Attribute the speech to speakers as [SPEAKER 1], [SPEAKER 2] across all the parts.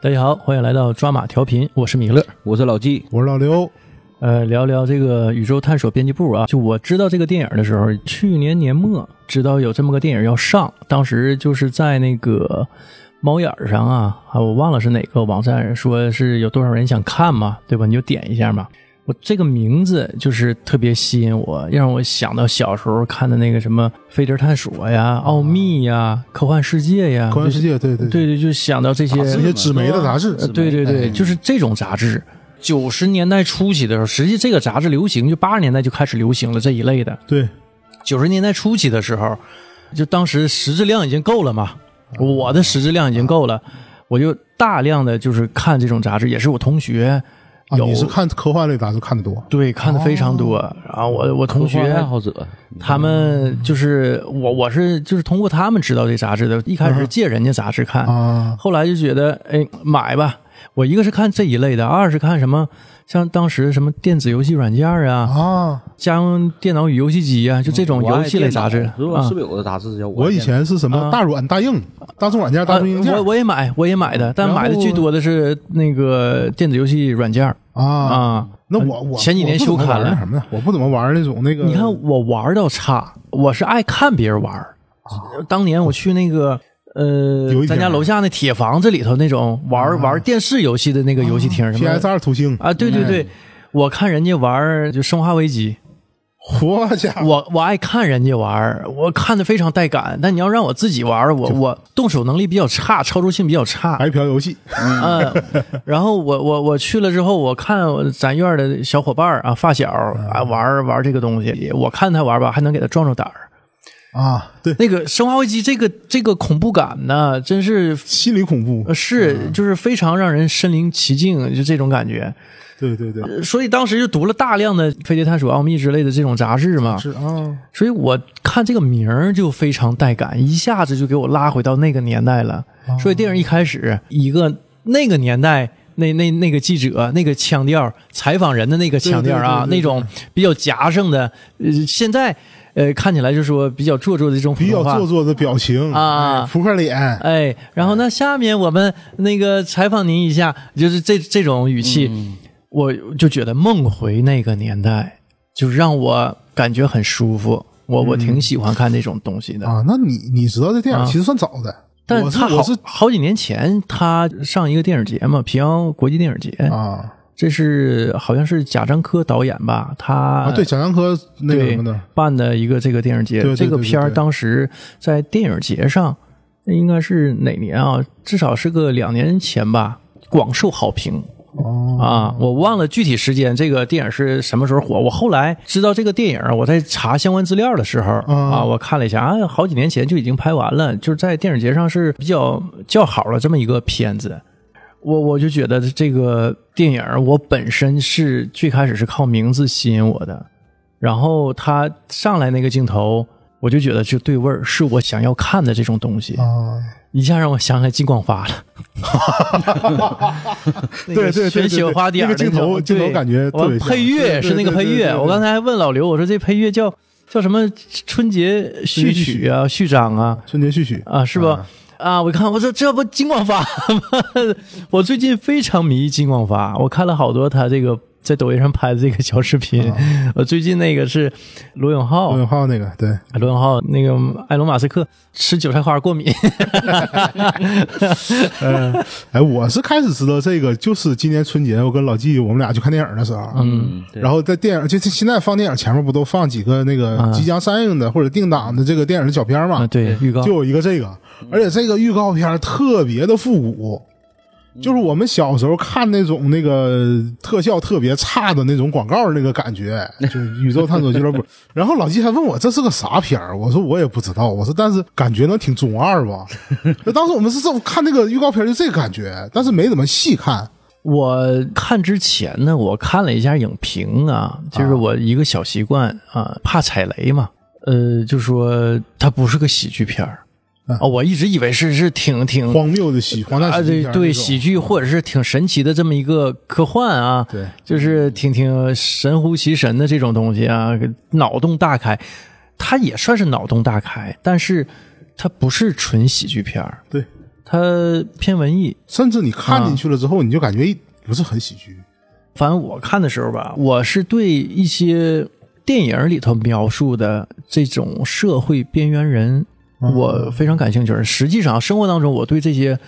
[SPEAKER 1] 大家好，欢迎来到抓马调频，我是米勒。
[SPEAKER 2] 我是老纪，
[SPEAKER 3] 我是老刘，
[SPEAKER 1] 呃，聊聊这个宇宙探索编辑部啊。就我知道这个电影的时候，去年年末知道有这么个电影要上，当时就是在那个猫眼儿上啊，啊我忘了是哪个网站，说是有多少人想看嘛，对吧？你就点一下嘛。我这个名字就是特别吸引我，让我想到小时候看的那个什么《飞碟探索》呀、《奥秘》呀、《科幻世界》呀，
[SPEAKER 3] 科幻世界，对对
[SPEAKER 1] 对对，就想到这些
[SPEAKER 3] 一些纸媒的杂志，
[SPEAKER 1] 呃对对对，就是这种杂志。九十年代初期的时候，实际这个杂志流行，就八十年代就开始流行了这一类的。
[SPEAKER 3] 对，
[SPEAKER 1] 九十年代初期的时候，就当时识字量已经够了嘛，我的识字量已经够了，我就大量的就是看这种杂志，也是我同学
[SPEAKER 3] 啊，
[SPEAKER 1] 有、啊
[SPEAKER 3] 你是看科幻类杂志看的多，
[SPEAKER 1] 对看的非常多，然后我我同学
[SPEAKER 2] 爱好者，
[SPEAKER 1] 他们就是我我是就是通过他们知道这杂志的，一开始借人家杂志看，
[SPEAKER 3] 啊
[SPEAKER 1] 后来就觉得，哎，买吧。我一个是看这一类的，二是看什么，像当时什么电子游戏软件啊，
[SPEAKER 3] 啊！
[SPEAKER 1] 家用电脑与游戏机啊，就这种游戏类杂志
[SPEAKER 2] 嗯我爱电脑是吧？
[SPEAKER 1] 啊
[SPEAKER 2] 是不是有个杂志叫《
[SPEAKER 3] 我以前是什么大软、大硬、大众软件、大
[SPEAKER 1] 啊
[SPEAKER 3] 众硬件
[SPEAKER 1] 我我也买，我也买的，但
[SPEAKER 3] 然后
[SPEAKER 1] 买的最多的是那个电子游戏软件儿
[SPEAKER 3] 啊？
[SPEAKER 1] 啊。
[SPEAKER 3] 那我我
[SPEAKER 1] 前几年休刊
[SPEAKER 3] 了
[SPEAKER 1] 了
[SPEAKER 3] 那什么的，我不怎么玩那种那个，
[SPEAKER 1] 你看我玩倒差，我是爱看别人玩儿。当年我去那个
[SPEAKER 3] 啊游戏
[SPEAKER 1] 呃，
[SPEAKER 3] 厅啊
[SPEAKER 1] 咱家楼下那铁房子里头那种玩玩电视游戏的那个游戏厅，什么
[SPEAKER 3] PS 二土星，
[SPEAKER 1] 啊，对对
[SPEAKER 3] 嗯
[SPEAKER 1] 对，我看人家玩儿就《生化危机
[SPEAKER 3] 我家》，伙，
[SPEAKER 1] 我我爱看人家玩儿，我看的非常带感。但你要让我自己玩儿，我我动手能力比较差，操作性比较差，
[SPEAKER 3] 白嫖游戏
[SPEAKER 1] 嗯。然后我我我去了之后，我看我咱院儿的小伙伴儿啊，发小
[SPEAKER 3] 嗯
[SPEAKER 1] 啊玩儿玩儿这个东西，我看他玩儿吧，还能给他壮壮胆儿。
[SPEAKER 3] 啊，对，
[SPEAKER 1] 那个《生化危机》这个这个恐怖感呢，真是。
[SPEAKER 3] 心理恐怖
[SPEAKER 1] 呃，是，
[SPEAKER 3] 嗯
[SPEAKER 1] 就是非常让人身临其境，就这种感觉。
[SPEAKER 3] 对对对，
[SPEAKER 1] 所以当时就读了大量的《飞碟探索奥秘》之类的这种杂志嘛，
[SPEAKER 3] 是啊，
[SPEAKER 1] 所以我看这个名儿就非常带感，一下子就给我拉回到那个年代了。
[SPEAKER 3] 哦
[SPEAKER 1] 所以电影一开始，一个那个年代。那那那个记者那个腔调，采访人的那个腔调啊，
[SPEAKER 3] 对对对对对
[SPEAKER 1] 那种比较夹生的，呃，现在呃看起来就说比较做作的这种普
[SPEAKER 3] 比较
[SPEAKER 1] 通话
[SPEAKER 3] 做作的表情
[SPEAKER 1] 啊
[SPEAKER 3] 哎扑克脸，
[SPEAKER 1] 哎，然后呢，下面我们那个采访您一下，就是这这种语气，
[SPEAKER 3] 嗯
[SPEAKER 1] 我就觉得梦回那个年代，就让我感觉很舒服。我我挺喜欢看这种东西的，
[SPEAKER 3] 啊，那你你知道这电影其实算早的，
[SPEAKER 1] 啊但
[SPEAKER 3] 我是
[SPEAKER 1] 他好
[SPEAKER 3] 我是啊
[SPEAKER 1] 好几年前他上一个电影节嘛，平遥国际电影节，
[SPEAKER 3] 啊
[SPEAKER 1] 这是好像是贾樟柯导演吧，他
[SPEAKER 3] 啊，对，贾樟柯那个
[SPEAKER 1] 对
[SPEAKER 3] 什么的，
[SPEAKER 1] 办的一个这个电影节，
[SPEAKER 3] 对对
[SPEAKER 1] 这个
[SPEAKER 3] 对对
[SPEAKER 1] 片儿
[SPEAKER 3] 对
[SPEAKER 1] 当时在电影节上，那应该是哪年啊？至少是个两年前吧，广受好评。
[SPEAKER 3] 哦
[SPEAKER 1] 啊，我忘了具体时间，这个电影是什么时候火？我后来知道这个电影，我在查相关资料的时候、
[SPEAKER 3] 嗯
[SPEAKER 1] 啊，我看了一下，啊，好几年前就已经拍完了，就是在电影节上是比较较好的这么一个片子。我我就觉得这个电影，我本身是最开始是靠名字吸引我的，然后他上来那个镜头，我就觉得就对味儿，是我想要看的这种东西，
[SPEAKER 3] 啊。
[SPEAKER 1] 一下让我想起来金广发 了。那个
[SPEAKER 3] 对对对
[SPEAKER 1] 全
[SPEAKER 3] 对
[SPEAKER 1] 雪
[SPEAKER 3] 对
[SPEAKER 1] 花点儿
[SPEAKER 3] 那个镜头
[SPEAKER 1] 种
[SPEAKER 3] 镜头
[SPEAKER 1] 对
[SPEAKER 3] 感觉特别
[SPEAKER 1] 我
[SPEAKER 3] 像
[SPEAKER 1] 配乐
[SPEAKER 3] 对对
[SPEAKER 1] 是那个配
[SPEAKER 3] 对对对
[SPEAKER 1] 乐，
[SPEAKER 3] 对
[SPEAKER 1] 我刚才还问老刘，我说这配乐叫叫什么春节序曲啊、序章啊
[SPEAKER 3] 春节序曲
[SPEAKER 1] 啊，是不？啊！我一看，我说这不金广发吗？ 我最近非常迷金广发，我看了好多他这个在抖音上拍的这个小视频。 我最近那个是罗永浩
[SPEAKER 3] 罗，永浩那个，对，
[SPEAKER 1] 罗永浩那个埃隆·马斯克吃韭菜花过敏，
[SPEAKER 3] 呃，哎，我是开始知道这个，就是今年春节我跟老纪我们俩去看电影的时候，嗯，然后在电影就是现在放电影前面不都放几个那个即将上映的或者定档的这个电影的小片嘛
[SPEAKER 1] 啊，？对，预告
[SPEAKER 3] 就有一个这个，而且这个预告片特别的复古。就是我们小时候看那种那个特效特别差的那种广告，那个感 觉，就是宇宙探索俱乐部。然后老纪还问我这是个啥片儿，我说我也不知道，我说但是感觉能挺中 二吧。就当时我们是这么看那个预告片，就这个感觉，但是没怎么细看。
[SPEAKER 1] 我看之前呢，我看了一下影评啊，就是我一个小习惯啊，怕踩雷嘛。呃，就说它不是个喜剧片儿
[SPEAKER 3] 嗯
[SPEAKER 1] 啊、我一直以为是是挺挺
[SPEAKER 3] 荒谬的喜荒诞
[SPEAKER 1] 啊，
[SPEAKER 3] 喜剧
[SPEAKER 1] 对
[SPEAKER 3] 片儿
[SPEAKER 1] 对，
[SPEAKER 3] 那种
[SPEAKER 1] 喜剧或者是挺神奇的这么一个科幻啊，
[SPEAKER 3] 对，
[SPEAKER 1] 就是挺挺神乎其神的这种东西啊，脑洞大开，它也算是脑洞大开，但是它不是纯喜剧片儿，
[SPEAKER 3] 对，
[SPEAKER 1] 它偏文艺。
[SPEAKER 3] 甚至你看进去了之
[SPEAKER 1] 啊
[SPEAKER 3] 后，你就感觉不是很喜剧。
[SPEAKER 1] 反正我看的时候吧，我是对一些电影里头描述的这种社会边缘人，我非常感兴趣儿。实际上，生活当中我对这些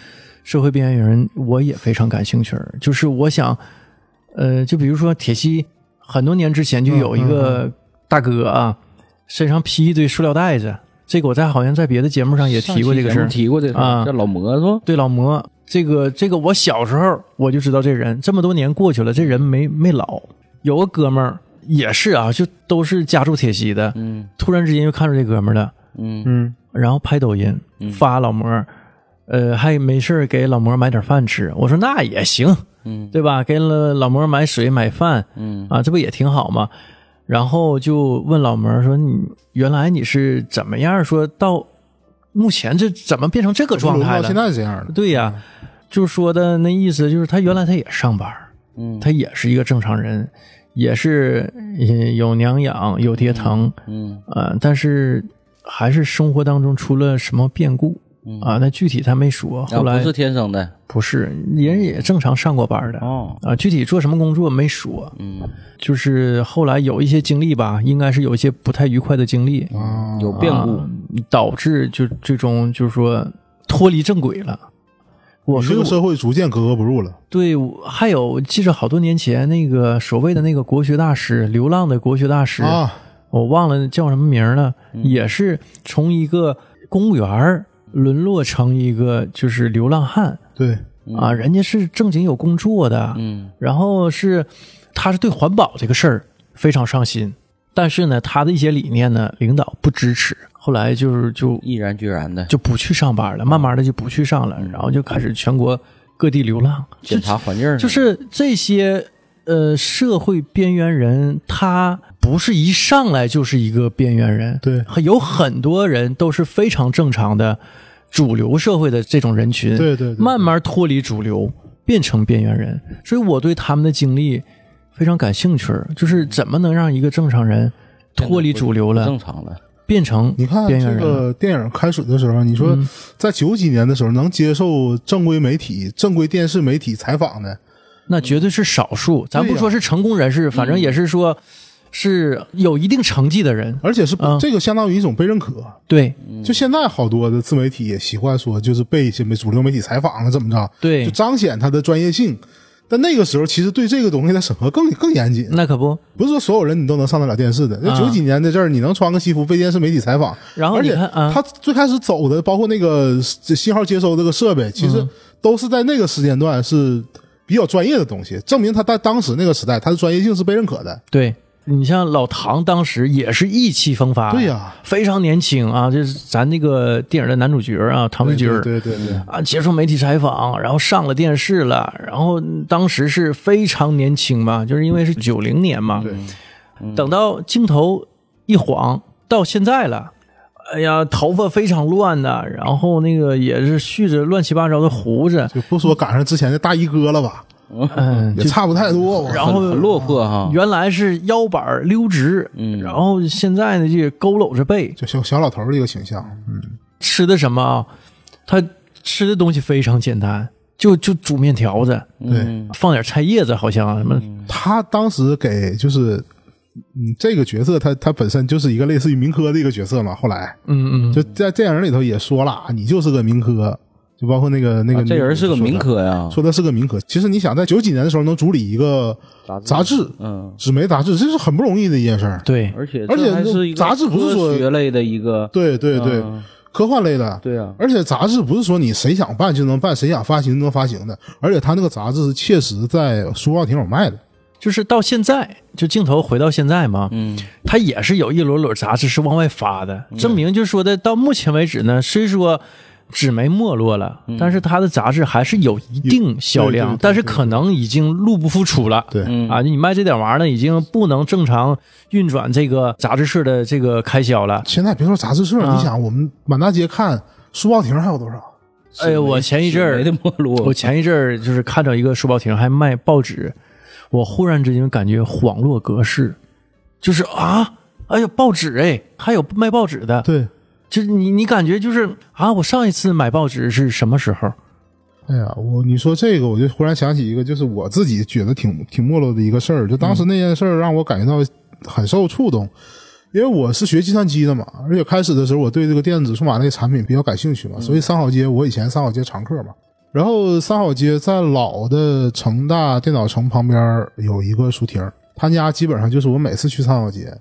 [SPEAKER 1] 社会边缘人我也非常感兴趣儿。就是我想，呃，就比如说铁西，很多年之前就有一个大哥啊，身上披一堆塑料袋子，这个我在好像在别的节目上也提过这个事
[SPEAKER 2] 上
[SPEAKER 1] 儿
[SPEAKER 2] 期节目。提过这个事
[SPEAKER 1] 啊
[SPEAKER 2] 儿，叫老魔是吧？
[SPEAKER 1] 对老魔，这个这个，我小时候我就知道这人，这么多年过去了，这人没没老。有个哥们儿也是啊，就都是家住铁西的，
[SPEAKER 2] 嗯
[SPEAKER 1] 突然之间就看着这哥们儿了，
[SPEAKER 2] 嗯
[SPEAKER 3] 嗯，
[SPEAKER 1] 然后拍抖音发老魔，呃，还没事儿给老魔买点饭吃。我说那也行，
[SPEAKER 2] 嗯
[SPEAKER 1] 对吧？给了老魔买水买饭
[SPEAKER 2] 嗯
[SPEAKER 1] 啊，这不也挺好吗？然后就问老魔说：“你原来你是怎么样？说到目前这怎么变成这个状态
[SPEAKER 3] 到
[SPEAKER 1] 了？
[SPEAKER 3] 现在这样的，
[SPEAKER 1] 对呀、就说的那意思就是他原来他也上班，
[SPEAKER 2] 嗯
[SPEAKER 1] 他也是一个正常人，也是呃有娘养有爹疼，
[SPEAKER 2] 嗯
[SPEAKER 1] 呃，但是还是生活当中出了什么变故
[SPEAKER 2] 嗯
[SPEAKER 1] 啊？那具体他没说，
[SPEAKER 2] 啊，
[SPEAKER 1] 后
[SPEAKER 2] 不
[SPEAKER 1] 来
[SPEAKER 2] 是天生的
[SPEAKER 1] 不是人也正常上过班的
[SPEAKER 2] 哦，
[SPEAKER 1] 啊，具体做什么工作没说，
[SPEAKER 2] 嗯，
[SPEAKER 1] 就是后来有一些经历吧，应该是有一些不太愉快的经历，
[SPEAKER 3] 啊，
[SPEAKER 2] 有变故，
[SPEAKER 1] 啊导致就最终就是说脱离正轨了。我
[SPEAKER 3] 你这
[SPEAKER 1] 说
[SPEAKER 3] 个社会逐渐格格不入了。
[SPEAKER 1] 对，我还有我记着好多年前那个所谓的那个国学大师，流浪的国学大师，
[SPEAKER 3] 啊，
[SPEAKER 1] 我忘了叫什么名儿了，也是从一个公务员儿沦落成一个就是流浪汉、
[SPEAKER 3] 对，
[SPEAKER 1] 啊，人家是正经有工作的，
[SPEAKER 2] 嗯
[SPEAKER 1] 然后是他是对环保这个事儿非常上心，但是呢，他的一些理念呢，领导不支持，后来就是就
[SPEAKER 2] 毅然决然的
[SPEAKER 1] 就不去上班了，慢慢的就不去上了，然后就开始全国各地流浪，
[SPEAKER 2] 检查环
[SPEAKER 3] 嗯
[SPEAKER 2] 境儿，
[SPEAKER 1] 就是这些呃社会边缘人，他不是一上来就是一个边缘人，
[SPEAKER 3] 对，
[SPEAKER 1] 有很多人都是非常正常的主流社会的这种人群，
[SPEAKER 3] 对对对
[SPEAKER 1] 慢慢脱离主流，变成边缘人。所以我对他们的经历非常感兴趣儿，就是怎么能让一个正常人脱离主流
[SPEAKER 2] 不
[SPEAKER 1] 了
[SPEAKER 3] 嗯
[SPEAKER 2] 正，常了，
[SPEAKER 1] 变成
[SPEAKER 3] 你看
[SPEAKER 1] 边
[SPEAKER 3] 这
[SPEAKER 1] 缘人了。嗯
[SPEAKER 3] 个电影开始的时候，你说在九几年的时候，能接受正规媒体、正规电视媒体采访的，
[SPEAKER 1] 那绝对是少数，咱
[SPEAKER 3] 对
[SPEAKER 1] 不
[SPEAKER 3] 呀嗯
[SPEAKER 1] 说是成功人士，反正也是说是有一定成绩的人，
[SPEAKER 3] 而且是不
[SPEAKER 1] 嗯
[SPEAKER 3] 这个相当于一种被认可。
[SPEAKER 1] 对
[SPEAKER 3] 就现在好多的自媒体也习惯说，就是被一些主流媒体采访了，怎么着，
[SPEAKER 1] 对
[SPEAKER 3] 就，彰显他的专业性。但那个时候，其实对这个东西的审核更更严谨，
[SPEAKER 1] 那可不。
[SPEAKER 3] 不是说所有人你都能上得了电视的。那
[SPEAKER 1] 嗯啊
[SPEAKER 3] 九几年的这儿，你能穿个西服被电视媒体采访，
[SPEAKER 1] 然后
[SPEAKER 3] 而
[SPEAKER 1] 你
[SPEAKER 3] 且
[SPEAKER 1] 看啊，
[SPEAKER 3] 他最开始走的，包括那个这信号接收这个设备，其
[SPEAKER 1] 嗯
[SPEAKER 3] 实都是在那个时间段是比较专业的东西，证明他在当时那个时代，他的专业性是被认可的。
[SPEAKER 1] 对你像老唐当时也是意气风发，啊
[SPEAKER 3] 对呀
[SPEAKER 1] 非常年轻啊，就是咱那个电影的男主角啊，唐
[SPEAKER 3] 对
[SPEAKER 1] 人军儿
[SPEAKER 3] 对对对，
[SPEAKER 1] 啊，接受媒体采访，然后上了电视了，然后当时是非常年轻嘛，就是因为
[SPEAKER 3] 嗯
[SPEAKER 1] 是九零年嘛，等到镜头一晃到现在了。哎呀，头发非常乱呐，然后那个也是蓄着乱七八糟的胡 子，
[SPEAKER 3] 就不说赶上之前的大衣哥了吧，
[SPEAKER 1] 嗯，
[SPEAKER 3] 也差不太多。我
[SPEAKER 1] 然后
[SPEAKER 2] 很很落魄哈，
[SPEAKER 1] 原来是腰板儿溜直，
[SPEAKER 2] 啊嗯
[SPEAKER 1] 然后现在呢就佝偻着背，
[SPEAKER 3] 就小小老头儿这个形象，
[SPEAKER 1] 吃的什么啊？他吃的东西非常简单，就就煮面条子，
[SPEAKER 2] 嗯
[SPEAKER 3] 对
[SPEAKER 1] 放点菜叶子，好像啊什么，
[SPEAKER 3] 他当时给就是。嗯，这个角色他他本身就是一个类似于民科的一个角色嘛。后来
[SPEAKER 1] 嗯嗯，
[SPEAKER 3] 就在电影里头也说了，啊你就是个民科，就包括那个那个
[SPEAKER 2] 啊
[SPEAKER 3] 女
[SPEAKER 2] 这
[SPEAKER 3] 主
[SPEAKER 2] 人是个
[SPEAKER 3] 说的
[SPEAKER 2] 民科呀，
[SPEAKER 3] 说他是个民科。其实你想，在九几年的时候能主理一个杂志，
[SPEAKER 2] 嗯，
[SPEAKER 3] 纸媒杂志，这是很不容易的一件事儿。
[SPEAKER 1] 对，
[SPEAKER 2] 而且
[SPEAKER 3] 而且
[SPEAKER 2] 这还是一个
[SPEAKER 3] 杂志不是说
[SPEAKER 2] 科学类的一个，
[SPEAKER 3] 对对对，
[SPEAKER 2] 嗯
[SPEAKER 3] 科幻类的。
[SPEAKER 2] 对啊，
[SPEAKER 3] 而且杂志不是说你谁想办就能办，谁想发行就能发行的。而且他那个杂志是切实在书报亭有卖的。
[SPEAKER 1] 就是到现在，就镜头回到现在嘛，
[SPEAKER 2] 嗯，
[SPEAKER 1] 它也是有一摞摞杂志是往外发的，证明就说的到目前为止呢，虽说。纸媒没落了，
[SPEAKER 2] 嗯
[SPEAKER 1] 但是它的杂志还是有一定销量，
[SPEAKER 3] 对对对
[SPEAKER 1] 但是
[SPEAKER 3] 对
[SPEAKER 1] 可能已经入不敷出了。
[SPEAKER 3] 对，
[SPEAKER 2] 嗯
[SPEAKER 1] 啊，你卖这点玩意儿呢，已经不能正常运转这个杂志社的这个开销了。
[SPEAKER 3] 现在别说杂志社，
[SPEAKER 1] 啊
[SPEAKER 3] 你想我们满大街看书报亭还有多少？
[SPEAKER 1] 哎呀，我前一阵
[SPEAKER 2] 没
[SPEAKER 1] 儿
[SPEAKER 2] 的，没落
[SPEAKER 1] 我，前一阵儿就是看着一个书报亭还卖报纸，我忽然之间感觉恍若隔世，就是啊，哎呀，报纸哎，还有卖报纸的，
[SPEAKER 3] 对，
[SPEAKER 1] 就是你你感觉就是啊，我上一次买报纸是什么时候？
[SPEAKER 3] 哎呀，我你说这个，我就忽然想起一个，就是我自己觉得挺挺没落的一个事儿。就当时那件事儿让我感觉到很受触动，因为我是学计算机的嘛，而且开始的时候我对这个电子数码类产品比较感兴趣嘛，所以三好街我以前三好街常客嘛。然后三好街在老的成大电脑城旁边儿有一个书亭儿，他家基本上就是我每次去三好街，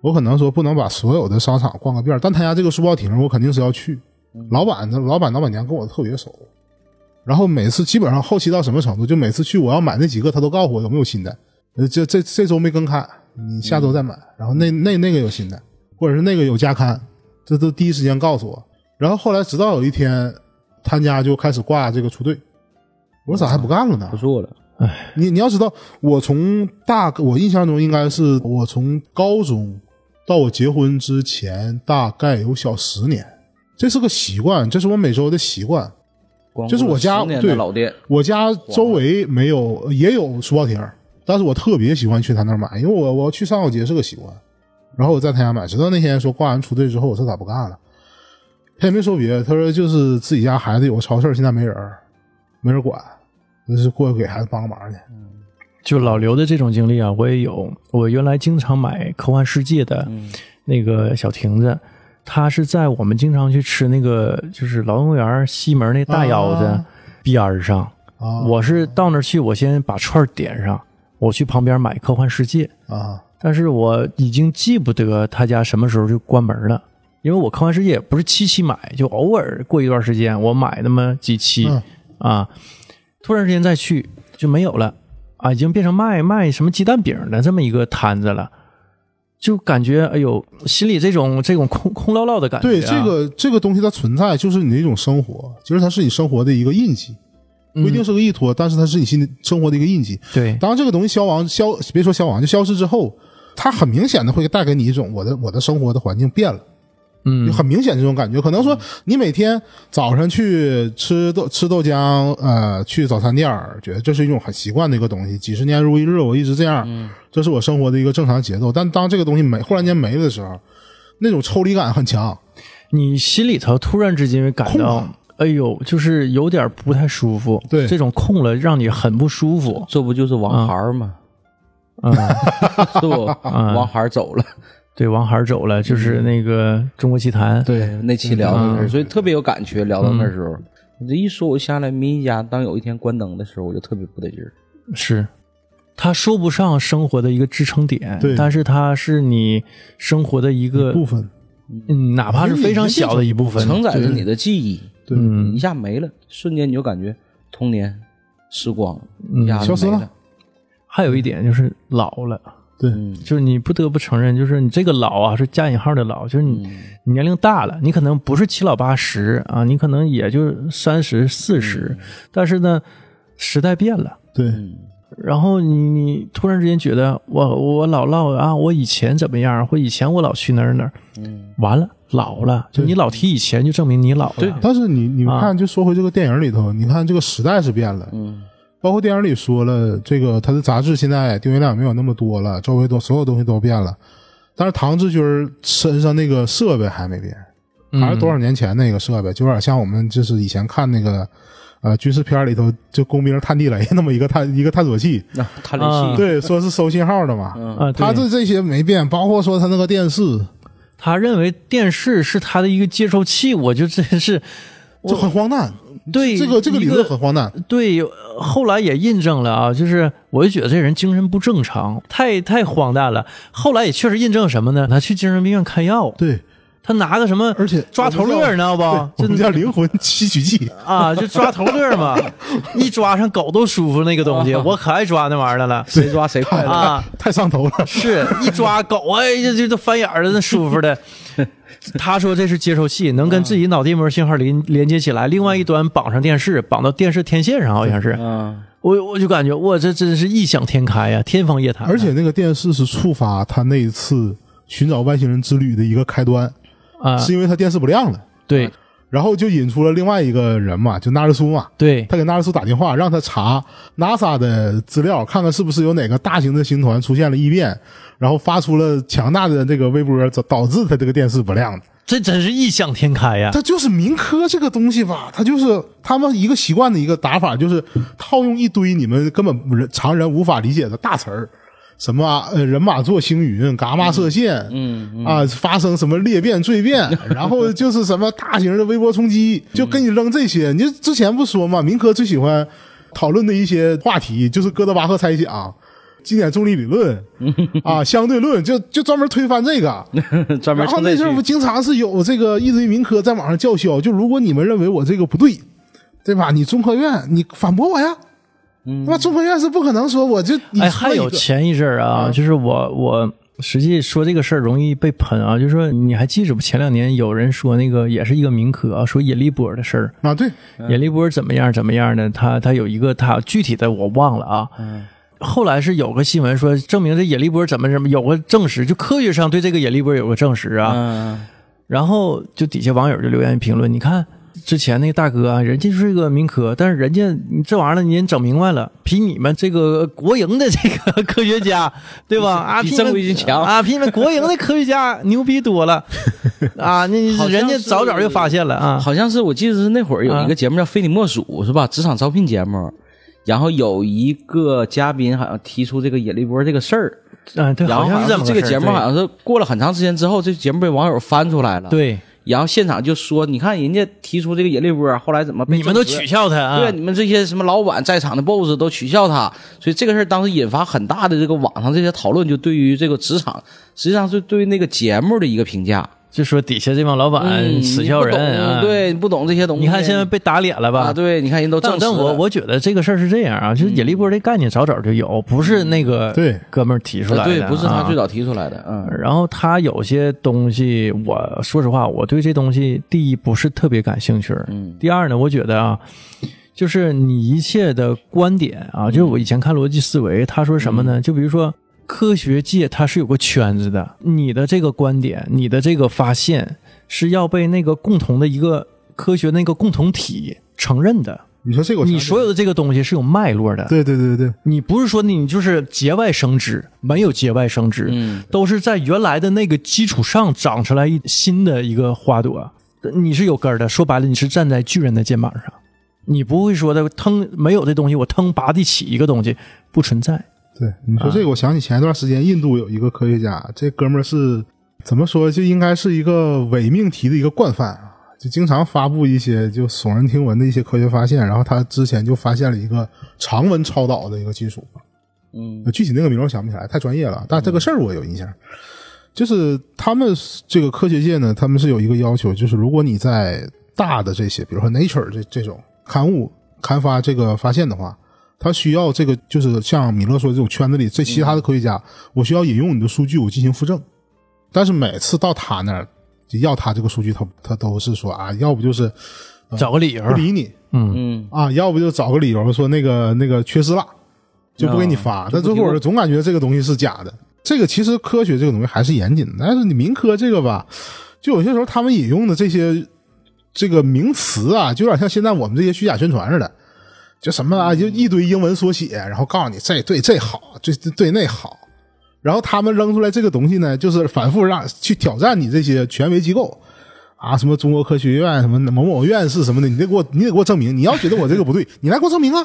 [SPEAKER 3] 我可能说不能把所有的商场逛个遍儿，但他家这个书报亭儿我肯定是要去。老板的老板老板娘跟我特别熟，然后每次基本上后期到什么程度，就每次去我要买那几个，他都告诉我有没有新的。呃，这这这周没更刊，你下周再买。然后那那那个有新的，或者是那个有加刊，这都第一时间告诉我。然后后来直到有一天，他家就开始挂这个出队，我说咋还不干了呢
[SPEAKER 2] 不？做了，
[SPEAKER 3] 你你要知道，我从大我印象中应该是我从高中到我结婚之前大概有小十年，这是个习惯，这是我每周的习惯。
[SPEAKER 2] 光
[SPEAKER 3] 就是我家
[SPEAKER 2] 10年
[SPEAKER 3] 对
[SPEAKER 2] 的老店，
[SPEAKER 3] 我家周围没有，也有书报亭儿，但是我特别喜欢去他那儿买，因为我我去上好街是个习惯。然后我在他家买，直到那天说挂完出队之后，我说咋不干了？他也没说别的，他说就是自己家孩子有个超市，现在没人儿，没人管，就是过去给孩子帮个忙去。
[SPEAKER 1] 就老刘的这种经历啊，我也有。我原来经常买科幻世界的
[SPEAKER 3] 嗯
[SPEAKER 1] 那个小亭子，它是在我们经常去吃那个就是劳动公园西门那大腰子
[SPEAKER 3] 啊
[SPEAKER 1] 边儿上。
[SPEAKER 3] 啊，
[SPEAKER 1] 我是到那儿去，我先把串儿点上，我去旁边买科幻世界。
[SPEAKER 3] 啊，
[SPEAKER 1] 但是我已经记不得他家什么时候就关门了，因为我看完世界也不是期期买，就偶尔过一段时间我买那么几期、
[SPEAKER 3] 嗯
[SPEAKER 1] 啊，突然之间再去就没有了啊，已经变成卖卖什么鸡蛋饼的这么一个摊子了，就感觉哎呦，心里这种这种空空落落的感觉、啊。
[SPEAKER 3] 对这个这个东西它存在，就是你的一种生活，就是它是你生活的一个印记，不
[SPEAKER 1] 嗯
[SPEAKER 3] 一定是个依托，但是它是你心里生活的一个印记。
[SPEAKER 1] 对
[SPEAKER 3] 当这个东西消亡消，别说消亡，就消失之后，它很明显的会带给你一种我的我的生活的环境变了，
[SPEAKER 1] 嗯
[SPEAKER 3] 就很明显这种感觉。可能说你每天早上去吃豆吃豆浆，呃，去早餐店儿，觉得这是一种很习惯的一个东西，几十年如一日，我一直这样，
[SPEAKER 1] 嗯
[SPEAKER 3] 这是我生活的一个正常节奏。但当这个东西没忽然间没了的时候，那种抽离感很强。
[SPEAKER 1] 你心里头突然之间感到
[SPEAKER 3] 空了。
[SPEAKER 1] 哎呦，就是有点不太舒服，
[SPEAKER 3] 嗯对
[SPEAKER 1] 这种空了让你很不舒服，
[SPEAKER 2] 这不就是
[SPEAKER 1] 啊
[SPEAKER 2] 王孩儿 吗？
[SPEAKER 1] 嗯，
[SPEAKER 2] 是不？
[SPEAKER 1] 啊
[SPEAKER 2] 王孩儿走了，
[SPEAKER 1] 对，王孩儿走了，就是
[SPEAKER 3] 嗯
[SPEAKER 1] 那个中国奇谭，
[SPEAKER 2] 对，那期聊到那嗯啊儿，所以特别有感觉。聊到
[SPEAKER 3] 嗯
[SPEAKER 2] 那时候，你这一说，我想起来民一家，当有一天关灯的时候，我就特别不得劲儿。
[SPEAKER 1] 是，他说不上生活的一个支撑点，
[SPEAKER 3] 对
[SPEAKER 1] 但是它是你生活的一个
[SPEAKER 3] 部分
[SPEAKER 1] 嗯，哪怕是非常小的一部分，
[SPEAKER 2] 承载着你的记忆，
[SPEAKER 3] 对
[SPEAKER 1] 嗯
[SPEAKER 2] 一下没了，瞬间你就感觉童年时光一下
[SPEAKER 3] 嗯消失
[SPEAKER 2] 就没
[SPEAKER 3] 了
[SPEAKER 2] 了。
[SPEAKER 1] 还有一点就是老了，
[SPEAKER 3] 对，
[SPEAKER 2] 嗯
[SPEAKER 1] 就是你不得不承认，就是你这个老啊是加引号的老，就是你、
[SPEAKER 3] 嗯
[SPEAKER 1] 你年龄大了，你可能不是七老八十啊，你可能也就三十四
[SPEAKER 3] 嗯
[SPEAKER 1] 十，但是呢，时代变了。
[SPEAKER 3] 对，
[SPEAKER 2] 嗯
[SPEAKER 1] 然后你你突然之间觉得我我老唠啊，我以前怎么样，或以前我老去哪儿哪儿，
[SPEAKER 2] 嗯
[SPEAKER 1] 完了老了，就你老提以前，就证明你老了。
[SPEAKER 3] 但是你你们看，就说回这个电影里头，你看这个时代是变了，
[SPEAKER 2] 嗯，
[SPEAKER 3] 包括电影里说了，这个他的杂志现在订阅量没有那么多了，周围都所有东西都变了，但是唐志军儿身上那个设备还没变，
[SPEAKER 1] 嗯
[SPEAKER 3] 还是多少年前那个设备，就有点像我们就是以前看那个呃军事片儿里头，就工兵探地雷那么一个探一 个探索器，
[SPEAKER 2] 那探雷器，
[SPEAKER 3] 对，说是收信号的嘛。
[SPEAKER 2] 嗯
[SPEAKER 1] 啊？
[SPEAKER 3] 他
[SPEAKER 1] 对
[SPEAKER 3] 这这些没变，包括说他那个电视，
[SPEAKER 1] 他认为电视是他的一个接收器，我就真是
[SPEAKER 3] 这很荒诞。
[SPEAKER 1] 对
[SPEAKER 3] 这个这个理
[SPEAKER 1] 一
[SPEAKER 3] 论很荒诞。
[SPEAKER 1] 对，呃后来也印证了啊，就是我就觉得这人精神不正常，太太荒诞了。后来也确实印证什么呢？他去精神病院看药，
[SPEAKER 3] 对，
[SPEAKER 1] 他拿个什么
[SPEAKER 3] 而且
[SPEAKER 1] 抓头乐，你知道不？
[SPEAKER 3] 我
[SPEAKER 1] 就
[SPEAKER 3] 们叫灵魂吸取剂。
[SPEAKER 1] 啊，就抓头乐嘛， 哦一抓上狗都舒服那个东西，我可爱抓那玩意儿的了
[SPEAKER 2] 谁抓谁快 乐。
[SPEAKER 1] 啊。
[SPEAKER 3] 哎太 上头了。
[SPEAKER 1] 是一抓狗，哎，这这都翻眼儿了，那舒服 的。他说这是接收器，能跟自己脑电波信号连连接起来，另外一端绑上电视，绑到电视天线上，好像是。
[SPEAKER 2] 嗯，
[SPEAKER 1] 我我就感觉哇，这真是异想天开呀、天方夜谭啊、
[SPEAKER 3] 而且那个电视是触发他那一次寻找外星人之旅的一个开端，
[SPEAKER 1] 啊，
[SPEAKER 3] 是因为他电视不亮了。
[SPEAKER 1] 对，
[SPEAKER 3] 然后就引出了另外一个人嘛，就纳日苏嘛，
[SPEAKER 1] 对，
[SPEAKER 3] 他给纳日苏打电话，让他查 NASA 的资料，看看是不是有哪个大型的星团出现了异变，然后发出了强大的这个微波，导导致它这个电视不亮的。
[SPEAKER 1] 这真是异想天开呀！
[SPEAKER 3] 它就是民科这个东西吧，它就是他们一个习惯的一个打法，就是套用一堆你们根本人常人无法理解的大词儿。什么、啊、呃人马座星云、伽马射线，
[SPEAKER 2] 嗯嗯
[SPEAKER 3] 啊，发生什么裂 变、坠变，然后就是什么大型的微波冲击，就给你扔这些。你就之前不说嘛，民科最喜欢讨论的一些话题就是哥德巴赫猜想、经典重力 理论啊、相对论，就就专门推翻这个。
[SPEAKER 2] 专门
[SPEAKER 3] 然后
[SPEAKER 2] 冲
[SPEAKER 3] 那
[SPEAKER 2] 这
[SPEAKER 3] 阵儿不
[SPEAKER 2] 去。
[SPEAKER 3] 经常是有这个一堆民科在网上叫嚣，就如果你们认为我这个不对，对吧？你中科院你反驳我呀，那、中科院是不可能说我就你
[SPEAKER 1] 哎，
[SPEAKER 3] 说
[SPEAKER 1] 还
[SPEAKER 3] 一
[SPEAKER 1] 有
[SPEAKER 3] 个嗯
[SPEAKER 1] 前一阵儿啊，就是我我实际说这个事儿容易被喷啊，就是说你还记着不？前两年有人说那个也是一个民科啊，说引力波的事儿，
[SPEAKER 3] 啊对，
[SPEAKER 1] 引力波怎么样怎么样呢？他他有一个他具体的我忘了啊。
[SPEAKER 3] 嗯
[SPEAKER 1] 后来是有个新闻说证明这引力波怎么怎么有个证实，就科学上对这个引力波有个证实啊。
[SPEAKER 2] 嗯，
[SPEAKER 1] 然后就底下网友就留言评论，你看之前那个大哥啊，人家就是个民科，但是人家你这玩意儿你人整明白了，比你们这个国营的这个科学家， 对吧？啊，
[SPEAKER 2] 比
[SPEAKER 1] 比
[SPEAKER 2] 正
[SPEAKER 1] 你们
[SPEAKER 2] 规军强
[SPEAKER 1] 啊，比你们国营的科学家牛逼多 了啊！那
[SPEAKER 2] 好像
[SPEAKER 1] 人家
[SPEAKER 2] 是
[SPEAKER 1] 早早就发现了啊，
[SPEAKER 2] 好像是我记得是那会儿有
[SPEAKER 1] 啊
[SPEAKER 2] 一个节目叫《非你莫属》，是吧？职场招聘节目，然后有一个嘉宾好像提出这个引力波这个事儿，
[SPEAKER 1] 嗯，对，
[SPEAKER 2] 然后
[SPEAKER 1] 像
[SPEAKER 2] 好
[SPEAKER 1] 是
[SPEAKER 2] 像
[SPEAKER 1] 这么
[SPEAKER 2] 是这个
[SPEAKER 1] 事儿
[SPEAKER 2] 节目好像是过了很长时间之后，这节目被网友翻出来了，，
[SPEAKER 1] 对，
[SPEAKER 2] 然后现场就说，你看人家提出这个引力波，后来怎么被
[SPEAKER 1] 对你们都
[SPEAKER 2] 证实
[SPEAKER 1] 取笑他啊，
[SPEAKER 2] 对，你们这些什么老板在场的 boss 都取笑他，所以这个事儿当时引发很大的这个网上这些讨论，就对于这个职场，实际上是对于那个节目的一个评价。
[SPEAKER 1] 就说底下这帮老板
[SPEAKER 2] 嗯，
[SPEAKER 1] 耻笑人啊，
[SPEAKER 2] 你不懂，，对，你不懂这些东西。
[SPEAKER 1] 你看现在被打脸了吧
[SPEAKER 2] 啊，？对，你看人都证
[SPEAKER 1] 但
[SPEAKER 2] 实
[SPEAKER 1] 但
[SPEAKER 2] 了。
[SPEAKER 1] 我我觉得这个事儿是这样啊，
[SPEAKER 2] 嗯
[SPEAKER 1] 就是引力波这概念早早就有，不是那个
[SPEAKER 3] 对
[SPEAKER 1] 哥们儿提出来的、
[SPEAKER 2] 啊对，不是他最
[SPEAKER 1] 早。
[SPEAKER 2] 早提出来的，嗯，
[SPEAKER 1] 然后他有些东西，我说实话，我对这东西第一不是特别感兴趣，
[SPEAKER 2] 嗯，
[SPEAKER 1] 第二呢，我觉得啊，就是你一切的观点啊，
[SPEAKER 2] 嗯
[SPEAKER 1] 就是我以前看逻辑思维，他说什么呢？就比如说。科学界它是有个圈子的，你的这个观点，你的这个发现是要被那个共同的一个科学那个共同体承认的。
[SPEAKER 3] 你说这个我
[SPEAKER 1] 你
[SPEAKER 3] 想起
[SPEAKER 1] 所有的这个东西是有脉络的，
[SPEAKER 3] 对对对对，
[SPEAKER 1] 你不是说你就是节外生枝，没有节外生枝，
[SPEAKER 2] 嗯
[SPEAKER 1] 都是在原来的那个基础上长出来一新的一个花朵。你是有根儿的，说白了，你是站在巨人的肩膀上，你不会说的腾没有这东西，我腾拔地起一个东西，不存在。
[SPEAKER 3] 对，你说这个，我想起前一段时间印度有一个科学家，这哥们儿是怎么说，就应该是一个伪命题的一个惯犯啊，就经常发布一些就耸人听闻的一些科学发现。然后他之前就发现了一个常温超导的一个金属，
[SPEAKER 2] 嗯
[SPEAKER 3] 呃具体那个名儿我想不起来，太专业了。但这个事儿我有印象，就是他们这个科学界呢，他们是有一个要求，就是如果你在大的这些，比如说 Nature 这这种刊物刊发这个发现的话，它需要这个就是像米勒说的这种圈子里这其他的科学家，我需要引用你的数据，我进行复证。但是每次到他那儿就要他这个数据，他他都是说啊，要不就是
[SPEAKER 1] 找个理由
[SPEAKER 3] 啊不，理你，
[SPEAKER 1] 嗯，
[SPEAKER 2] 嗯，
[SPEAKER 3] 啊，要不就找个理由说那个那个缺失了，就不给你发。但最后我总感觉这个东西是假的。这个其实科学这个东西还是严谨的，但是你民科这个吧，就有些时候他们引用的这些这个名词啊，就有点像现在我们这些虚假宣传似的，就什么啊，就一堆英文缩写，然后告诉你这对这好，这这对那好。然后他们扔出来这个东西呢，就是反复让去挑战你这些权威机构，啊，什么中国科学院，什么某某院士什么的，你得给我，你得给我证明。你要觉得我这个 不对，你来给我证明啊！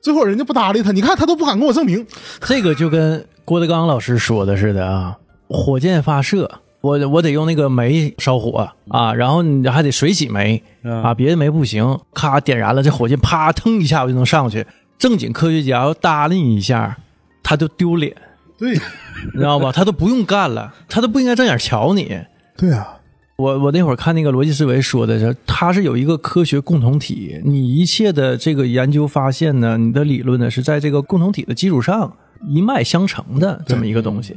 [SPEAKER 3] 最后人家不搭理他，你看他都不敢跟我证明。
[SPEAKER 1] 这个就跟郭德纲老师说的似的啊，火箭发射，我我得用那个煤烧火啊，然后你还得水洗煤啊，别的煤不行，咔点燃了，这火箭啪腾一下我就能上去。正经科学家要搭理你一下，他就丢脸，
[SPEAKER 3] 对，
[SPEAKER 1] 你知道吧？他都不用干了，他都不应该正眼瞧你。
[SPEAKER 3] 对啊，
[SPEAKER 1] 我我那会儿看那个逻辑思维说的是，它是有一个科学共同体，你一切的这个研究发现呢，你的理论呢是在这个共同体的基础上一脉相承的这么一个东西。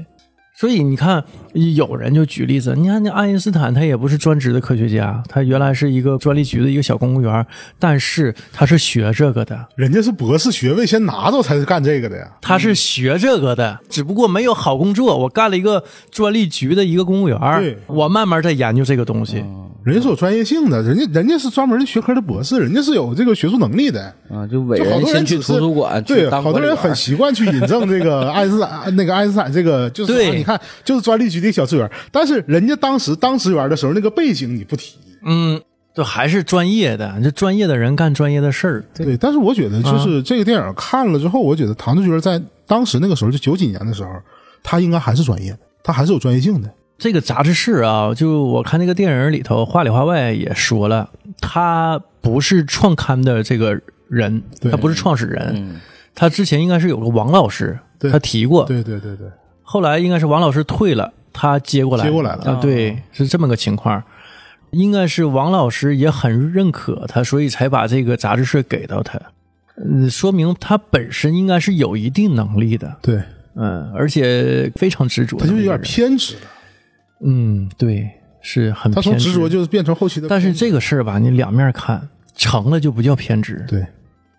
[SPEAKER 1] 所以你看，有人就举例子，你看那爱因斯坦他也不是专职的科学家，他原来是一个专利局的一个小公务员，但是他是学这个的，
[SPEAKER 3] 人家是博士学位先拿到才是干这个的呀。
[SPEAKER 1] 他是学这个的，只不过没有好工作，我干了一个专利局的一个公务员
[SPEAKER 3] 对，
[SPEAKER 1] 我慢慢在研究这个东西。
[SPEAKER 3] 人家是有专业性的，人家人家是专门的学科的博士，人家是有这个学术能力的。
[SPEAKER 2] 啊，就伟
[SPEAKER 3] 就好
[SPEAKER 2] 人
[SPEAKER 3] 多
[SPEAKER 2] 先
[SPEAKER 3] 人
[SPEAKER 2] 去
[SPEAKER 3] 只是
[SPEAKER 2] 图书馆，去
[SPEAKER 3] 对，
[SPEAKER 2] 当
[SPEAKER 3] 好多
[SPEAKER 2] 管理
[SPEAKER 3] 人
[SPEAKER 2] 员
[SPEAKER 3] 很习惯去引证这 个爱因斯坦，那个爱因斯坦这个就是说
[SPEAKER 1] 对
[SPEAKER 3] 你看就是专利局的小职员，但是人家当时当职员的时候那个背景你不提，
[SPEAKER 1] 嗯，就还是专业的，这专业的人干专业的事儿。
[SPEAKER 3] 对，但是我觉得就是这个电影看了之后，我觉得唐志军在当时那个时候，就九几年的时候，他应该还是专业的，他还是有专业性的。
[SPEAKER 1] 这个杂志社啊，就我看那个电影里头，话里话外也说了，他不是创刊的这个人，
[SPEAKER 3] 对
[SPEAKER 1] 他不是创始人，
[SPEAKER 2] 嗯
[SPEAKER 1] 他之前应该是有个王老师，
[SPEAKER 3] 对
[SPEAKER 1] 他提过，
[SPEAKER 3] 对对对对，
[SPEAKER 1] 后来应该是王老师退了，他接过来，
[SPEAKER 3] 接过来了
[SPEAKER 1] 啊，对，是这么个情况。应该是王老师也很认可他，所以才把这个杂志社给到他。嗯，说明他本身应该是有一定能力的，
[SPEAKER 3] 对，
[SPEAKER 1] 嗯，而且非常执着。
[SPEAKER 3] 他就有点，偏执了，
[SPEAKER 1] 嗯，对，是很
[SPEAKER 3] 他
[SPEAKER 1] 偏执。
[SPEAKER 3] 从执着就是变成后期的偏
[SPEAKER 1] 但
[SPEAKER 3] 执。
[SPEAKER 1] 是这个事儿吧，你两面看，成了就不叫偏执。
[SPEAKER 3] 对，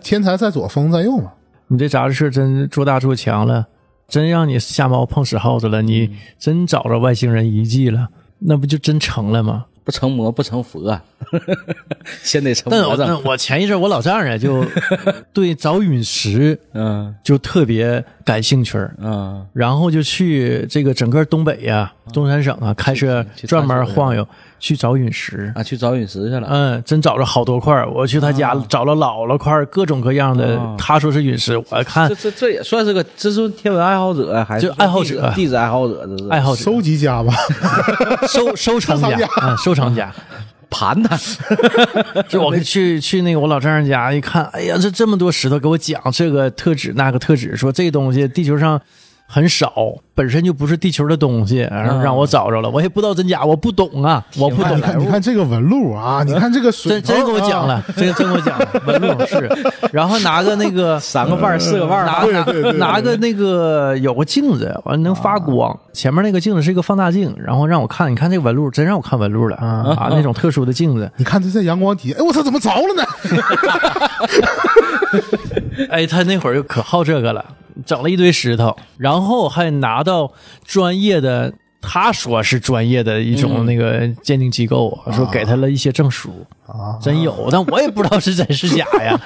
[SPEAKER 3] 天才在左，疯子在右嘛。
[SPEAKER 1] 你这杂志社真做大做强了，真让你瞎猫碰死耗子了，
[SPEAKER 3] 嗯
[SPEAKER 1] 你真找着外星人遗迹了，那不就真成了吗？
[SPEAKER 2] 不成魔不成佛， 先得成
[SPEAKER 1] 但
[SPEAKER 2] 魔
[SPEAKER 1] 我但
[SPEAKER 2] 障。
[SPEAKER 1] 我前一阵我老丈人 就对找陨石
[SPEAKER 2] 嗯
[SPEAKER 1] 就特别感兴趣儿
[SPEAKER 2] 嗯，
[SPEAKER 1] 然后就去这个整个东北呀、东三省啊，开车
[SPEAKER 2] 去去
[SPEAKER 1] 专门晃悠去找陨石。
[SPEAKER 2] 啊，去找陨石去了。
[SPEAKER 1] 嗯，真找着好多块儿我去他家找了老了块儿各种各样的。他说是陨石，我看
[SPEAKER 2] 这这这也算是个，这是天文爱好者啊哎还是
[SPEAKER 1] 就爱好者
[SPEAKER 2] 地质地质爱好者？这是
[SPEAKER 1] 爱好者
[SPEAKER 3] 收集家吧，
[SPEAKER 1] 收收藏
[SPEAKER 3] 收藏
[SPEAKER 1] 家
[SPEAKER 3] 家
[SPEAKER 1] 啊，收藏家。
[SPEAKER 2] 盘的，
[SPEAKER 1] 就我去去那个我老丈人家一看，哎呀，这这么多石头，给我讲这个特指那个特指，说这东西地球上很少，本身就不是地球的东西，然后让我找着了，我也不知道真假，我不懂啊，我不
[SPEAKER 3] 哎
[SPEAKER 1] 懂
[SPEAKER 3] 你。看，你看这个纹路啊，你看这个水
[SPEAKER 1] 真
[SPEAKER 3] 头
[SPEAKER 1] 真给我讲
[SPEAKER 3] 啊
[SPEAKER 1] 了，真真给我讲了，纹路是，然后拿个那个
[SPEAKER 2] 三个腕儿四个腕儿
[SPEAKER 1] 拿
[SPEAKER 3] 对对对对
[SPEAKER 1] 拿个那个有个镜子，完了能发光，前面那个镜子是一个放大镜，然后让我看，你看这纹路，真让我看纹路了啊，那种特殊的镜子，
[SPEAKER 3] 你看这在阳光底下，哎，我操，怎么着了呢？
[SPEAKER 1] 哎，他那会儿就可好这个了，整了一堆石头，然后还拿到专业的，他说是专业的一种那个鉴定机构，啊说给他了一些证书，
[SPEAKER 3] 啊，
[SPEAKER 1] 真有，但我也不知道是真是假呀。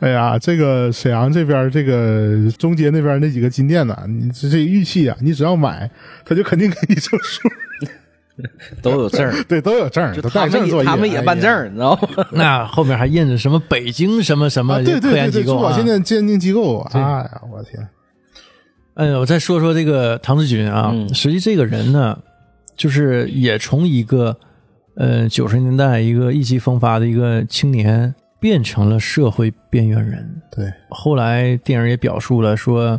[SPEAKER 3] 哎呀，这个沈阳这边这个中街那边那几个金店呐、你这这玉器啊，你只要买，他就肯定给你证书，
[SPEAKER 2] 都有证儿，
[SPEAKER 3] 对，都有证 儿，
[SPEAKER 2] 就
[SPEAKER 3] 都
[SPEAKER 2] 他
[SPEAKER 3] 带证
[SPEAKER 2] 们
[SPEAKER 3] 儿作
[SPEAKER 2] 也
[SPEAKER 3] 业，
[SPEAKER 2] 他们也办证
[SPEAKER 3] 哎呀。
[SPEAKER 2] 儿，你知道吗？
[SPEAKER 1] 那后面还印着什么北京什么什么
[SPEAKER 3] 啊，对
[SPEAKER 1] 科
[SPEAKER 3] 对
[SPEAKER 1] 研
[SPEAKER 3] 对
[SPEAKER 1] 机
[SPEAKER 3] 对，
[SPEAKER 1] 构
[SPEAKER 3] 珠宝
[SPEAKER 1] 啊
[SPEAKER 3] 鉴。定鉴定机构，哎呀，我的天，
[SPEAKER 1] 嗯，我再说说这个唐志军啊，
[SPEAKER 2] 嗯
[SPEAKER 1] 实际这个人呢，就是也从一个呃九十年代一个意气风发的一个青年，变成了社会边缘人。
[SPEAKER 3] 对，
[SPEAKER 1] 后来电影也表述了说，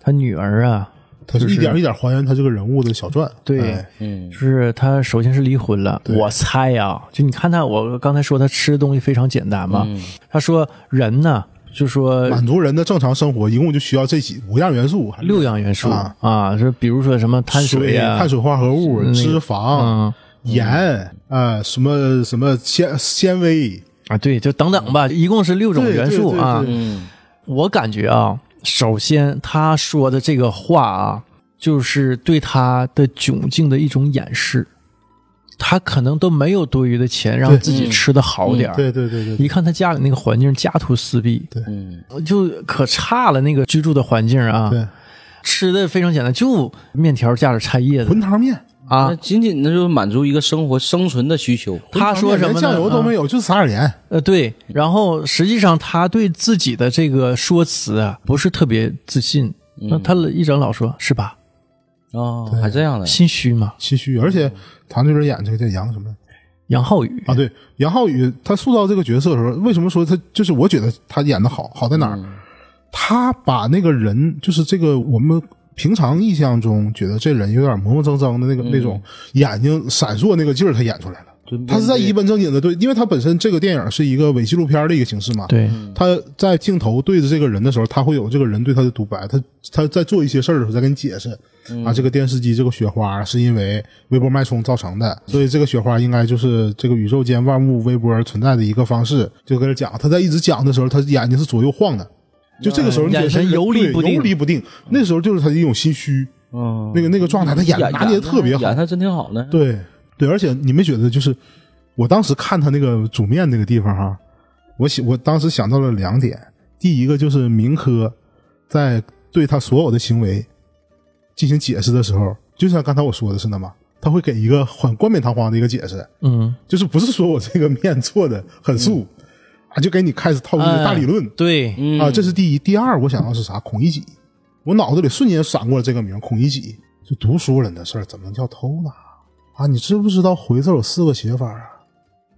[SPEAKER 1] 他女儿啊，
[SPEAKER 3] 他是一点一点还原他这个人物的小传，
[SPEAKER 1] 对
[SPEAKER 3] 哎
[SPEAKER 2] 嗯
[SPEAKER 1] 就是他首先是离婚了。
[SPEAKER 3] 对
[SPEAKER 1] 我猜啊，就你看他，我刚才说他吃东西非常简单嘛，
[SPEAKER 2] 嗯
[SPEAKER 1] 他说人呢，就说
[SPEAKER 3] 满足人的正常生活，一共就需要这几五样元素，还
[SPEAKER 1] 六样元素
[SPEAKER 3] 啊
[SPEAKER 1] 啊，就、比如说什么碳
[SPEAKER 3] 水
[SPEAKER 1] 呀、
[SPEAKER 3] 碳水化合物、
[SPEAKER 1] 那个
[SPEAKER 3] 脂肪、
[SPEAKER 1] 嗯
[SPEAKER 3] 盐啊，什么什么纤纤维，
[SPEAKER 1] 啊，对，就等等吧，一共是六种
[SPEAKER 3] 嗯对
[SPEAKER 1] 元素
[SPEAKER 3] 对对
[SPEAKER 1] 啊。
[SPEAKER 3] 对
[SPEAKER 2] 嗯，
[SPEAKER 1] 我感觉啊，首先他说的这个话啊，就是对他的窘境的一种掩饰。他可能都没有多余的钱让
[SPEAKER 3] 对嗯
[SPEAKER 1] 自己吃的好点儿、
[SPEAKER 3] 对对对对对，
[SPEAKER 1] 一看他家里那个环境，家徒四壁，
[SPEAKER 2] 嗯
[SPEAKER 1] 就可差了。那个居住的环境啊，
[SPEAKER 3] 对，
[SPEAKER 1] 吃的非常简单，就面条加点菜叶子
[SPEAKER 3] 混汤面。
[SPEAKER 1] 啊
[SPEAKER 2] 那。仅仅的就满足一个生活生存的需求。
[SPEAKER 1] 他说什么呢？
[SPEAKER 3] 连酱油都
[SPEAKER 2] 嗯
[SPEAKER 3] 没有，就撒点盐。
[SPEAKER 1] 呃，对，然后实际上他对自己的这个说辞啊，不是特别自信。那他一整老说是吧，
[SPEAKER 2] 哦，还这样的，
[SPEAKER 1] 心虚嘛。
[SPEAKER 3] 唏嘘，
[SPEAKER 1] 嗯
[SPEAKER 3] 而且唐俊仁演这个叫杨什么
[SPEAKER 1] 杨浩宇
[SPEAKER 3] 啊？对，杨浩宇他塑造这个角色的时候，为什么说他就是我觉得他演的好，好在哪儿？他把那个人，就是这个我们平常印象中觉得这人有点磨磨蹭蹭的那个、那种眼睛闪烁那个劲儿，他演出来了。他是在一本正经的对，因为他本身这个电影是一个伪纪录片的一个形式嘛。
[SPEAKER 1] 对，
[SPEAKER 3] 他在镜头对着这个人的时候，他会有这个人对他的独白，他他在做一些事儿的时候在跟你解释、
[SPEAKER 1] 嗯
[SPEAKER 3] 啊，这个电视机这个雪花是因为微波脉冲造成的，所以这个雪花应该就是这个宇宙间万物微波存在的一个方式，就跟他讲。他在一直讲的时候，他眼睛是左右晃的，就这个时候你
[SPEAKER 1] 啊眼神
[SPEAKER 3] 觉得
[SPEAKER 1] 游离
[SPEAKER 3] 对
[SPEAKER 1] 不定
[SPEAKER 3] 游离不定，那时候就是他的一种心虚，
[SPEAKER 2] 嗯，
[SPEAKER 1] 嗯
[SPEAKER 3] 那个那个状态，他演的拿捏的特别好
[SPEAKER 2] 演，他真挺好的。
[SPEAKER 3] 对。对，而且你没觉得就是我当时看他那个煮面那个地方哈，我想我当时想到了两点，第一个就是民科在对他所有的行为进行解释的时候，就像刚才我说的似的嘛，他会给一个很冠冕堂皇的一个解释，
[SPEAKER 1] 嗯，
[SPEAKER 3] 就是不是说我这个面做的很素、啊，就给你开始套路大理论、
[SPEAKER 1] 对，
[SPEAKER 2] 嗯
[SPEAKER 3] 啊，这是第一。第二，我想到是啥？孔乙己，我脑子里瞬间闪过了这个名儿，孔乙己。就读书人的事儿怎么能叫偷呢？啊，你知不知道回字有四个写法啊？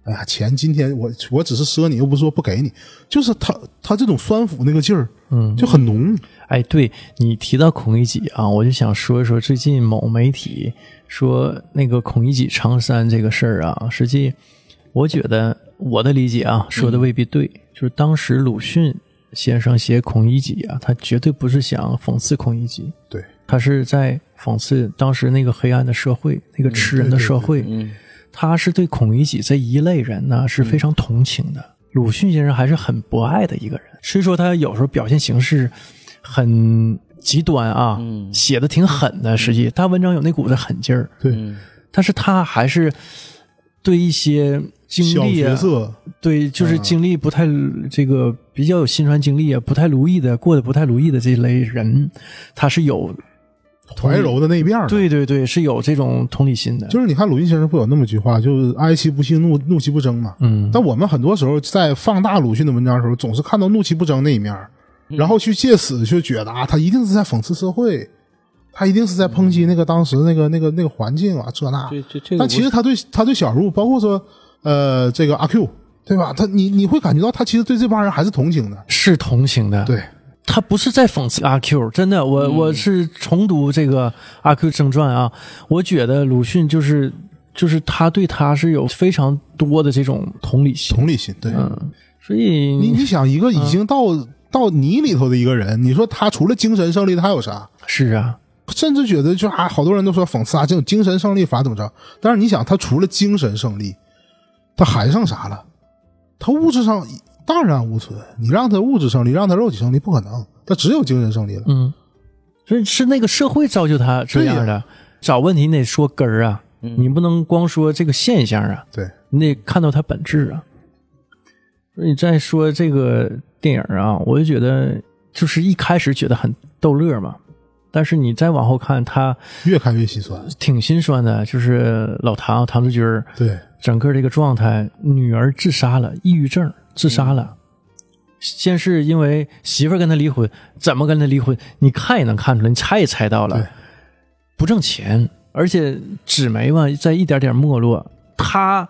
[SPEAKER 3] 哎呀，钱今天我我只是赊你，又不是说不给你，就是他他这种酸腐那个劲儿，
[SPEAKER 1] 嗯
[SPEAKER 3] 就很浓。
[SPEAKER 1] 哎，对你提到孔乙己啊，我就想说一说最近某媒体说那个孔乙己长衫这个事儿啊，实际我觉得我的理解啊，说的未必对，就是当时鲁迅先生写孔乙己啊，他绝对不是想讽刺孔乙己，
[SPEAKER 3] 对，
[SPEAKER 1] 他是在讽刺当时那个黑暗的社会，那个吃人的社会。
[SPEAKER 2] 嗯
[SPEAKER 1] 他是对孔乙己这一类人呢是非常同情
[SPEAKER 3] 嗯
[SPEAKER 1] 的。鲁迅先生还是很博爱的一个人，虽说他有时候表现形式很极端啊，
[SPEAKER 2] 嗯
[SPEAKER 1] 写的挺狠
[SPEAKER 3] 嗯
[SPEAKER 1] 的，实际他文章有那股子狠劲儿，
[SPEAKER 3] 对，
[SPEAKER 2] 嗯
[SPEAKER 1] 但是他还是对一些经
[SPEAKER 3] 小
[SPEAKER 1] 历啊
[SPEAKER 3] 角，色，嗯
[SPEAKER 1] 对，就是经历不太、这个比较有辛酸经历啊，不太如意的，过得不太如意的这类人，他是有，
[SPEAKER 3] 怀柔的那一面儿。，
[SPEAKER 1] 对对对，是有这种同理心的，
[SPEAKER 3] 就是你看鲁迅先生不有那么句话，就是哀其不幸，怒怒其不争嘛。
[SPEAKER 1] 嗯，
[SPEAKER 3] 但我们很多时候在放大鲁迅的文章的时候，总是看到怒其不争那一面儿，然后去借此去觉得啊，他一定是在讽刺社会，他一定是在抨击那个当时那个那个那个环境啊，这那。
[SPEAKER 2] 这这这个
[SPEAKER 3] 但其实他对他对小入，包括说呃这个阿 Q，对吧？他你你会感觉到他其实对这帮人还是同情的，
[SPEAKER 1] 是同情的，
[SPEAKER 3] 对，嗯
[SPEAKER 1] 他不是在讽刺阿 Q，真的，我、我是重读这个《阿 Q 正传》啊，我觉得鲁迅就是就是他对他是有非常多的这种同理心，
[SPEAKER 3] 同理心，对。
[SPEAKER 1] 嗯，所
[SPEAKER 3] 你
[SPEAKER 1] 以
[SPEAKER 3] 你想一个已经到、到泥里头的一个人，你说他除了精神胜利，他还有啥？
[SPEAKER 1] 是啊，
[SPEAKER 3] 甚至觉得就啊，好多人都说讽刺啊，这种精神胜利法怎么着？但是你想，他除了精神胜利，他还剩啥了？他物质上荡然无存。你让他物质胜利，让他肉体胜利，不可能。他只有精神胜利了。
[SPEAKER 1] 嗯，所以是那个社会造就他这样
[SPEAKER 3] 对嗯
[SPEAKER 1] 的，找问题你得说根儿啊，你不能光说这个现象啊，
[SPEAKER 3] 对，
[SPEAKER 1] 你得看到它本质啊。所以再说这个电影啊，我就觉得就是一开始觉得很逗乐嘛，但是你再往后看，它
[SPEAKER 3] 越看越心酸。
[SPEAKER 1] 挺心酸的。就是老唐唐志军儿
[SPEAKER 3] 对，
[SPEAKER 1] 整个这个状态，女儿自杀了，抑郁症自杀
[SPEAKER 3] 嗯
[SPEAKER 1] 了。先是因为媳妇儿跟他离婚，怎么跟他离婚？你看也能看出来，你猜也猜到了
[SPEAKER 3] 对，
[SPEAKER 1] 不挣钱，而且纸媒嘛在一点点没落，他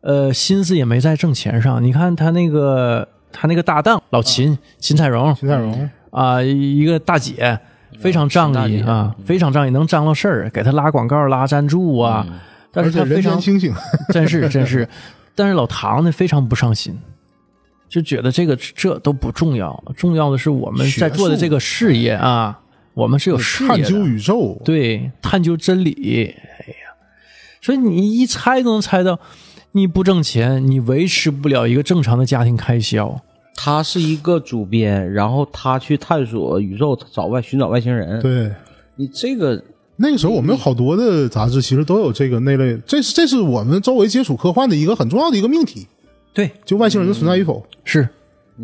[SPEAKER 1] 呃心思也没在挣钱上。你看他那个他那个搭档老秦、秦彩荣
[SPEAKER 3] 啊秦彩荣，嗯
[SPEAKER 1] 啊、一个大姐非常仗
[SPEAKER 2] 大
[SPEAKER 1] 义
[SPEAKER 2] 姐
[SPEAKER 1] 啊，非常仗义，能张罗事儿，给他拉广告、拉赞助啊。但
[SPEAKER 3] 嗯而
[SPEAKER 1] 是
[SPEAKER 3] 且
[SPEAKER 1] 他非
[SPEAKER 3] 人
[SPEAKER 1] 常
[SPEAKER 3] 间清醒。
[SPEAKER 1] 真是真是，但是老唐呢非常不上心，就觉得这个这都不重要，重要的是我们在做的这个事业啊，我们是有事业
[SPEAKER 3] 探究
[SPEAKER 1] 的，
[SPEAKER 3] 宇宙，
[SPEAKER 1] 对，探究真理。哎呀，所以你一猜都能猜到，你不挣钱，你维持不了一个正常的家庭开销。
[SPEAKER 2] 他是一个主编，然后他去探索宇宙，找外寻找外星人。
[SPEAKER 3] 对。
[SPEAKER 2] 你这个
[SPEAKER 3] 那个时候，我们有好多的杂志，其实都有这个那类，这是这是我们周围接触科幻的一个很重要的一个命题，
[SPEAKER 1] 对，
[SPEAKER 3] 就外星人的存在与否。
[SPEAKER 1] 是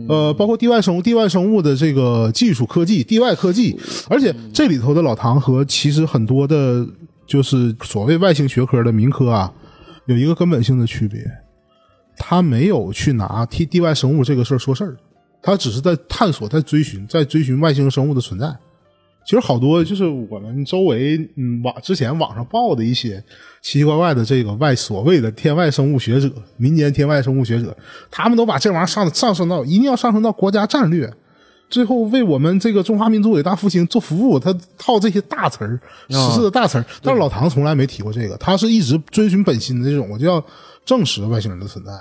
[SPEAKER 3] 呃，包括地外生物、地外生物的这个技术科技、地外科技，而且这里头的老唐和其实很多的，就是所谓外星学科的民科啊，有一个根本性的区别，他没有去拿地地外生物这个事儿说事儿，他只是在探索、在追寻、在追寻外星生物的存在。其实好多就是我们周围，嗯，网之前网上报的一些奇奇怪怪的这个外所谓的天外生物学者，民间天外生物学者，他们都把这玩意儿上上升到一定要上升到国家战略，最后为我们这个中华民族伟大复兴做服务。他套这些大词儿，时事的大
[SPEAKER 2] 啊
[SPEAKER 3] 词儿，但是老唐从来没提过这个，他是一直追寻本心的这种，我就要证实外星人的存在，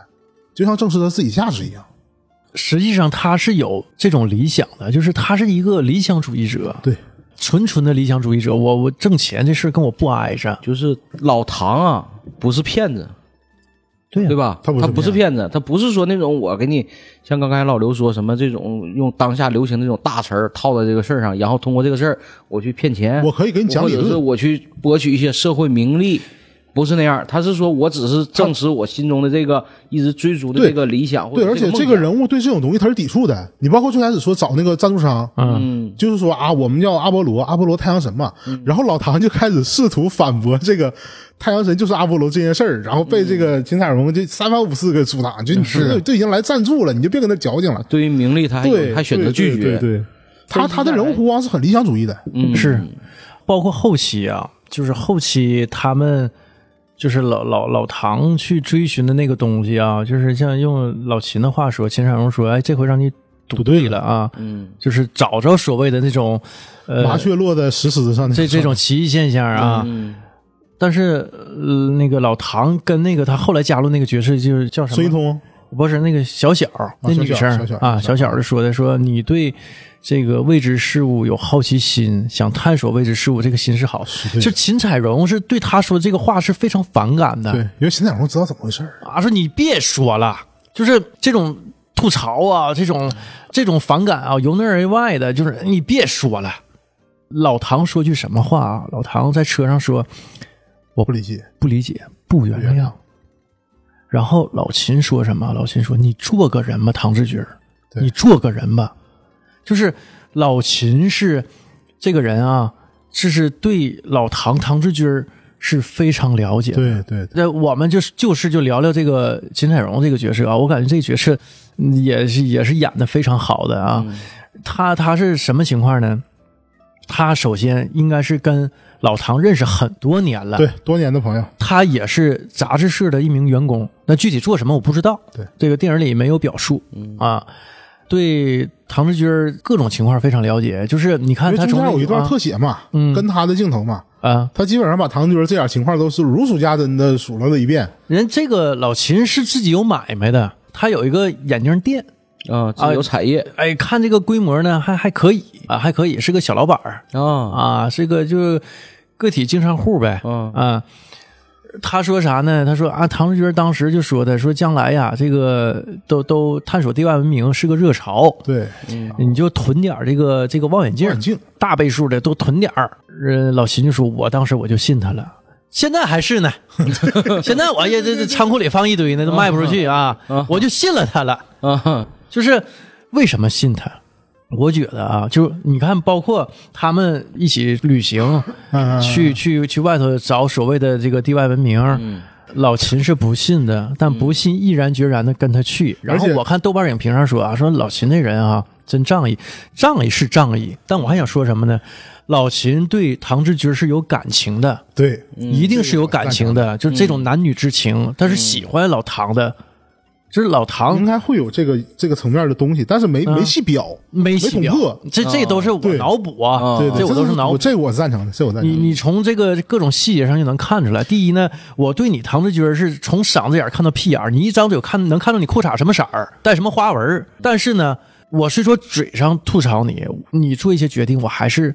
[SPEAKER 3] 就像证实他自己价值一样。
[SPEAKER 1] 实际上他是有这种理想的，就是他是一个理想主义者，
[SPEAKER 3] 对，
[SPEAKER 1] 纯纯的理想主义者。我我挣钱这事儿跟我不挨着，
[SPEAKER 2] 就是老唐啊，不是骗子，
[SPEAKER 1] 对呀
[SPEAKER 2] 对吧？
[SPEAKER 3] 他不是
[SPEAKER 2] 不是骗子，他不是说那种我给你像刚才老刘说什么这种用当下流行的这种大词儿套在这个事儿上，然后通过这个事儿我去骗钱，
[SPEAKER 3] 我可以给你讲理
[SPEAKER 2] 或者是
[SPEAKER 3] 论，
[SPEAKER 2] 我去博取一些社会名利。不是那样，他是说我只是证实我心中的这个一直追逐的
[SPEAKER 3] 对
[SPEAKER 2] 这个理想或
[SPEAKER 3] 对，
[SPEAKER 2] 者
[SPEAKER 3] 而且这
[SPEAKER 2] 这
[SPEAKER 3] 个
[SPEAKER 2] 个梦
[SPEAKER 3] 人物对这种东西他是抵触的。你包括最开始说找那个赞助商，
[SPEAKER 1] 嗯，
[SPEAKER 2] 想，
[SPEAKER 3] 就是说啊，我们叫阿波罗，阿波罗太阳神嘛。
[SPEAKER 2] 嗯
[SPEAKER 3] 然后老唐就开始试图反驳这个太阳神就是阿波罗这件事儿，然后被
[SPEAKER 2] 嗯
[SPEAKER 3] 这个秦彩荣就三番五次给阻挡，就你都都已经来赞助了，你就别跟他矫情了。
[SPEAKER 2] 对于名利他还
[SPEAKER 3] 对，
[SPEAKER 2] 有还选择
[SPEAKER 3] 对
[SPEAKER 2] 拒
[SPEAKER 3] 对
[SPEAKER 2] 绝，
[SPEAKER 3] 对对他他的
[SPEAKER 2] 下来
[SPEAKER 3] 人物弧光是很理想主义的，
[SPEAKER 2] 嗯，
[SPEAKER 1] 是，包括后期啊，就是后期他们就是老老老唐去追寻的那个东西啊，就是像用老秦的话说，秦始皇说：“哎，这回让你赌对了啊！”
[SPEAKER 2] 嗯，
[SPEAKER 1] 就是找着所谓的那 种呃
[SPEAKER 3] 麻雀落在石狮上的
[SPEAKER 1] 这这种奇异现象啊。
[SPEAKER 2] 嗯，
[SPEAKER 1] 但是呃，那个老唐跟那个他后来加入那个爵士就是叫什
[SPEAKER 3] 孙一
[SPEAKER 1] 么？
[SPEAKER 3] 通，
[SPEAKER 1] 不是那个小小那
[SPEAKER 3] 小
[SPEAKER 1] 女
[SPEAKER 3] 小
[SPEAKER 1] 生
[SPEAKER 3] 小小
[SPEAKER 1] 啊，
[SPEAKER 3] 小
[SPEAKER 1] 小小的说的说你对这个未知事物有好奇心，想探索未知事物，这个心是好。
[SPEAKER 3] 对
[SPEAKER 1] 就秦彩荣是对他说这个话是非常反感
[SPEAKER 3] 对
[SPEAKER 1] 的，，
[SPEAKER 3] 因为秦彩荣知道怎么回事儿。
[SPEAKER 1] 啊，说你别说了，就是这种吐槽啊，这种这种反感啊，由内而外的，就是你别说了。老唐说句什么话啊？老唐在车上说
[SPEAKER 3] 我不理解，
[SPEAKER 1] 不理解，不原
[SPEAKER 3] 原
[SPEAKER 1] 谅
[SPEAKER 3] 谅。
[SPEAKER 1] 然后老秦说什么？老秦说：“你做个人吧，唐志军儿，
[SPEAKER 3] 对
[SPEAKER 1] 你做个人吧。”就是老秦是这个人啊，这是对老唐唐志军儿是非常了解的。
[SPEAKER 3] 对对对
[SPEAKER 1] 那我们就是就是就聊聊这个秦彩荣这个角色啊，我感觉这个角色嗯也是也是演的非常好的啊。
[SPEAKER 3] 嗯
[SPEAKER 1] 他他是什么情况呢？他首先应该是跟老唐认识很多年了，
[SPEAKER 3] 对，多年的朋友，
[SPEAKER 1] 他也是杂志社的一名员工。那具体做什么我不知道，
[SPEAKER 3] 对嗯
[SPEAKER 1] 这个电影里没有表述、啊。对唐志军儿各种情况非常了解，就是你
[SPEAKER 3] 因
[SPEAKER 1] 看
[SPEAKER 3] 为
[SPEAKER 1] 他
[SPEAKER 3] 中
[SPEAKER 1] 从
[SPEAKER 3] 间
[SPEAKER 1] 那
[SPEAKER 3] 有一段
[SPEAKER 1] 啊
[SPEAKER 3] 特写嘛，
[SPEAKER 1] 嗯
[SPEAKER 3] 跟他的镜头嘛，
[SPEAKER 1] 啊，
[SPEAKER 3] 他基本上把唐军这点情况都是如数家珍的数落了一遍。
[SPEAKER 1] 人这个老秦是自己有买卖的，他有一个眼镜店。
[SPEAKER 2] 啊，自由产业
[SPEAKER 1] 哎，看这个规模呢，还还可以啊，还可以，是个小老板儿
[SPEAKER 2] 啊
[SPEAKER 1] 啊，是个就是个体经商户呗。
[SPEAKER 2] 嗯
[SPEAKER 1] 啊，他说啥呢？他说啊，唐志军当时就说的，说将来呀，这个都都探索地外文明是个热潮，
[SPEAKER 3] 对，
[SPEAKER 1] 你就囤点儿这个这个嗯望远镜，
[SPEAKER 3] 望远镜
[SPEAKER 1] 大倍数的都囤点儿。呃，老秦就说，我当时我就信他了。现在还 是呢，现在我也这这仓库里放一堆呢，都卖不出去啊，我就信了他了。
[SPEAKER 2] 啊，
[SPEAKER 1] 就是为什么信他？我觉得啊，就是你看，包括他们一起旅行，
[SPEAKER 3] 嗯，
[SPEAKER 1] 去去去外头找所谓的这个地外文明。
[SPEAKER 3] 嗯
[SPEAKER 1] 老秦是不信的，但不信毅然决然的跟他去。然后
[SPEAKER 3] 而且
[SPEAKER 1] 我看豆瓣影评上说啊，说老秦那人啊真仗义，仗义是仗义，但我还想说什么呢？老秦对唐志军是有感情的，
[SPEAKER 3] 对，
[SPEAKER 1] 嗯一定是有感情的，就是这
[SPEAKER 3] 嗯
[SPEAKER 1] 种男女之情，他是喜欢老唐的，就是老唐
[SPEAKER 3] 应该会有这个这个层面的东西，但是没
[SPEAKER 1] 嗯
[SPEAKER 3] 没细表，
[SPEAKER 1] 没
[SPEAKER 3] 没
[SPEAKER 1] 洗
[SPEAKER 3] 捅
[SPEAKER 1] 掉
[SPEAKER 3] 破。，
[SPEAKER 1] 这这都是我
[SPEAKER 3] 对嗯
[SPEAKER 1] 脑补啊，
[SPEAKER 3] 对对，
[SPEAKER 1] 这我都
[SPEAKER 3] 是
[SPEAKER 1] 是脑
[SPEAKER 3] 我
[SPEAKER 1] 补。
[SPEAKER 3] 这我赞成的，这我赞
[SPEAKER 1] 你
[SPEAKER 3] 成的。
[SPEAKER 1] 你从这个各种细节上就能看出来，第一呢，我对你唐志军儿是从嗓子眼儿看到屁眼儿，你一张嘴看能看到你裤衩什么色儿，带什么花纹儿。但是呢，我是说嘴上吐槽你，你做一些决定，我还是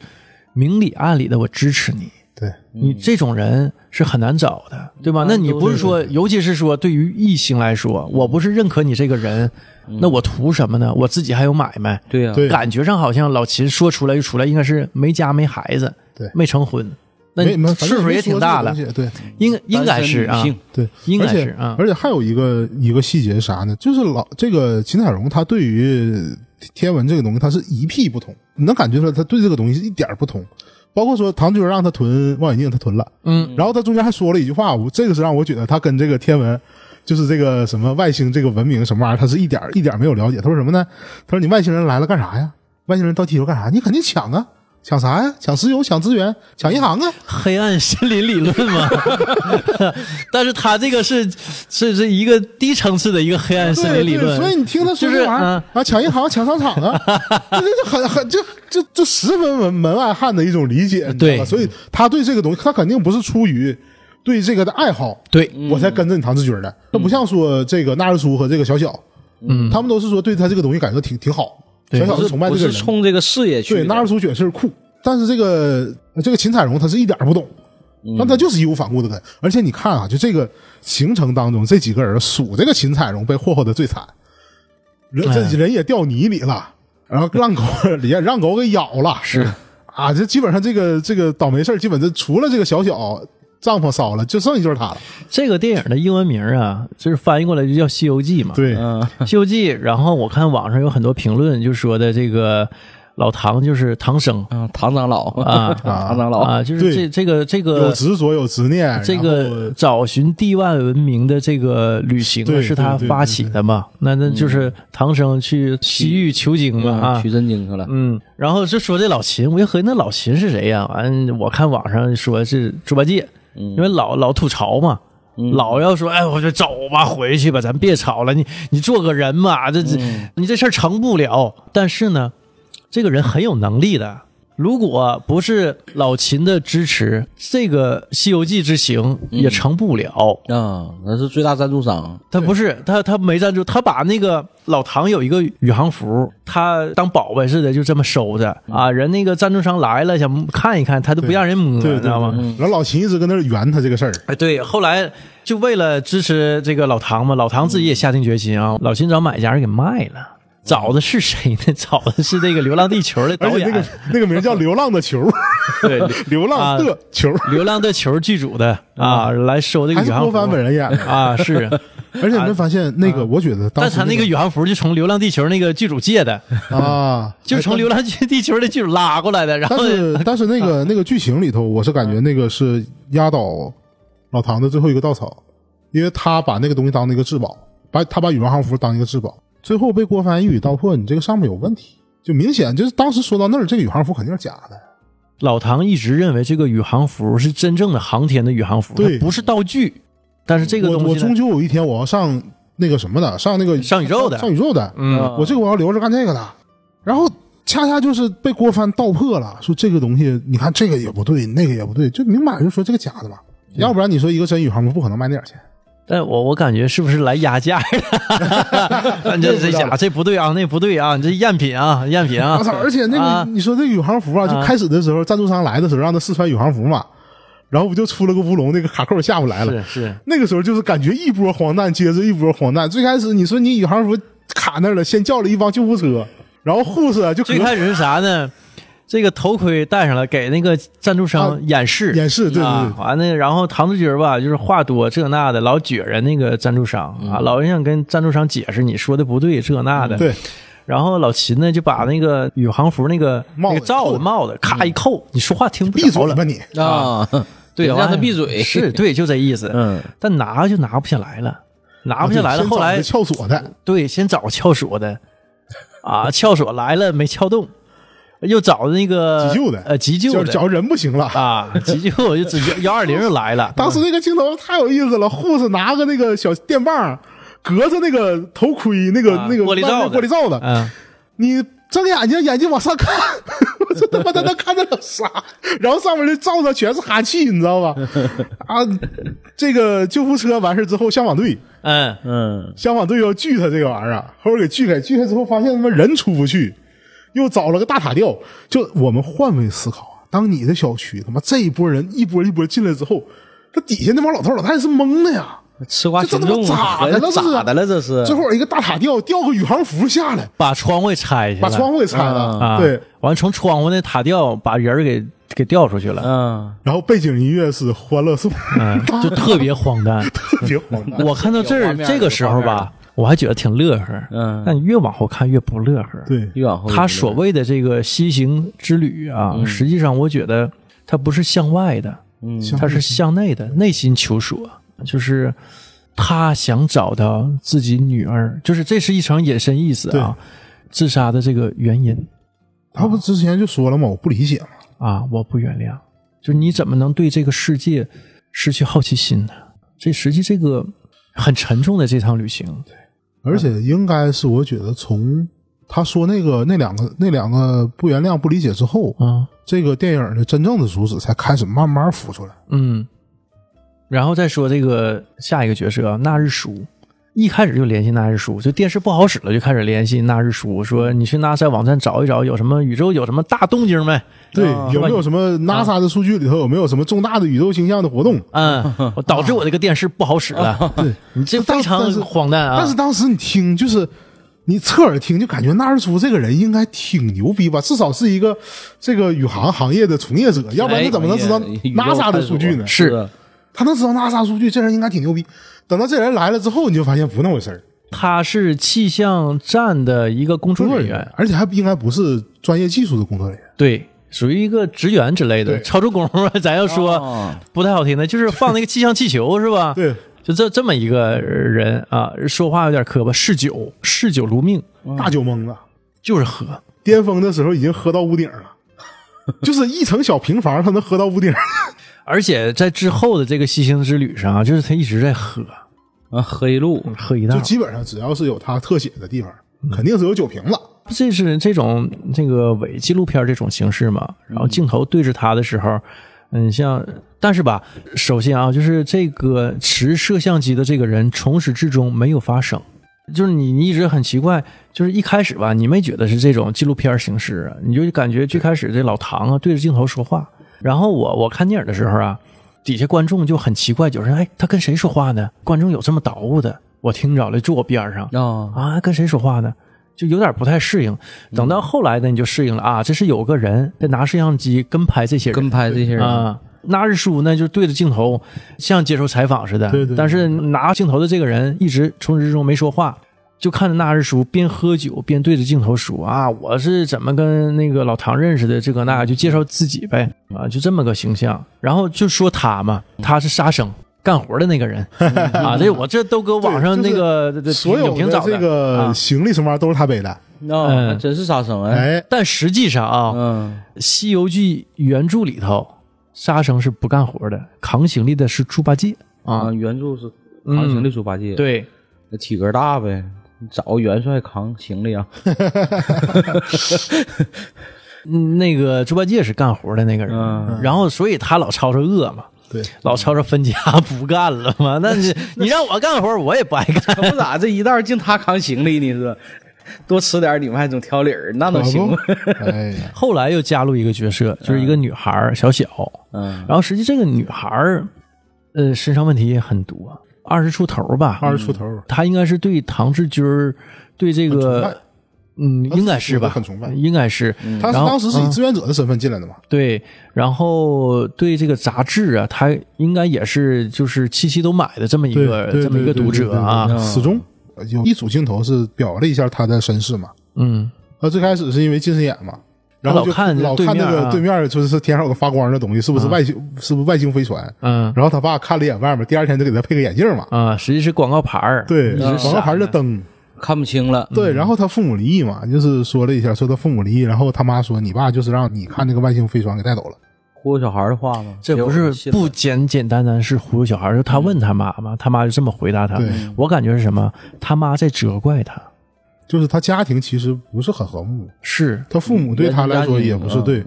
[SPEAKER 1] 明里暗里的我支持你。
[SPEAKER 3] 对，
[SPEAKER 1] 你这种人是很难找的，对吧？那你不是说，尤其是说对于异性来说，我不是认可你这个人，那我图什么呢？我自己还有买卖，
[SPEAKER 2] 对呀，
[SPEAKER 3] 对
[SPEAKER 1] 感觉上好像老秦说出来就出来，应该是没家没孩子，
[SPEAKER 3] 对
[SPEAKER 1] 没成婚，那
[SPEAKER 3] 没没，反
[SPEAKER 1] 岁
[SPEAKER 3] 正
[SPEAKER 1] 数也挺大了
[SPEAKER 3] 没，说这个东西
[SPEAKER 1] 应该应该是啊
[SPEAKER 2] 单身女，性
[SPEAKER 3] 对对，
[SPEAKER 1] 应该
[SPEAKER 3] 而且
[SPEAKER 1] 是啊
[SPEAKER 3] 而且还有一个一个细节是啥呢？就是老这个秦彩荣，他对于天文这个东西，他是一屁不通，你能感觉出来，他对这个东西是一点儿不通。包括说唐军让他囤望远镜，他囤了，
[SPEAKER 1] 嗯，
[SPEAKER 3] 然后他中间还说了一句话，我这个是让我觉得他跟这个天文。就是这个什么外星这个文明什么玩意儿，他是一点儿一点儿没有了解。他说什么呢？他说你外星人来了干啥呀？外星人到地球干啥？你肯定抢啊，抢啥呀？抢石油，抢资源，抢银行啊！
[SPEAKER 1] 黑暗森林理论嘛。 但是他这个是是是一个低层次的一个黑暗森
[SPEAKER 3] 对
[SPEAKER 1] 林理
[SPEAKER 3] 对，所以
[SPEAKER 1] 论，
[SPEAKER 3] 你听他
[SPEAKER 1] 就
[SPEAKER 3] 说
[SPEAKER 1] 是
[SPEAKER 3] 这玩意儿
[SPEAKER 1] 啊
[SPEAKER 3] 啊，抢银行、抢商场 啊，这这这很很这这这十分门门外汉的一种理解，你知道
[SPEAKER 1] 对
[SPEAKER 3] 吧？所以他对这个东西，他肯定不是出于对这个的爱好，
[SPEAKER 1] 对，
[SPEAKER 3] 我才跟着你唐志军的。他不像说这个纳日苏和这个小小，
[SPEAKER 1] 嗯，
[SPEAKER 3] 他们都是说对他这个东西感觉挺挺好，
[SPEAKER 1] 对
[SPEAKER 3] 小小
[SPEAKER 2] 不
[SPEAKER 3] 是
[SPEAKER 2] 是
[SPEAKER 3] 崇拜
[SPEAKER 2] 不
[SPEAKER 3] 这个
[SPEAKER 2] 是
[SPEAKER 3] 人。
[SPEAKER 2] 冲这个事业去的，
[SPEAKER 3] 对，纳日苏确实酷，但是这个这个秦彩荣他是一点儿不懂，
[SPEAKER 1] 嗯
[SPEAKER 3] 但他就是义无反顾的跟。而且你看啊，就这个行程当中，这几个人数这个秦彩荣被霍霍的最惨，人
[SPEAKER 1] 哎
[SPEAKER 3] 这人也掉泥里了，然后让狗也让狗给咬了，
[SPEAKER 2] 是
[SPEAKER 3] 啊，这基本上这个这个倒霉事儿基本就除了这个小小帐篷烧了，就剩一对他了。
[SPEAKER 1] 这个电影的英文名啊，就是翻译过来就叫《西游记》嘛。
[SPEAKER 3] 对，
[SPEAKER 2] 嗯，
[SPEAKER 1] 《西游记》，然后我看网上有很多评论就说的这个老唐就是唐僧
[SPEAKER 2] 嗯唐长老，
[SPEAKER 1] 啊
[SPEAKER 2] 唐长老，
[SPEAKER 1] 啊，就是这这个这
[SPEAKER 3] 有
[SPEAKER 1] 个
[SPEAKER 3] 执着，有执念，
[SPEAKER 1] 呃这
[SPEAKER 3] 然后
[SPEAKER 1] 个找寻地万文明的这个旅行啊
[SPEAKER 3] 对
[SPEAKER 1] 是他
[SPEAKER 3] 对对嗯
[SPEAKER 1] 发起的嘛？那那就是唐僧去西域求经嘛啊
[SPEAKER 2] 取。真经去了。
[SPEAKER 1] 嗯，然后就说这老秦，我一合计那老秦是谁呀、完，我看网上说是猪八戒，因为老老吐槽嘛，老要说，哎，我说走吧，回去吧，咱别吵了，你你做个人嘛，这这、你这事儿成不了。但是呢，这个人很有能力的，如果不是老秦的支持，这个《西游记》之行也成不了。
[SPEAKER 3] 嗯
[SPEAKER 2] 啊，那是最大赞助商，
[SPEAKER 1] 他不是他，他没站住，他把那个老唐有一个宇航服，他当宝贝似的就这么收着啊。人那个赞助商来了，想看一看，他都不让人摸，
[SPEAKER 3] 嗯对
[SPEAKER 1] 你
[SPEAKER 3] 对
[SPEAKER 1] 嗯知道吗？
[SPEAKER 3] 对然后老秦一直跟那儿圆他这个事儿，
[SPEAKER 1] 哎，对，后来就为了支持这个老唐嘛，老唐自己也下定决心啊，老秦找买家给卖了。找的是谁呢？ 找的是那个《流浪地球》的
[SPEAKER 3] 而
[SPEAKER 1] 导
[SPEAKER 3] 且
[SPEAKER 1] 演
[SPEAKER 3] 那，个那个名叫《流浪的球》，
[SPEAKER 1] 对，《
[SPEAKER 3] 流浪的球，
[SPEAKER 1] 流浪地球》剧组的啊，来收这个
[SPEAKER 3] 嗯还
[SPEAKER 1] 宇
[SPEAKER 3] 是
[SPEAKER 1] 航
[SPEAKER 3] 郭
[SPEAKER 1] 服
[SPEAKER 3] 帆本 人演的。
[SPEAKER 1] 啊，是，
[SPEAKER 3] 而且你没发现那个？我觉得
[SPEAKER 1] 啊
[SPEAKER 3] 当
[SPEAKER 1] 但
[SPEAKER 3] 时
[SPEAKER 1] 他那个宇航服就从《流浪地球》那个剧组借的，
[SPEAKER 3] 啊，
[SPEAKER 1] 就是从《流浪地球》的剧组拉过来的，然后啊
[SPEAKER 3] 但是 但是那个那个剧情里头，我是感觉那个是压倒老唐的最后一个稻草，因为他把那个东西当那个至宝，把他把羽绒航服当一个至宝，最后被郭帆一语道破，你这个上面有问题，就明显就是当时说到那儿，这个宇航服肯定是假的，
[SPEAKER 1] 老唐一直认为这个宇航服是真正的航天的宇航服，它
[SPEAKER 3] 对
[SPEAKER 1] 不是道具。但是这个
[SPEAKER 3] 我
[SPEAKER 1] 东
[SPEAKER 3] 我
[SPEAKER 1] 西
[SPEAKER 3] 终
[SPEAKER 1] 呢，
[SPEAKER 3] 究有一天我要上那个什么的，上那个
[SPEAKER 1] 上宇宙的
[SPEAKER 3] 上宇宙的，
[SPEAKER 2] 啊
[SPEAKER 1] 嗯，
[SPEAKER 3] 我这个我要留着干这个的，然后。恰恰就是被郭帆道破了，说这个东西，你看这个也不对，那个也不对，就明摆着说这个假的吧，
[SPEAKER 1] 嗯
[SPEAKER 3] 要不然你说一个真宇航服不可能卖那点钱。
[SPEAKER 1] 但我我感觉是不是来压价 的？这这假，这不对啊，那不对啊，你这赝品啊，赝品啊
[SPEAKER 3] 我！操！而且那个、
[SPEAKER 1] 啊
[SPEAKER 3] 你说这宇航服啊，就开始的时候、赞助商来的时候让他试穿宇航服嘛，然后不就出了个乌龙，那个卡扣下不来了。
[SPEAKER 1] 是是，
[SPEAKER 3] 那个时候就是感觉一波荒诞接着一波荒诞。最开始你说你宇航服卡那儿了，先叫了一帮救护车，然后护士啊就
[SPEAKER 1] 最
[SPEAKER 3] 隔
[SPEAKER 1] 开始是啥呢？这个头盔戴上了，给那个赞助商
[SPEAKER 3] 啊
[SPEAKER 1] 演示
[SPEAKER 3] 演示，对对对，
[SPEAKER 1] 啊，完了，然后唐志军儿吧，就是话多这那的，老撅着那个赞助商
[SPEAKER 3] 嗯
[SPEAKER 1] 啊，老人想跟赞助商解释你说的不对这那的。
[SPEAKER 3] 对。
[SPEAKER 1] 然后老秦呢，就把那个宇航服那个
[SPEAKER 3] 帽子
[SPEAKER 1] 那个罩子
[SPEAKER 3] 扣嗯
[SPEAKER 1] 帽子咔一扣，你说话听不
[SPEAKER 3] 闭
[SPEAKER 1] 着
[SPEAKER 3] 嘴
[SPEAKER 1] 了
[SPEAKER 3] 吧。你！
[SPEAKER 2] 啊，对，
[SPEAKER 1] 这玩意儿
[SPEAKER 2] 让他闭嘴。
[SPEAKER 1] 是，对，就这意思。
[SPEAKER 2] 嗯，
[SPEAKER 1] 但拿就拿不下来了，拿不下来了。
[SPEAKER 3] 先
[SPEAKER 1] 后
[SPEAKER 3] 找
[SPEAKER 1] 来
[SPEAKER 3] 个撬锁的，
[SPEAKER 1] 对，先找撬锁的， 啊，撬锁来了没撬动，又找那个
[SPEAKER 3] 急救的
[SPEAKER 1] 呃，急救
[SPEAKER 3] 就
[SPEAKER 1] 的
[SPEAKER 3] 找人不行了。
[SPEAKER 1] 啊，急救就直接幺二零就来了。
[SPEAKER 3] 当时那个镜头太有意思了，护士拿个那个小电棒，隔着那个头盔，那个、
[SPEAKER 1] 啊
[SPEAKER 3] 那个
[SPEAKER 1] 玻璃罩子
[SPEAKER 3] 玻璃罩子，
[SPEAKER 1] 嗯。
[SPEAKER 3] 你睁眼睛，眼睛往上看， 我说他妈他能看见了啥？然后上面的罩子全是哈气，你知道吧？啊，这个救护车完事之后，消防队，
[SPEAKER 1] 嗯，
[SPEAKER 2] 嗯，
[SPEAKER 3] 消防队要锯他这个玩意儿，啊后来给锯开，锯开之后发现他妈人出不去，又找了个大塔吊。就我们换位思考啊，当你的小区他妈这一波人一波一波进来之后，他底下那帮老头老太太是懵的呀。
[SPEAKER 2] 吃瓜群众啊
[SPEAKER 3] 这他妈咋的了这是
[SPEAKER 2] 咋的了？这是
[SPEAKER 3] 最后一个大塔吊吊个宇航服下来，
[SPEAKER 1] 把窗户给拆下
[SPEAKER 3] 把窗户给拆了，
[SPEAKER 1] 啊，
[SPEAKER 3] 对，，
[SPEAKER 1] 完从窗户那塔吊把人儿给给吊出去了，
[SPEAKER 2] 嗯，
[SPEAKER 3] 然后背景音乐是《欢乐颂》
[SPEAKER 1] 嗯，
[SPEAKER 3] 啊
[SPEAKER 1] 就特别荒诞。
[SPEAKER 3] 特别荒 诞。
[SPEAKER 1] 我看到这
[SPEAKER 2] 有画
[SPEAKER 1] 儿
[SPEAKER 2] 面
[SPEAKER 1] 这个时候
[SPEAKER 2] 有画面
[SPEAKER 1] 吧，我还觉得挺乐呵，
[SPEAKER 2] 嗯
[SPEAKER 1] 但越往后看越不乐呵。
[SPEAKER 3] 对，
[SPEAKER 2] 越往后
[SPEAKER 1] 他所谓的这个西行之旅啊，实际上我觉得它不是向外的，它是向内的，内心求索，就是他想找到自己女儿，就是这是一层引申意思啊，自杀的这个原因。
[SPEAKER 3] 他不之前就说了吗？我不理解嘛。
[SPEAKER 1] 啊，我不原谅。就是你怎么能对这个世界失去好奇心呢？这实际这个很沉重的这趟旅行，
[SPEAKER 3] 而且应该是我觉得从他说那个那两个那两个不原谅不理解之后，
[SPEAKER 1] 啊，
[SPEAKER 3] 这个电影的真正的主旨才开始慢慢浮出来。
[SPEAKER 1] 嗯。然后再说这个下一个角色啊，那日叔，一开始就联系那日叔，就电视不好使了，就开始联系那日叔，说你去 NASA 网站找一找，有什么宇宙有什么大动静没？
[SPEAKER 3] 对，
[SPEAKER 2] 啊
[SPEAKER 3] 有没有什么 NASA 的数据里头有没有什么重大的宇宙形象的活动？
[SPEAKER 1] 嗯， 我导致我这个电视不好使了，
[SPEAKER 3] 对，
[SPEAKER 1] 你这非常
[SPEAKER 3] 啊但是
[SPEAKER 1] 荒诞啊！
[SPEAKER 3] 但是当时你听就是。你侧耳听就感觉那日出这个人应该挺牛逼吧，至少是哎一个这个宇航行业的从业者，要不然他怎么能知道
[SPEAKER 2] 哎
[SPEAKER 3] NASA 的数据呢？
[SPEAKER 1] 是
[SPEAKER 2] 的
[SPEAKER 3] 他能知道那啥数据，这人应该挺牛逼。等到这人来了之后，你就发现不那回事儿，
[SPEAKER 1] 他是气象站的一个工
[SPEAKER 3] 工
[SPEAKER 1] 作
[SPEAKER 3] 作
[SPEAKER 1] 人
[SPEAKER 3] 人
[SPEAKER 1] 员
[SPEAKER 3] 员，，而且还应该不是专业技术的工作人员。
[SPEAKER 1] 对，属于一个职员之类的，
[SPEAKER 3] 对哦
[SPEAKER 1] 超出工夫， 咱要说
[SPEAKER 2] 啊
[SPEAKER 1] 不太好听的，就是放那个气象气球是吧？
[SPEAKER 3] 对，
[SPEAKER 1] 就这这么一个人啊，说话有点磕巴，嗜酒，嗜酒如命，
[SPEAKER 3] 大酒蒙子，
[SPEAKER 1] 就是喝。
[SPEAKER 3] 巅峰的时候已经喝到屋 顶了，就是一层小平房，他能喝到屋
[SPEAKER 1] 啊
[SPEAKER 3] 顶。
[SPEAKER 1] 而且在之后的这个西行之旅上啊，就是他一直在喝，
[SPEAKER 2] 啊，喝一路，
[SPEAKER 1] 喝一大
[SPEAKER 3] 就，基本上只要是有他特写的地方，
[SPEAKER 1] 嗯
[SPEAKER 3] 肯定是有酒瓶子。
[SPEAKER 1] 这是这种这个伪纪录片这种形式嘛。然后镜头对着他的时候，嗯，像但是吧，首先啊，就是这个持摄像机的这个人从始至终没有发声。就是你，你一直很奇怪，就是一开始吧，你没觉得是这种纪录片形式，你就感觉最开始这老唐啊对着镜头说话。然后我我看电影的时候啊，底下观众就很奇怪，就是哎，他跟谁说话呢？观众有这么捣鼓的，我听着了，坐我边上，
[SPEAKER 3] 嗯
[SPEAKER 2] 啊，
[SPEAKER 1] 啊，跟谁说话呢？就有点不太适应。
[SPEAKER 3] 嗯
[SPEAKER 1] 等到后来呢，你就适应了啊，这是有个人在拿摄像机跟拍这些人
[SPEAKER 2] 跟拍这些人，
[SPEAKER 1] 啊。纳日叔呢，就对着镜头像接受采访似的，
[SPEAKER 3] 对对对
[SPEAKER 1] 但是拿镜头的这个人一直从始至终没说话，就看着纳日叔边喝酒边对着镜头说啊，我是怎么跟那个老唐认识的，这个那个就介绍自己呗，啊，就这么个形象。然后就说他嘛，他是杀生。干活的那个人啊，这我这都搁网上那
[SPEAKER 3] 嗯对就是
[SPEAKER 1] 个这这
[SPEAKER 3] 所
[SPEAKER 1] 影
[SPEAKER 3] 有
[SPEAKER 1] 评
[SPEAKER 3] 的
[SPEAKER 1] 找
[SPEAKER 3] 这
[SPEAKER 1] 啊
[SPEAKER 3] 个行李什么玩意儿都是他背的。
[SPEAKER 2] 那真是杀生哎，
[SPEAKER 3] 嗯哎，
[SPEAKER 1] 但实际上啊，
[SPEAKER 2] 嗯，
[SPEAKER 1] 西游记》原著里头，沙僧是不干活的，扛行李的是猪八戒
[SPEAKER 2] 啊，
[SPEAKER 1] 啊。
[SPEAKER 2] 原著是扛行李猪八戒，，
[SPEAKER 1] 嗯对，
[SPEAKER 2] 那体格大呗，你找个元帅扛行李啊，
[SPEAKER 1] 嗯那个猪八戒是干活的那个人，
[SPEAKER 2] 嗯
[SPEAKER 1] 然后所以他老吵吵饿嘛，
[SPEAKER 3] 对，
[SPEAKER 1] 老吵吵分家不干了嘛。那 你你让我干活，我也不爱干。
[SPEAKER 2] 可不咋，这一道净他扛行李，你说多吃点儿，你们还总挑理儿，那能行吗？
[SPEAKER 3] 哎 呀，
[SPEAKER 1] 后来又加入一个角色，就是一个女孩儿小小，
[SPEAKER 2] 嗯，
[SPEAKER 1] 然后实际这个女孩儿，呃，身上问题也很多，二十出头吧，
[SPEAKER 3] 二十出头，
[SPEAKER 1] 她应该是对唐志军儿，对这
[SPEAKER 3] 崇拜
[SPEAKER 1] 个。嗯，
[SPEAKER 3] 她自己
[SPEAKER 1] 应该是吧，
[SPEAKER 3] 觉得很崇拜
[SPEAKER 1] 应该是。
[SPEAKER 3] 他
[SPEAKER 1] 然
[SPEAKER 3] 是
[SPEAKER 1] 后嗯
[SPEAKER 3] 当时是以志愿者的身份进来的嘛？
[SPEAKER 1] 对，然后对这个杂志啊，他应该也是就是七七都买的这么一
[SPEAKER 3] 对
[SPEAKER 1] 个
[SPEAKER 3] 对
[SPEAKER 1] 这么一个
[SPEAKER 3] 对对
[SPEAKER 1] 读者
[SPEAKER 3] 对
[SPEAKER 1] 啊，
[SPEAKER 3] 对对始终有一组镜头是表了一下他的身世嘛。
[SPEAKER 1] 嗯，
[SPEAKER 3] 他最开始是因为近视眼嘛，然后就
[SPEAKER 1] 老看
[SPEAKER 3] 老看那
[SPEAKER 1] 对面啊
[SPEAKER 3] 个对面就是天上有个发光的东西，是不是外星？是不是外星飞船？
[SPEAKER 1] 嗯
[SPEAKER 3] 然后他爸看了一眼外面，第二天就给他配个眼镜嘛。嗯
[SPEAKER 1] 啊，实际是广告牌儿，
[SPEAKER 3] 对，
[SPEAKER 1] 一直
[SPEAKER 3] 广告牌
[SPEAKER 1] 闪
[SPEAKER 3] 的灯。
[SPEAKER 1] 嗯
[SPEAKER 2] 看不清了，
[SPEAKER 3] 对，然后他父母离异嘛，就是说了一下，说他父母离异，然后他妈说你爸就是让你看那个外星飞船给带走了。
[SPEAKER 2] 忽悠小孩儿的话吗？
[SPEAKER 1] 这不是不简简单单是忽悠小孩儿，就他问他妈妈，他妈就这么回答他
[SPEAKER 3] 对。
[SPEAKER 1] 我感觉是什么？他妈在责怪他，
[SPEAKER 3] 就是他家庭其实不是很和睦，
[SPEAKER 1] 是，
[SPEAKER 3] 他父母对他来
[SPEAKER 1] 嗯
[SPEAKER 3] 说也不是对，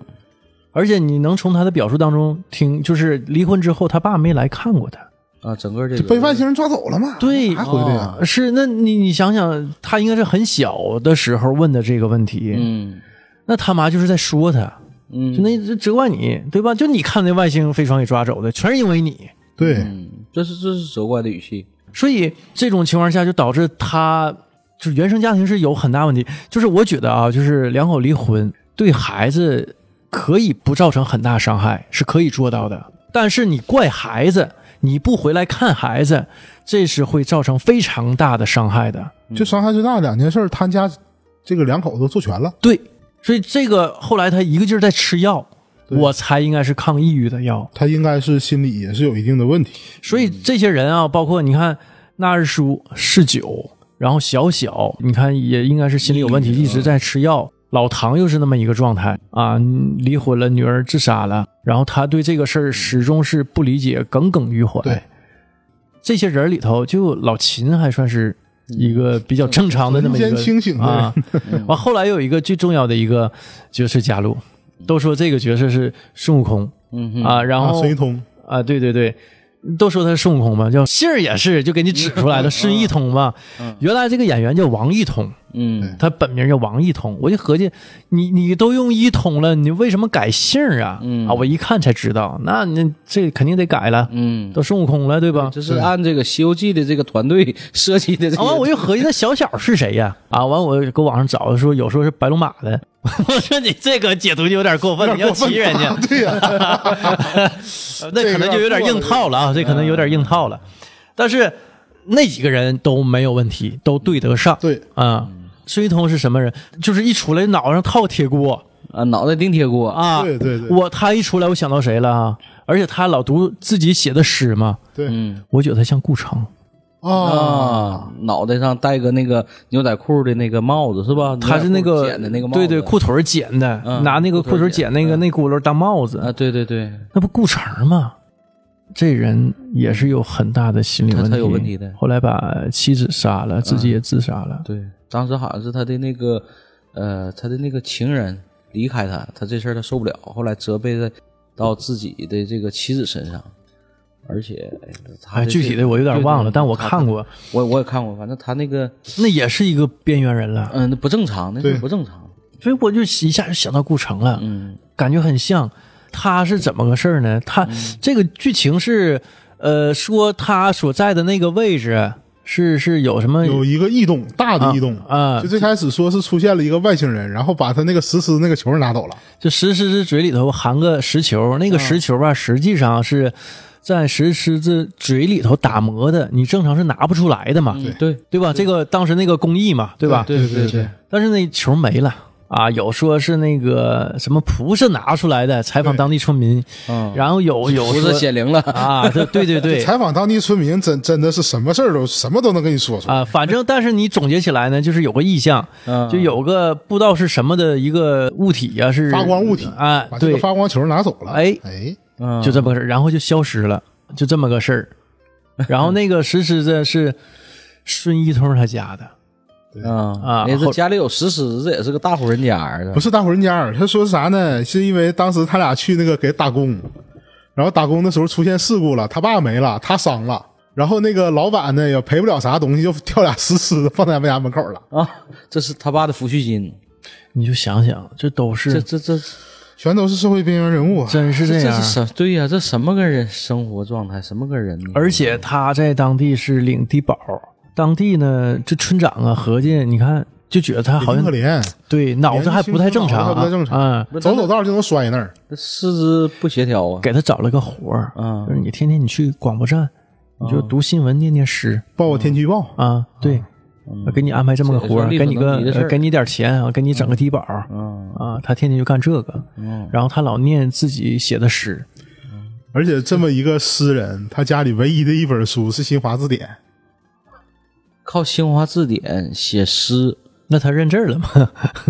[SPEAKER 1] 而且你能从他的表述当中听，就是离婚之后他爸没来看过他，
[SPEAKER 2] 啊，整个这
[SPEAKER 3] 就
[SPEAKER 2] 个
[SPEAKER 3] 被外星人抓走了嘛，
[SPEAKER 1] 对啊
[SPEAKER 3] 还回来呀、
[SPEAKER 1] 是，那你你想想，他应该是很小的时候问的这个问题，
[SPEAKER 2] 嗯
[SPEAKER 1] 那他妈就是在说他，
[SPEAKER 2] 嗯
[SPEAKER 1] 就那就责怪你，对吧？就你看那外星飞船给抓走的，全是因为你。
[SPEAKER 3] 对，
[SPEAKER 2] 嗯，这是这是责怪的语气，
[SPEAKER 1] 所以这种情况下，就导致他就原生家庭是有很大问题。就是我觉得啊，就是两口离婚对孩子可以不造成很大伤害，是可以做到的。但是你怪孩子，你不回来看孩子，这是会造成非常大的伤害的。
[SPEAKER 3] 就伤害最大的两件事，他家这个两口子做全了，
[SPEAKER 1] 对，所以这个后来他一个劲儿在吃药，
[SPEAKER 3] 对嗯
[SPEAKER 1] 我猜应该是抗抑郁的药。
[SPEAKER 3] 他应该是心理也是有一定的问题，
[SPEAKER 1] 所以这些人啊，包括你看那日叔嗜酒，然后小小，你看也应该是心理有问题，
[SPEAKER 2] 抑郁
[SPEAKER 1] 一直在吃药。老唐又是那么一个状态啊，离婚了，女儿自杀了，然后他对这个事儿始终是不理解，耿耿于怀。
[SPEAKER 3] 对，
[SPEAKER 1] 这些人里头，就老秦还算是一个比较正常的那么一个
[SPEAKER 3] 人间清醒的人
[SPEAKER 1] 啊。
[SPEAKER 2] 嗯
[SPEAKER 1] 完后来又有一个最重要的一个角色加入，都说这个角色是孙悟空
[SPEAKER 2] 嗯哼，
[SPEAKER 1] 啊，然
[SPEAKER 3] 啊，
[SPEAKER 1] 后
[SPEAKER 3] 孙一通，
[SPEAKER 1] 啊，对对对，都说他是孙悟空嘛，叫姓儿也是，就给你指出来了，孙一通嘛。原来这个演员叫王一通，
[SPEAKER 2] 嗯，
[SPEAKER 1] 他本名叫王一通，我就合计，你你都用一通了，你为什么改姓儿啊？
[SPEAKER 2] 嗯
[SPEAKER 1] 啊，我一看才知道，那你这肯定得改了，
[SPEAKER 2] 嗯，
[SPEAKER 1] 都孙悟空了，对吧？
[SPEAKER 2] 这是按这个《西游记》的这个团队设计的这
[SPEAKER 1] 啊，完我
[SPEAKER 2] 个，
[SPEAKER 1] 就合计那小小是谁呀？啊，完我搁网上找说有说是白龙马的， 我说你这个解读就有点过分，
[SPEAKER 3] 有
[SPEAKER 1] 你要
[SPEAKER 3] 点 过分
[SPEAKER 1] 骑人家
[SPEAKER 3] 啊，对呀、
[SPEAKER 1] 那可能就有点硬套了啊，这可能有点硬套了。但是那几个人都没有问题，都对得上。
[SPEAKER 3] 对，
[SPEAKER 1] 啊，孙一通是什么人？就是一出来脑上套铁锅
[SPEAKER 2] 啊，脑袋钉铁锅，
[SPEAKER 1] 啊！
[SPEAKER 3] 对对对
[SPEAKER 1] 我他一出来，我想到谁了啊？而且他老读自己写的诗嘛，
[SPEAKER 3] 对、
[SPEAKER 2] 嗯
[SPEAKER 1] 我觉得他像顾城，
[SPEAKER 3] 啊，
[SPEAKER 1] 哦
[SPEAKER 2] 啊，脑袋上戴个那个牛仔裤的那个帽子是吧？
[SPEAKER 1] 他是那
[SPEAKER 2] 牛
[SPEAKER 1] 个
[SPEAKER 2] 仔裤剪的那个帽子，
[SPEAKER 1] 对对，裤腿儿剪的，
[SPEAKER 2] 嗯
[SPEAKER 1] 拿那个
[SPEAKER 2] 裤
[SPEAKER 1] 裤
[SPEAKER 2] 腿
[SPEAKER 1] 腿
[SPEAKER 2] 儿
[SPEAKER 1] 儿
[SPEAKER 2] 剪
[SPEAKER 1] 剪
[SPEAKER 2] 嗯
[SPEAKER 1] 那个那轱辘当帽子，
[SPEAKER 2] 啊，对对对，
[SPEAKER 1] 那不顾城吗？这人也是有很大的心理
[SPEAKER 2] 他
[SPEAKER 1] 问题，
[SPEAKER 2] 他有问题的嗯
[SPEAKER 1] 后来把妻子杀了，自己也自杀了。
[SPEAKER 2] 对，当时好像是他的那个，呃，他的那个情人离开他，他这事儿他受不了，后来责备在到自己的这个妻子身上，而且哎他
[SPEAKER 1] 哎，
[SPEAKER 2] 这
[SPEAKER 1] 具体的我有点忘了，
[SPEAKER 2] 对对
[SPEAKER 1] 但我看过，
[SPEAKER 2] 我我也看过，反正他那个，
[SPEAKER 1] 那也是一个边缘人了。
[SPEAKER 2] 嗯、那不正常，那
[SPEAKER 3] 对
[SPEAKER 2] 是不正常，
[SPEAKER 1] 所以我就一下就想到顾城了，
[SPEAKER 2] 嗯
[SPEAKER 1] 感觉很像。他是怎么个事儿呢？他、这个剧情是，呃，说他所在的那个位置是是有什么
[SPEAKER 3] 有一个异动，大的异动
[SPEAKER 1] 啊啊
[SPEAKER 3] 就最开始说是出现了一个外星人，然后把他那个石狮那个球拿走了，
[SPEAKER 1] 就石狮子嘴里头含个石球，
[SPEAKER 3] 嗯
[SPEAKER 1] 那个石球吧，实际上是在石狮子嘴里头打磨的，你正常是拿不出来的嘛，
[SPEAKER 2] 嗯，对
[SPEAKER 1] 对吧？这个当时那个工艺嘛，对吧？
[SPEAKER 2] 对
[SPEAKER 3] 对对
[SPEAKER 2] 对，
[SPEAKER 1] 但是那球没了啊，有说是那个什么菩萨拿出来的，采访
[SPEAKER 3] 对
[SPEAKER 1] 当地村民，
[SPEAKER 2] 嗯，
[SPEAKER 1] 然后有有
[SPEAKER 2] 不是
[SPEAKER 1] 说
[SPEAKER 2] 显灵了，
[SPEAKER 1] 啊，对对 对对。
[SPEAKER 3] 采访当地村民，真真的是什么事儿都什么都能跟你说出来。
[SPEAKER 1] 啊，反正但是你总结起来呢，就是有个意象，
[SPEAKER 2] 嗯
[SPEAKER 1] 就有个不知道是什么的一个物体呀、是
[SPEAKER 3] 发光物体
[SPEAKER 1] 啊
[SPEAKER 3] 把，这
[SPEAKER 1] 对
[SPEAKER 3] 个，发光球拿走了，
[SPEAKER 1] 哎
[SPEAKER 3] 哎，
[SPEAKER 2] 嗯
[SPEAKER 1] 就这么个事儿，然后就消失了，就这么个 事儿。然后那个石狮子是孙一通他家的，
[SPEAKER 2] 啊
[SPEAKER 1] 啊
[SPEAKER 2] 也是
[SPEAKER 1] 后
[SPEAKER 2] 家里有石狮子，也是个大户人家儿子
[SPEAKER 3] 不，是大户人家儿，他说啥呢？是因为当时他俩去那个给打工，然后打工的时候出现事故了，他爸没了，他伤了，然后那个老板呢也赔不了啥东西，就跳俩石狮子放在他们家门口了，
[SPEAKER 2] 啊，这是他爸的抚恤金，
[SPEAKER 1] 你就想想，这都
[SPEAKER 2] 这
[SPEAKER 1] 是
[SPEAKER 2] 这这
[SPEAKER 3] 全都是社会边缘人物啊。
[SPEAKER 1] 真是
[SPEAKER 2] 这
[SPEAKER 1] 样
[SPEAKER 2] 是。什？对呀、这什么个人生活状态？什么个人呢？
[SPEAKER 1] 而且他在当地是领低保，当地呢这村长啊，合计你看就觉得他好
[SPEAKER 3] 林
[SPEAKER 1] 像
[SPEAKER 3] 可怜，
[SPEAKER 1] 对脑子还不太正常、啊，
[SPEAKER 3] 脑子还不太正常
[SPEAKER 1] 嗯，
[SPEAKER 3] 走走道就能摔那儿，
[SPEAKER 2] 这四肢不协调啊，
[SPEAKER 1] 给他找了个活儿，
[SPEAKER 2] 嗯
[SPEAKER 1] 就是你天天你去广播站，你就读新闻，念念诗
[SPEAKER 3] 报个天气预报，
[SPEAKER 1] 啊，对，
[SPEAKER 2] 嗯
[SPEAKER 1] 给你安排这么个活儿，
[SPEAKER 2] 这
[SPEAKER 1] 给
[SPEAKER 2] 也算
[SPEAKER 1] 你
[SPEAKER 2] 力所
[SPEAKER 1] 个
[SPEAKER 2] 能及的事儿
[SPEAKER 1] 呃给你点钱啊，给你整个低保
[SPEAKER 2] 嗯
[SPEAKER 1] 啊，他天天就干这个，
[SPEAKER 2] 嗯
[SPEAKER 1] 然后他老念自己写的诗，
[SPEAKER 3] 而且这么一个诗人，他家里唯一的一本书是《新华字典》，
[SPEAKER 2] 靠新华字典写诗。
[SPEAKER 1] 那他认字儿了吗？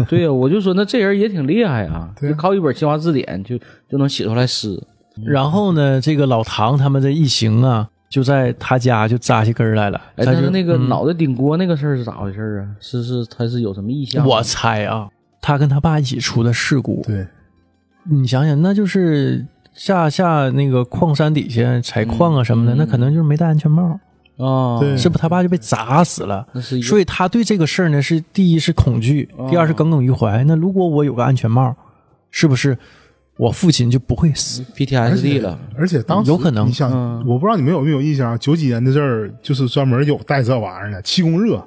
[SPEAKER 2] 对呀、我就说那这人也挺厉害啊，
[SPEAKER 3] 对
[SPEAKER 2] 就靠一本新华字典就就能写出来诗。
[SPEAKER 1] 然后呢，这个老唐他们这一行啊，就在他家就扎起根儿来了，
[SPEAKER 2] 哎，
[SPEAKER 1] 他
[SPEAKER 2] 但
[SPEAKER 1] 就是
[SPEAKER 2] 那个脑袋顶锅那个事儿是咋回事儿啊？是是他是有什么意向？
[SPEAKER 1] 我猜啊，他跟他爸一起出的事故，
[SPEAKER 3] 对，
[SPEAKER 1] 你想想，那就是下下那个矿山底下采矿啊什
[SPEAKER 2] 嗯
[SPEAKER 1] 么的，那可能就是没戴安全帽，
[SPEAKER 2] 啊，
[SPEAKER 3] 对
[SPEAKER 1] 是不？他爸就被砸死了。
[SPEAKER 2] 那是一
[SPEAKER 1] 所以他对这个事儿呢，是第一是恐惧，
[SPEAKER 2] 哦
[SPEAKER 1] 第二是耿耿于怀。那如果我有个安全帽，是不是我父亲就不会死？
[SPEAKER 2] PTSD 了。
[SPEAKER 3] 而且当时
[SPEAKER 1] 有可能
[SPEAKER 3] 你想，
[SPEAKER 2] 嗯
[SPEAKER 3] 我不知道你们有没有印象啊，九几年的阵儿就是专门有带这玩意儿的气功热，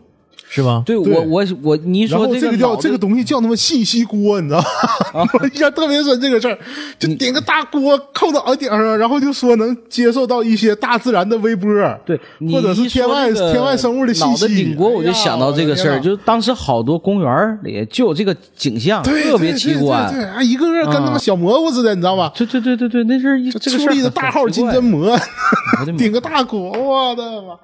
[SPEAKER 1] 是吧？
[SPEAKER 2] 对
[SPEAKER 3] 对
[SPEAKER 2] 我我我，你一
[SPEAKER 3] 然
[SPEAKER 2] 说
[SPEAKER 3] 后
[SPEAKER 2] 个
[SPEAKER 3] 个
[SPEAKER 2] 脑啊
[SPEAKER 3] 叫
[SPEAKER 2] 袋
[SPEAKER 3] 这个东西叫他妈信息锅，你知道吗？ 我印象特别深这个事儿，就点个大锅扣到脑顶上，然后就说能接受到一些大自然的微波，
[SPEAKER 2] 对，你
[SPEAKER 3] 或者
[SPEAKER 2] 一
[SPEAKER 3] 是天
[SPEAKER 2] 说
[SPEAKER 3] 外
[SPEAKER 2] 这个
[SPEAKER 3] 天外生物的信
[SPEAKER 2] 脑
[SPEAKER 3] 息。
[SPEAKER 2] 袋顶锅，我就想到这个事
[SPEAKER 3] 哎
[SPEAKER 2] 儿，
[SPEAKER 3] 呀
[SPEAKER 2] 就是当时好多公园儿里就有这个景象，
[SPEAKER 3] 对
[SPEAKER 2] 特别
[SPEAKER 3] 对
[SPEAKER 2] 奇
[SPEAKER 3] 对
[SPEAKER 2] 观。
[SPEAKER 3] 对对啊，一个个跟他妈小蘑菇似的，你知道吧？
[SPEAKER 2] 对对对对对，那是一这个
[SPEAKER 3] 矗
[SPEAKER 2] 事儿
[SPEAKER 3] 立的大号金针蘑，
[SPEAKER 2] 我的妈
[SPEAKER 3] 顶个大锅，我的妈！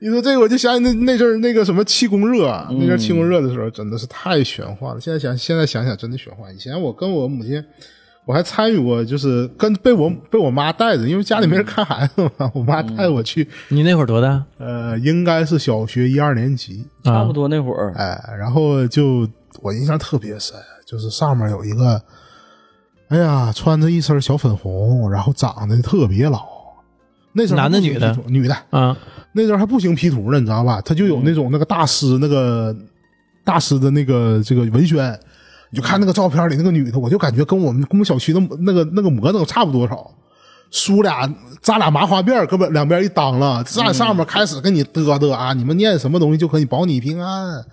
[SPEAKER 3] 你说这个，我就想起那那阵儿那个什么气功热，啊那阵儿气
[SPEAKER 2] 嗯
[SPEAKER 3] 功热的时候，真的是太玄幻了。现在想，现在想想，真的玄幻。以前我跟我母亲，我还参与过，就是跟被我被我妈带着，因为家里
[SPEAKER 2] 嗯
[SPEAKER 3] 没人看孩子嘛，我妈带我去，
[SPEAKER 1] 你那会儿多大？
[SPEAKER 3] 呃，应该是小学一二年级，
[SPEAKER 2] 差不多那会儿，
[SPEAKER 3] 哎，然后就我印象特别深，就是上面有一个，哎呀，穿着一身小粉红，然后长得特别老，那时候还
[SPEAKER 1] 男的
[SPEAKER 3] 不行
[SPEAKER 1] 女的
[SPEAKER 3] P 图？女的，
[SPEAKER 1] 啊，嗯
[SPEAKER 3] 那时候还不行 P 图呢，你知道吧？他就有那种那个大师那个大师的那个这个文宣，你就看那个照片里那个女的，我就感觉跟我们公共小区的那个那个模特差不多少。叔俩，咱俩麻花辫儿，胳膊两边一当了，站
[SPEAKER 1] 嗯
[SPEAKER 3] 上面开始跟你嘚嘚啊，你们念什么东西就可以保你平安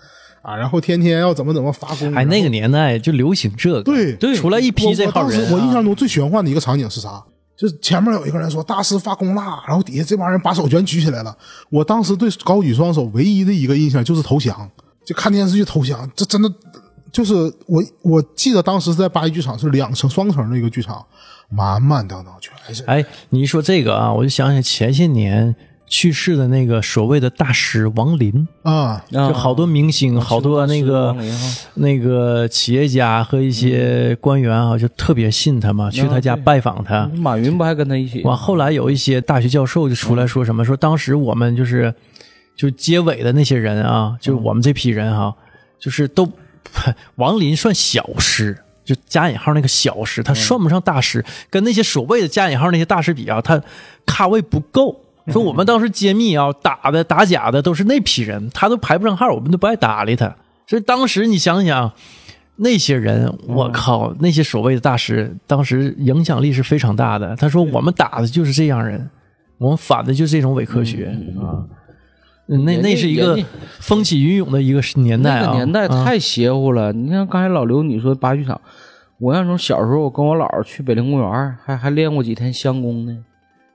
[SPEAKER 3] 啊，然后天天要怎么怎么发功。啊
[SPEAKER 1] 哎，那个年代就流行这个，
[SPEAKER 3] 对
[SPEAKER 2] 对
[SPEAKER 1] 出来一
[SPEAKER 3] 我
[SPEAKER 1] 批这
[SPEAKER 3] 我
[SPEAKER 1] 号
[SPEAKER 3] 当时
[SPEAKER 1] 人、啊
[SPEAKER 3] 我印象中最玄幻的一个场景是啥？就是前面有一个人说大师发功啦，然后底下这帮人把手全举起来了。我当时对高举双手唯一的一个印象就是投降，就看电视剧投降，这真的就是我我记得当时在八一剧场是两层双层的一个剧场，满满当当全是。
[SPEAKER 1] 哎，你一说这个啊，我就想起前些年去世的那个所谓的大师王林，
[SPEAKER 3] 啊、
[SPEAKER 1] 就好多明星、好多那个
[SPEAKER 2] 王林哈
[SPEAKER 1] 那个企业家和一
[SPEAKER 3] 嗯
[SPEAKER 1] 些官员啊，就特别信他嘛，去他
[SPEAKER 3] 啊
[SPEAKER 1] 家拜访他。
[SPEAKER 2] 马云不还跟他一起？
[SPEAKER 1] 完，后来有一些大学教授就出来说什么，说当时我们就是就结尾的那些人啊，就我们这批人哈、就是都 王林算小师，就加引号那个小师，他算不上大师，跟那些所谓的加引号那些大师比啊，他咖位不够。说我们当时揭秘啊，打的打假的都是那批人，他都排不上号，我们都不爱搭理他。所以当时你想想，那些人，我
[SPEAKER 2] 嗯
[SPEAKER 1] 靠，那些所谓的大师，当时影响力是非常大的。他说我们打的就是这样人，我们反的就是这种伪科学
[SPEAKER 2] 嗯
[SPEAKER 1] 啊。那
[SPEAKER 2] 人家
[SPEAKER 1] 那是一个
[SPEAKER 2] 人家
[SPEAKER 1] 风起云涌的一个年代
[SPEAKER 2] 那
[SPEAKER 1] 啊，
[SPEAKER 2] 个年代
[SPEAKER 1] 啊
[SPEAKER 2] 太邪乎了。你像刚才老刘你说八剧场，我那时候小时候，我跟我姥儿去北陵公园，还还练过几天相功呢。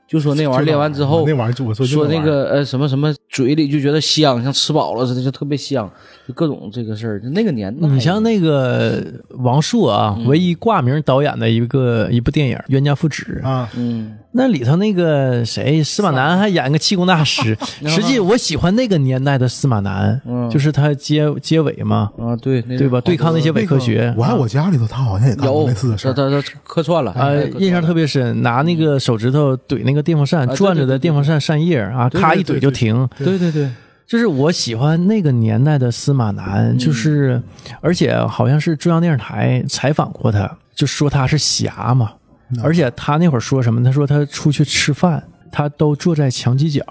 [SPEAKER 2] 就说那玩意儿练完之后，
[SPEAKER 3] 那玩意儿就我说就
[SPEAKER 2] 说那
[SPEAKER 3] 玩意儿
[SPEAKER 2] 个呃什么什么，嘴里就觉得香，像吃饱了似的，就特别香，就各种这个事儿。就那个年代，
[SPEAKER 3] 嗯
[SPEAKER 1] 你像那个王朔
[SPEAKER 2] 嗯
[SPEAKER 1] 啊，唯一挂名导演的一个一部电影《冤家父子》，
[SPEAKER 3] 啊，
[SPEAKER 2] 嗯，
[SPEAKER 1] 那里头那个谁司马南还演个气功大 师。实
[SPEAKER 2] 嗯
[SPEAKER 1] 际我喜欢那个年代的司马南，就是他结结尾嘛，
[SPEAKER 2] 啊，对，那
[SPEAKER 1] 对吧？
[SPEAKER 2] 好
[SPEAKER 1] 对抗那些伪科学，
[SPEAKER 3] 我爱我家里头，他好像也干过
[SPEAKER 2] 有
[SPEAKER 3] 类似的事
[SPEAKER 2] 他
[SPEAKER 3] 儿。哎
[SPEAKER 2] 他他客串了，哎
[SPEAKER 1] 啊，印象特别深，拿那个手指头怼那个电风扇，
[SPEAKER 2] 对
[SPEAKER 1] 转着的电风扇扇叶儿啊，
[SPEAKER 3] 对
[SPEAKER 1] 咔一
[SPEAKER 3] 对
[SPEAKER 1] 怼
[SPEAKER 3] 对
[SPEAKER 1] 就停。
[SPEAKER 2] 对对对，
[SPEAKER 1] 就是我喜欢那个年代的司马南，就是而且好像是中央电视台采访过他，就说他是侠嘛，而且他那会儿说什么？他说他出去吃饭，他都坐在墙犄角。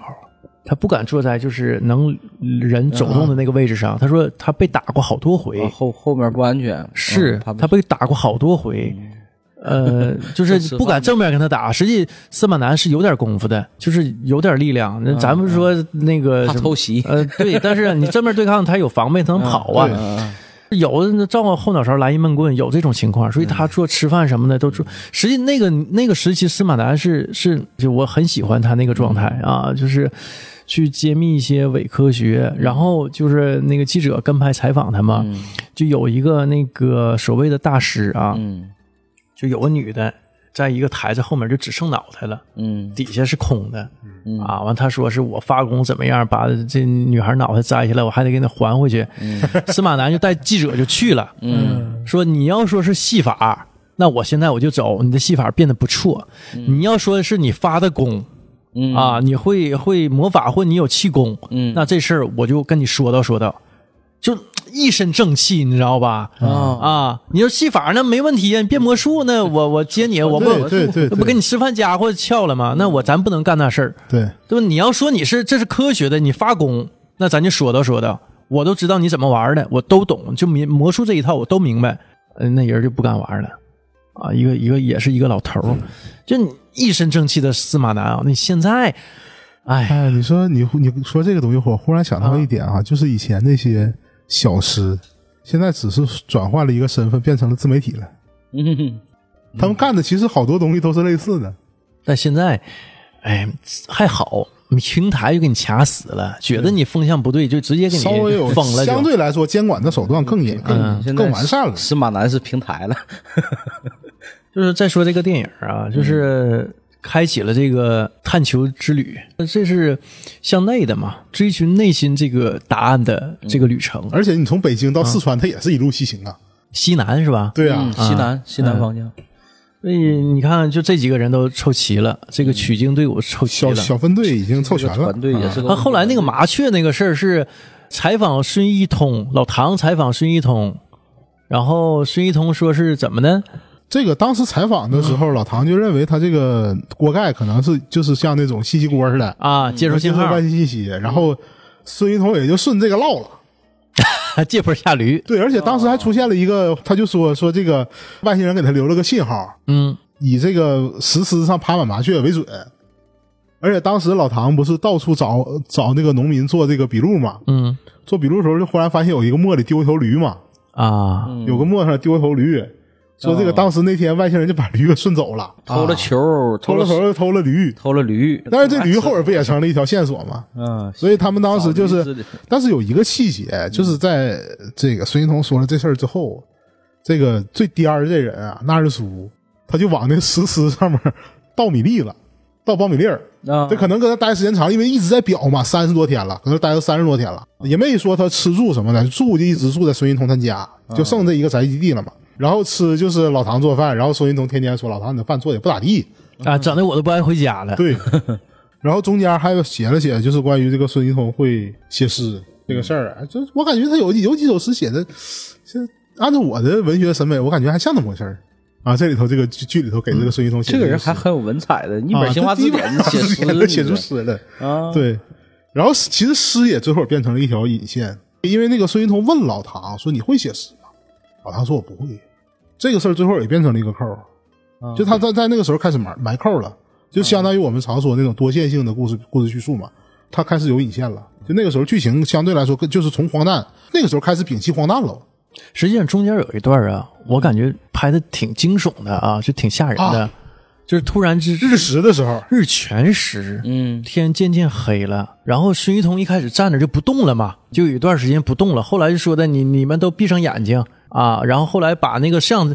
[SPEAKER 1] 他不敢坐在就是能人走动的那个位置上。他说他被打过好多回，
[SPEAKER 2] 啊后后面不安全，
[SPEAKER 1] 是
[SPEAKER 2] 嗯怕被嗯
[SPEAKER 1] 他被打过好多回， 呃，就是不敢正面跟他打。实际司马南是有点功夫的，就是有点力量。那咱们说那个
[SPEAKER 2] 嗯怕
[SPEAKER 1] 什么
[SPEAKER 2] 偷袭，
[SPEAKER 1] 呃，对，但是你正面对抗他有防备，
[SPEAKER 3] 嗯
[SPEAKER 1] 他能跑啊。
[SPEAKER 2] 啊，
[SPEAKER 1] 有的那照我后脑勺来一闷棍，有这种情况，所以他做吃饭什么的都做。实际那个那个时期，司马南是是就我很喜欢他那个状态啊，就是去揭秘一些伪科学，然后就是那个记者跟拍采访他嘛，就有一个那个所谓的大师啊，
[SPEAKER 2] 嗯
[SPEAKER 1] 就有个女的在一个台子后面就只剩脑袋了，
[SPEAKER 2] 嗯
[SPEAKER 1] 底下是空的
[SPEAKER 2] 嗯
[SPEAKER 1] 啊。完，他说是我发功怎么样，把这女孩脑袋摘下来，我还得给你还回去。司马南就带记者就去了。
[SPEAKER 2] 嗯，
[SPEAKER 1] 说你要说是戏法，那我现在我就走，你的戏法变得不错。你要说是你发的功，
[SPEAKER 2] 嗯
[SPEAKER 1] 啊，你会会魔法或你有气功，
[SPEAKER 2] 嗯
[SPEAKER 1] 那这事儿我就跟你说道说道，就一身正气，你知道吧？
[SPEAKER 2] 啊
[SPEAKER 1] 啊，你说戏法那没问题呀，啊你变魔术那我我接你，我不
[SPEAKER 3] 对对对嗯
[SPEAKER 1] 不
[SPEAKER 3] 对
[SPEAKER 1] 给你吃饭家伙撬了吗？那我咱不能干那事儿，
[SPEAKER 3] 对，
[SPEAKER 1] 对吧？你要说你是这是科学的，你发功，那咱就说道说道，我都知道你怎么玩的，我都懂，就明魔术这一套我都明白。嗯，那人就不敢玩了，啊，一个一个也是一个老头
[SPEAKER 3] 嗯
[SPEAKER 1] 儿，就你一身正气的司马南啊，那现在，哎，
[SPEAKER 3] 哎，你说你你说这个东西，我忽然想到一点啊，就是以前那些小师，现在只是转换了一个身份，变成了自媒体了。
[SPEAKER 2] 嗯
[SPEAKER 3] 他们干的其实好多东西都是类似的，
[SPEAKER 1] 但现在，哎，还好。平台就给你卡死了，觉得你风向不对，就直接给
[SPEAKER 3] 稍微有
[SPEAKER 1] 你封了就。
[SPEAKER 3] 相对来说监管的手段更严、
[SPEAKER 2] 嗯
[SPEAKER 3] 更更完善了。
[SPEAKER 2] 司马南是平台了，
[SPEAKER 1] 就是再说这个电影啊，就是开启了这个探求之旅，这是向内的嘛，追寻内心这个答案的这个旅程。
[SPEAKER 3] 而且你从北京到四川，它也是一路西行啊。
[SPEAKER 1] 西南是吧？
[SPEAKER 3] 对啊
[SPEAKER 2] 嗯，，西南西南方向，
[SPEAKER 1] 所以你看，就这几个人都凑齐了，这个取经队伍凑齐
[SPEAKER 3] 嗯小
[SPEAKER 1] 了。
[SPEAKER 3] 小分队已经凑
[SPEAKER 2] 这
[SPEAKER 3] 全
[SPEAKER 2] 个
[SPEAKER 3] 了嗯
[SPEAKER 2] 团。队也是个
[SPEAKER 1] 啊，后来那个麻雀那个事儿是采访孙一通，老唐采访孙一通，然后孙一通说是怎么呢？
[SPEAKER 3] 这个当时采访的时
[SPEAKER 2] 嗯
[SPEAKER 3] 候，老唐就认为他这个锅盖可能是就是像那种信息锅似的，
[SPEAKER 1] 啊，接
[SPEAKER 3] 嗯接
[SPEAKER 1] 收信号
[SPEAKER 3] 外信息。然后孙一通也就顺这个唠 了，
[SPEAKER 1] 借坡下驴。
[SPEAKER 3] 对，而且当
[SPEAKER 2] 哦
[SPEAKER 3] 时还出现了一个，他就说说这个外星人给他留了个信号，
[SPEAKER 1] 嗯，
[SPEAKER 3] 以这个石狮上爬满麻雀为准。而且当时老唐不是到处找找那个农民做这个笔录嘛？
[SPEAKER 1] 嗯
[SPEAKER 3] 做笔录的时候，就忽然发现有一个磨里丢一头驴嘛，
[SPEAKER 1] 啊，
[SPEAKER 2] 嗯
[SPEAKER 3] 有个磨上丢一头驴，说这个当时那天外星人就把驴给顺走了，
[SPEAKER 2] 哦偷了球，
[SPEAKER 3] 啊偷了
[SPEAKER 2] 了
[SPEAKER 3] 头，偷了 驴。
[SPEAKER 2] 偷了驴，
[SPEAKER 3] 但是这驴后边不也成了一条线索吗？
[SPEAKER 2] 嗯，
[SPEAKER 3] 所以他们当时就
[SPEAKER 2] 找
[SPEAKER 3] 是，
[SPEAKER 2] 驴子
[SPEAKER 3] 但是有一个细节，就是在这个孙一彤说了这事儿之后，这个最颠儿这人啊，纳日苏，他就往那石狮上面倒米粒了，倒苞米粒儿。
[SPEAKER 2] 啊，
[SPEAKER 3] 这可能搁那待时间长，因为一直在表嘛，三十多天了，搁那待了三十多天了，也没说他吃住什么的，住就一直住在孙云彤他家，就剩这一个宅基地了嘛。然后吃就是老唐做饭，然后孙云彤天天说老唐你的饭做的也不咋地，
[SPEAKER 1] 啊，整的我都不爱回家了。
[SPEAKER 3] 对。然后中间还有写了写，就是关于这个孙云彤会写诗这个事儿，哎就我感觉他有有几首诗写的，像按照我的文学审美，我感觉还像那么回事儿啊。这里头这个剧剧里头给这个孙云彤写
[SPEAKER 2] 这
[SPEAKER 3] 的
[SPEAKER 2] 个
[SPEAKER 3] 个
[SPEAKER 2] 人
[SPEAKER 3] 诗
[SPEAKER 2] 还很有文采的，一
[SPEAKER 3] 啊
[SPEAKER 2] 本新华
[SPEAKER 3] 他
[SPEAKER 2] 字
[SPEAKER 3] 一本
[SPEAKER 2] 典
[SPEAKER 3] 新华
[SPEAKER 2] 写
[SPEAKER 3] 字
[SPEAKER 2] 诗，
[SPEAKER 3] 典都写出
[SPEAKER 2] 你
[SPEAKER 3] 诗来。
[SPEAKER 2] 这啊，
[SPEAKER 3] 对，然后其实诗也最后变成了一条引线，因为那个孙云通问老唐说：“你会写诗吗？”老唐说：“我不会。”这个事儿最后也变成了一个扣儿，
[SPEAKER 2] 啊
[SPEAKER 3] 就他在在那个时候开始埋埋扣了，就相当于我们常说那种多线性的故事故事叙述嘛，他开始有引线了。就那个时候剧情相对来说更就是从荒诞那个时候开始摒弃荒诞了
[SPEAKER 1] 实际上中间有一段啊，我感觉拍的挺惊悚的啊，就挺吓人的，
[SPEAKER 3] 啊
[SPEAKER 1] 就是突然之
[SPEAKER 3] 日食的时候，
[SPEAKER 1] 日全食，
[SPEAKER 2] 嗯，
[SPEAKER 1] 天渐渐黑了，然后孙一彤一开始站着就不动了嘛，就有一段时间不动了。后来就说的你你们都闭上眼睛啊，然后后来把那个像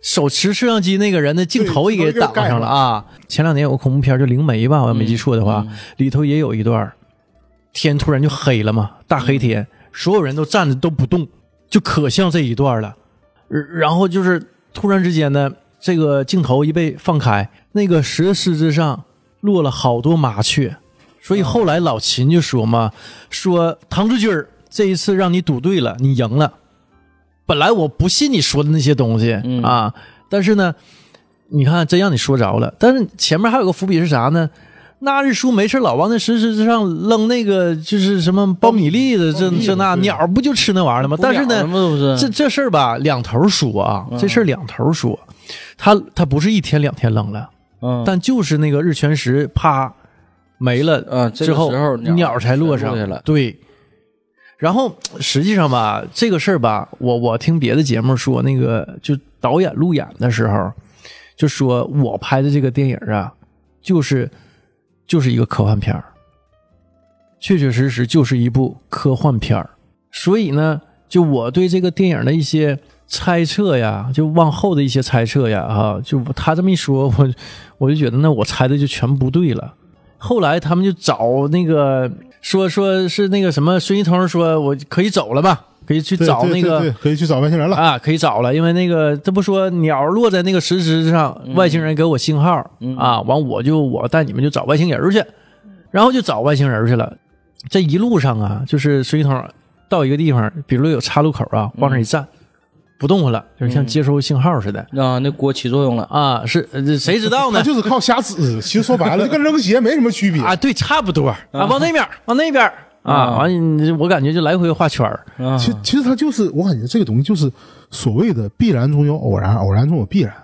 [SPEAKER 1] 手持摄像机那个人的镜头也给挡上了啊。前两年有个恐怖片叫《灵媒》吧，我要没记错的话，里头也有一段，天突然就黑了嘛，大黑天，所有人都站着都不动，就可像这一段了。呃然后就是突然之间呢，这个镜头一被放开，那个石狮子上落了好多麻雀，所以后来老秦就说嘛，说唐志军儿这一次让你赌对了，你赢了。本来我不信你说的那些东西、
[SPEAKER 2] 嗯
[SPEAKER 1] 啊，但是呢，你看真让你说着了。但是前面还有个伏笔是啥呢？那日叔没事老往那石狮子上扔那个就是什么苞米粒子，这
[SPEAKER 3] 苞米粒
[SPEAKER 1] 这那
[SPEAKER 3] 对
[SPEAKER 1] 鸟不就吃那玩意儿了吗？但是呢，
[SPEAKER 2] 不了了吗
[SPEAKER 1] 这
[SPEAKER 2] 这不是
[SPEAKER 1] 这事儿吧，两头说啊，
[SPEAKER 2] 嗯
[SPEAKER 1] 这事儿两头说，他他不是一天两天扔了，
[SPEAKER 2] 嗯
[SPEAKER 1] 但就是那个日全食啪没了
[SPEAKER 2] 啊，这
[SPEAKER 1] 之
[SPEAKER 2] 个
[SPEAKER 1] 后，
[SPEAKER 2] 时候
[SPEAKER 1] 鸟才落
[SPEAKER 2] 才
[SPEAKER 1] 上
[SPEAKER 2] 落下来
[SPEAKER 1] 对，然后实际上吧，这个事儿吧，我我听别的节目说，那个就导演路演的时候，就说我拍的这个电影啊，就是就是一个科幻片儿，确确实实就是一部科幻片儿。所以呢，就我对这个电影的一些猜测呀，就往后的一些猜测呀，啊，就他这么一说，我我就觉得那我猜的就全不对了。后来他们就找那个说说是那个什么孙一通说我可以走了吧，可以去
[SPEAKER 3] 对
[SPEAKER 1] 找
[SPEAKER 3] 对
[SPEAKER 1] 那个
[SPEAKER 3] 对对可以去找外星人了。
[SPEAKER 1] 啊，可以找了，因为那个他不说鸟落在那个石狮上，外星人给我信号、啊，完我就我带你们就找外星人去，然后就找外星人去了。这一路上啊，就是水桶到一个地方，比如有岔路口啊，往那儿一站，不动弹了，就是像接收信号似的、
[SPEAKER 2] 啊，那锅起作用了，
[SPEAKER 1] 啊，是呃这谁知道
[SPEAKER 3] 他
[SPEAKER 1] 呢？
[SPEAKER 3] 就是靠瞎指，其实说 白了就跟扔鞋没什么区别。
[SPEAKER 1] 啊，对，差不多啊，往那边儿，往那边儿啊，
[SPEAKER 2] 啊
[SPEAKER 1] 完、你我感觉就来回画圈儿
[SPEAKER 2] 啊
[SPEAKER 3] 其其实它就是，我感觉这个东西就是所谓的必然中有偶然，偶然中有必然。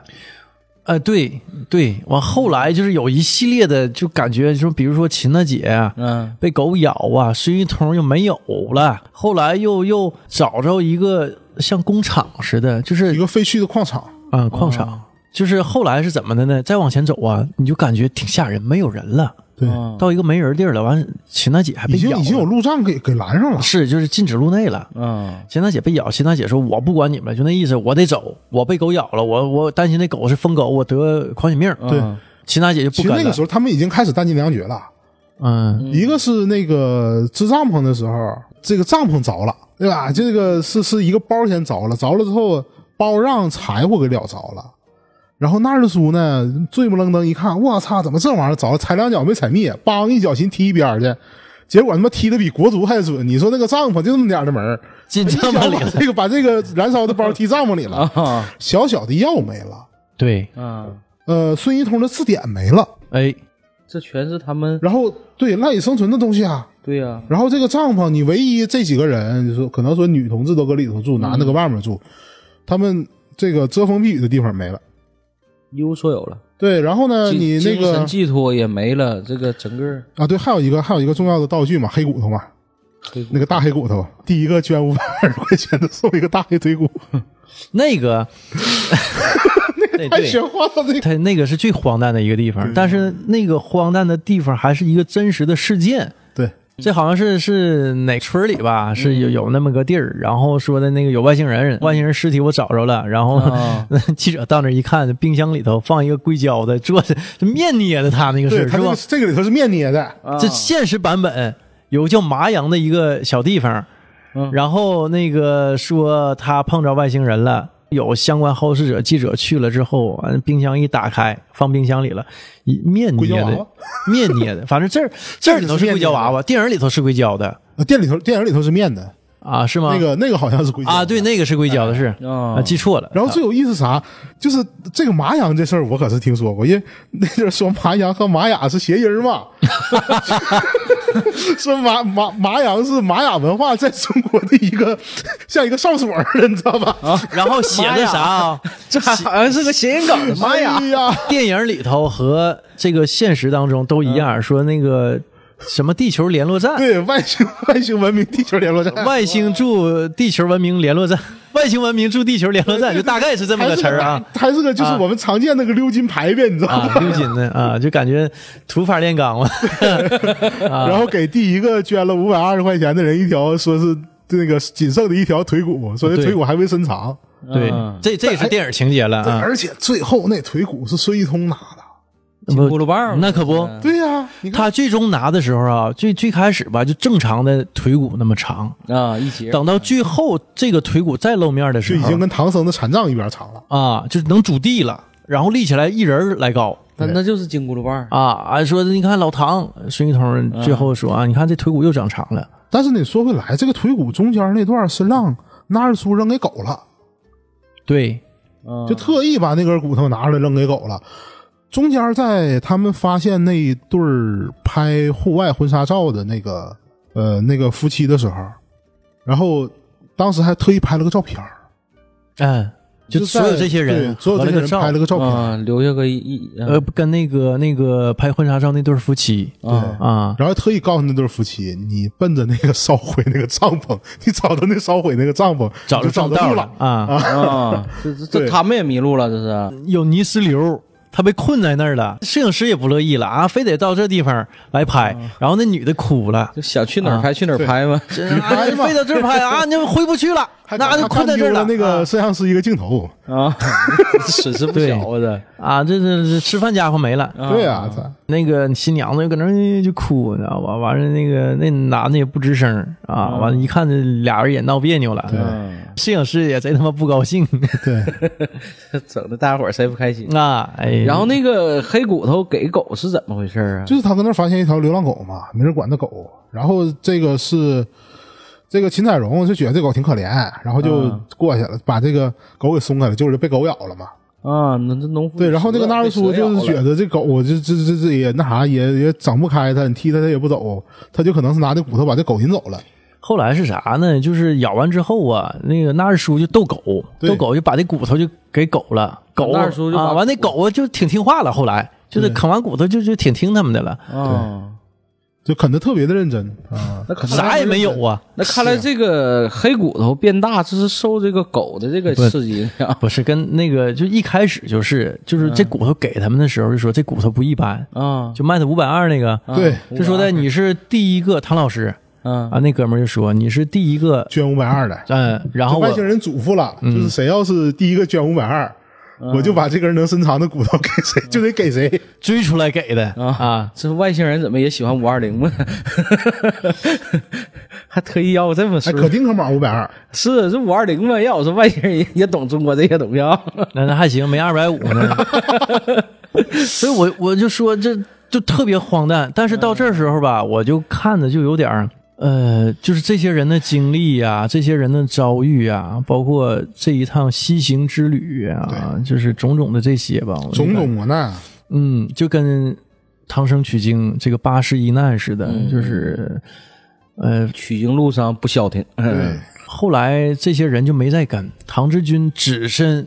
[SPEAKER 1] 呃，对对，完后来就是有一系列的，就感觉就比如说秦大姐啊，
[SPEAKER 2] 嗯
[SPEAKER 1] 被狗咬啊，孙一通又没有了，后来又又找着一个像工厂似的，就是
[SPEAKER 3] 一个废哦墟的矿场，
[SPEAKER 1] 啊、矿场，就是后来是怎么的呢？再往前走啊，你就感觉挺吓人，没有人了，
[SPEAKER 3] 对，哦
[SPEAKER 2] 啊
[SPEAKER 1] 到一个没人地儿了，完秦大姐还被
[SPEAKER 3] 已经
[SPEAKER 1] 咬
[SPEAKER 3] 已经有
[SPEAKER 1] 了
[SPEAKER 3] 路障给给拦上了。
[SPEAKER 1] 是就是禁止入内了。
[SPEAKER 2] 啊
[SPEAKER 1] 秦大姐被咬，秦大姐说：“我不管你们了，就那意思，我得走。我被狗咬了，我我担心那狗是疯狗，我得狂犬病。
[SPEAKER 3] 对，
[SPEAKER 2] 啊
[SPEAKER 1] 秦大姐就不
[SPEAKER 3] 其实
[SPEAKER 1] 跟
[SPEAKER 3] 那
[SPEAKER 1] 了
[SPEAKER 3] 个时。候他们已经开始弹尽粮绝了。
[SPEAKER 1] 嗯
[SPEAKER 3] 一个是那个支帐篷的时候，这个帐篷着了，对吧？这个是是一个包先着了，着了之后包让柴火给燎着了。然后那二叔呢，醉不愣登一看，我操，怎么这玩意儿着了？踩两脚没踩灭，梆一脚心踢一边儿去，结果他妈踢的比国足还准。你说那个帐篷就那么点儿的门儿，
[SPEAKER 1] 进
[SPEAKER 3] 一脚
[SPEAKER 1] 帐篷里
[SPEAKER 3] 把这个把这个燃烧的包踢帐篷里了，
[SPEAKER 2] 啊
[SPEAKER 3] 小小的药没了，
[SPEAKER 1] 对，
[SPEAKER 2] 啊，
[SPEAKER 3] 呃，孙一通的字典没了，
[SPEAKER 1] 哎，
[SPEAKER 2] 这全是他们
[SPEAKER 3] 然后对赖以生存的东西啊，
[SPEAKER 2] 对呀、
[SPEAKER 3] 然后这个帐篷，你唯一这几个人，就是可能说女同志都搁里头住，男的搁外面住，他们这个遮风避雨的地方没了。
[SPEAKER 2] 一无所有了。
[SPEAKER 3] 对，然后呢，
[SPEAKER 2] 精
[SPEAKER 3] 你那
[SPEAKER 2] 精
[SPEAKER 3] 个
[SPEAKER 2] 神寄托也没了，这个整个
[SPEAKER 3] 啊，对，还有一个还有一个重要的道具嘛，黑骨头嘛，
[SPEAKER 2] 黑
[SPEAKER 3] 那个大黑骨头，第一个捐五百二十块钱的送一个大黑腿骨，
[SPEAKER 1] 那 个，那
[SPEAKER 3] 太
[SPEAKER 1] 哎对。
[SPEAKER 3] 玄幻了，那个
[SPEAKER 1] 它那个是最荒诞的一个地方，但是那个荒诞的地方还是一个真实的事件。
[SPEAKER 3] 对，
[SPEAKER 1] 这好像是是哪村里吧，是
[SPEAKER 3] 嗯
[SPEAKER 1] 有有那么个地儿，然后说的那个有外星人，外星人尸体我找着了，然后、
[SPEAKER 3] 哦
[SPEAKER 2] 啊
[SPEAKER 1] 记者到那儿一看，冰箱里头放一个硅胶的，做的是面捏的，他那个
[SPEAKER 3] 对
[SPEAKER 1] 是
[SPEAKER 3] 他
[SPEAKER 1] 是
[SPEAKER 3] 这
[SPEAKER 1] 吧
[SPEAKER 3] 个？这个里头是面捏的，
[SPEAKER 2] 啊
[SPEAKER 1] 这现实版本有个叫麻阳的一个小地方，
[SPEAKER 2] 嗯
[SPEAKER 1] 然后那个说他碰着外星人了。有相关后事者记者去了之后，完冰箱一打开，放冰箱里了，一面
[SPEAKER 3] 硅胶
[SPEAKER 1] 捏
[SPEAKER 3] 娃娃
[SPEAKER 1] 的，面捏的，反正这 儿这儿里头是硅胶娃娃，电影里头是硅胶的
[SPEAKER 3] 啊店里头电影里头是面的，
[SPEAKER 1] 啊，是吗？
[SPEAKER 3] 那个那个好像是硅胶哎哦
[SPEAKER 1] 啊，对，。那个是硅胶的，是
[SPEAKER 2] 啊
[SPEAKER 1] 啊，记错了。
[SPEAKER 3] 然后最有意思啥，就是这个麻阳这事儿，我可是听说过，因为 那阵儿说麻阳和玛雅是谐音儿嘛， 说麻麻麻阳是玛雅文化在中国的一个 像一个哨所儿，你知道吧？
[SPEAKER 1] 啊然后写的啥 啊？
[SPEAKER 2] 这好像是个谐音梗，妈呀！
[SPEAKER 3] 哎呀，
[SPEAKER 1] 电影里头和这个现实当中都一样，说那个什么地球联络站，
[SPEAKER 3] 嗯对，外星 外星文明地球联络站，
[SPEAKER 1] 外星驻地球文明联络站， 外星文明驻地球联络站，就大概是这么个词儿啊。
[SPEAKER 3] 还是个就是我们常见那个溜金牌匾，你知道
[SPEAKER 1] 啊
[SPEAKER 3] 吗？，
[SPEAKER 1] 溜金的啊，就感觉土法炼钢了。啊
[SPEAKER 3] 然后给第一个捐了五百二十块钱的人一条，说是那个仅剩的一条腿骨，说这
[SPEAKER 1] 对
[SPEAKER 3] 腿骨还未伸长，
[SPEAKER 2] 嗯
[SPEAKER 1] 对，
[SPEAKER 2] 啊
[SPEAKER 1] 这这也是电影情节了
[SPEAKER 3] 对
[SPEAKER 1] 啊。
[SPEAKER 3] 而且最后那腿骨是孙一通拿的。
[SPEAKER 1] 那
[SPEAKER 2] 葫芦棒儿
[SPEAKER 1] 那可不，
[SPEAKER 3] 对呀、你看
[SPEAKER 1] 他最终拿的时候啊，最最开始吧，就正常的腿骨那么长，
[SPEAKER 2] 啊，一节
[SPEAKER 1] 等到最后这个腿骨再露面的
[SPEAKER 3] 就
[SPEAKER 1] 时
[SPEAKER 3] 已
[SPEAKER 1] 候，
[SPEAKER 3] 经跟唐僧的禅杖一边长了。
[SPEAKER 1] 啊，就是能拄地了，然后立起来一人儿来高。
[SPEAKER 2] 那那就是金箍噜棒儿
[SPEAKER 1] 啊，啊，说你看老唐孙一通最后
[SPEAKER 2] 嗯
[SPEAKER 1] 说啊，你看这腿骨又长长了，
[SPEAKER 3] 但是你说回来，这个腿骨中间那段是让那二叔扔给狗了，
[SPEAKER 1] 对，嗯
[SPEAKER 2] 啊，
[SPEAKER 3] 就特意把那根骨头拿出来扔给狗了。中间在他们发现那一对儿拍户外婚纱照的那个呃那个夫妻的时候，然后当时还特意拍了个照片儿
[SPEAKER 1] 嗯，就所有
[SPEAKER 3] 在
[SPEAKER 1] 这些人
[SPEAKER 3] 哎对，所有
[SPEAKER 1] 合
[SPEAKER 3] 这
[SPEAKER 1] 了
[SPEAKER 3] 些
[SPEAKER 1] 个
[SPEAKER 3] 人
[SPEAKER 1] 照，
[SPEAKER 3] 拍了个照片儿，
[SPEAKER 2] 啊，留下个一
[SPEAKER 1] 呃，跟那个那个拍婚纱照那对夫妻
[SPEAKER 2] 啊
[SPEAKER 1] 啊，
[SPEAKER 3] 然后特意告诉那对夫妻，你奔着那个烧毁那个帐篷，你找到那烧毁那个帐篷，
[SPEAKER 1] 找
[SPEAKER 3] 你
[SPEAKER 1] 着
[SPEAKER 3] 就找
[SPEAKER 1] 正
[SPEAKER 3] 着
[SPEAKER 1] 道
[SPEAKER 3] 路
[SPEAKER 1] 了
[SPEAKER 3] 了。
[SPEAKER 1] 啊，
[SPEAKER 2] 啊，这这这
[SPEAKER 3] 对
[SPEAKER 2] 他们也迷路了，这是啊
[SPEAKER 1] 有泥石流。他被困在那儿了，摄影师也不乐意了啊，非得到这地方来拍。
[SPEAKER 3] 啊
[SPEAKER 1] 然后那女的哭了，
[SPEAKER 2] 就想去哪儿
[SPEAKER 1] 啊
[SPEAKER 2] 拍去哪儿
[SPEAKER 3] 对
[SPEAKER 2] 拍嘛。
[SPEAKER 1] 这
[SPEAKER 3] 你
[SPEAKER 1] 啊
[SPEAKER 3] 拍
[SPEAKER 1] 你
[SPEAKER 3] 吧
[SPEAKER 1] 非得这儿拍啊，你回不去了，
[SPEAKER 3] 还
[SPEAKER 1] 那就
[SPEAKER 3] 还
[SPEAKER 1] 困在
[SPEAKER 3] 干
[SPEAKER 1] 这儿
[SPEAKER 3] 丢
[SPEAKER 1] 了。
[SPEAKER 3] 了那个
[SPEAKER 1] 啊
[SPEAKER 3] 摄像师一个镜头，
[SPEAKER 2] 啊， 损失不小啊！这
[SPEAKER 1] 啊，这这这吃饭家伙没了，
[SPEAKER 3] 对啊，操
[SPEAKER 1] 那个新娘子搁那儿哎就哭，你知道吧？完了，那个那男的也不吱声儿啊，完了，一看这俩人也闹别扭了，
[SPEAKER 2] 嗯，
[SPEAKER 1] 摄影师也贼他妈不高 兴
[SPEAKER 3] 对，
[SPEAKER 2] 整的大伙儿谁不开心？
[SPEAKER 1] 啊，哎，
[SPEAKER 2] 然后那个黑骨头给狗是怎么回事儿啊？
[SPEAKER 3] 就是他搁那儿发现一条流浪狗嘛，没人管的狗。然后这个是这个秦彩荣就觉得这狗挺可怜，然后就
[SPEAKER 1] 啊
[SPEAKER 3] 过去了，把这个狗给松开了，就是被狗咬了嘛。
[SPEAKER 2] 啊，那这农夫
[SPEAKER 3] 对，然后那个纳
[SPEAKER 2] 二
[SPEAKER 3] 尔苏就是觉得这狗这这这这也那啥也也整不开它，你踢它它也不走，他就可能是拿那骨头把这狗引走了。
[SPEAKER 1] 后来是啥呢？就是咬完之后啊，那个那二叔就逗狗，
[SPEAKER 3] 对
[SPEAKER 1] 逗狗就把这骨头就给狗了，狗
[SPEAKER 2] 那二叔就把
[SPEAKER 1] 啊，完那狗就挺听话了，后来就是啃完骨头就就挺听他们的了，
[SPEAKER 2] 啊，
[SPEAKER 3] 就啃得特别的认真啊，
[SPEAKER 2] 那可能
[SPEAKER 1] 啥也没有啊。
[SPEAKER 2] 那看来这个黑骨头变大，这是受这个狗的这个刺激 啊
[SPEAKER 1] 不是跟那个，就一开始就是就是这骨头给他们的时候就说这骨头不一般，
[SPEAKER 2] 啊！
[SPEAKER 1] 就卖他五百二那个，啊
[SPEAKER 3] 对，
[SPEAKER 1] 就说的哎你是第一个唐老师
[SPEAKER 2] 啊
[SPEAKER 1] 啊，那哥们儿就说你是第一个，
[SPEAKER 3] 捐五百二的。
[SPEAKER 1] 嗯，然后
[SPEAKER 3] 外
[SPEAKER 1] 我嗯
[SPEAKER 3] 星人嘱咐了，就是谁要是第一个捐五百二，我就把这根能伸长的骨头给谁，
[SPEAKER 1] 嗯
[SPEAKER 3] 就得给谁。
[SPEAKER 1] 追出来给的啊，
[SPEAKER 2] 这外星人怎么也喜欢五二零吗？ 还特意要这么
[SPEAKER 3] 哎，
[SPEAKER 2] 说？
[SPEAKER 3] 可丁可卯五百二，
[SPEAKER 2] 是啊这五二零嘛？要我说外星人也也懂中国这些东西啊！
[SPEAKER 1] 那那还行，没二百五呢，所以我我就说这就特别荒诞，但是到这时候吧，我就看着就有点儿。呃，就是这些人的经历呀、这些人的遭遇啊，包括这一趟西行之旅啊，就是种种的这些吧，我就
[SPEAKER 3] 种
[SPEAKER 1] 感
[SPEAKER 3] 种啊磨难。
[SPEAKER 1] 嗯，就跟唐僧取经这个八十一难似的，就是呃，
[SPEAKER 2] 取经路上不消停。
[SPEAKER 3] 对，
[SPEAKER 1] 后来这些人就没再跟唐志军只身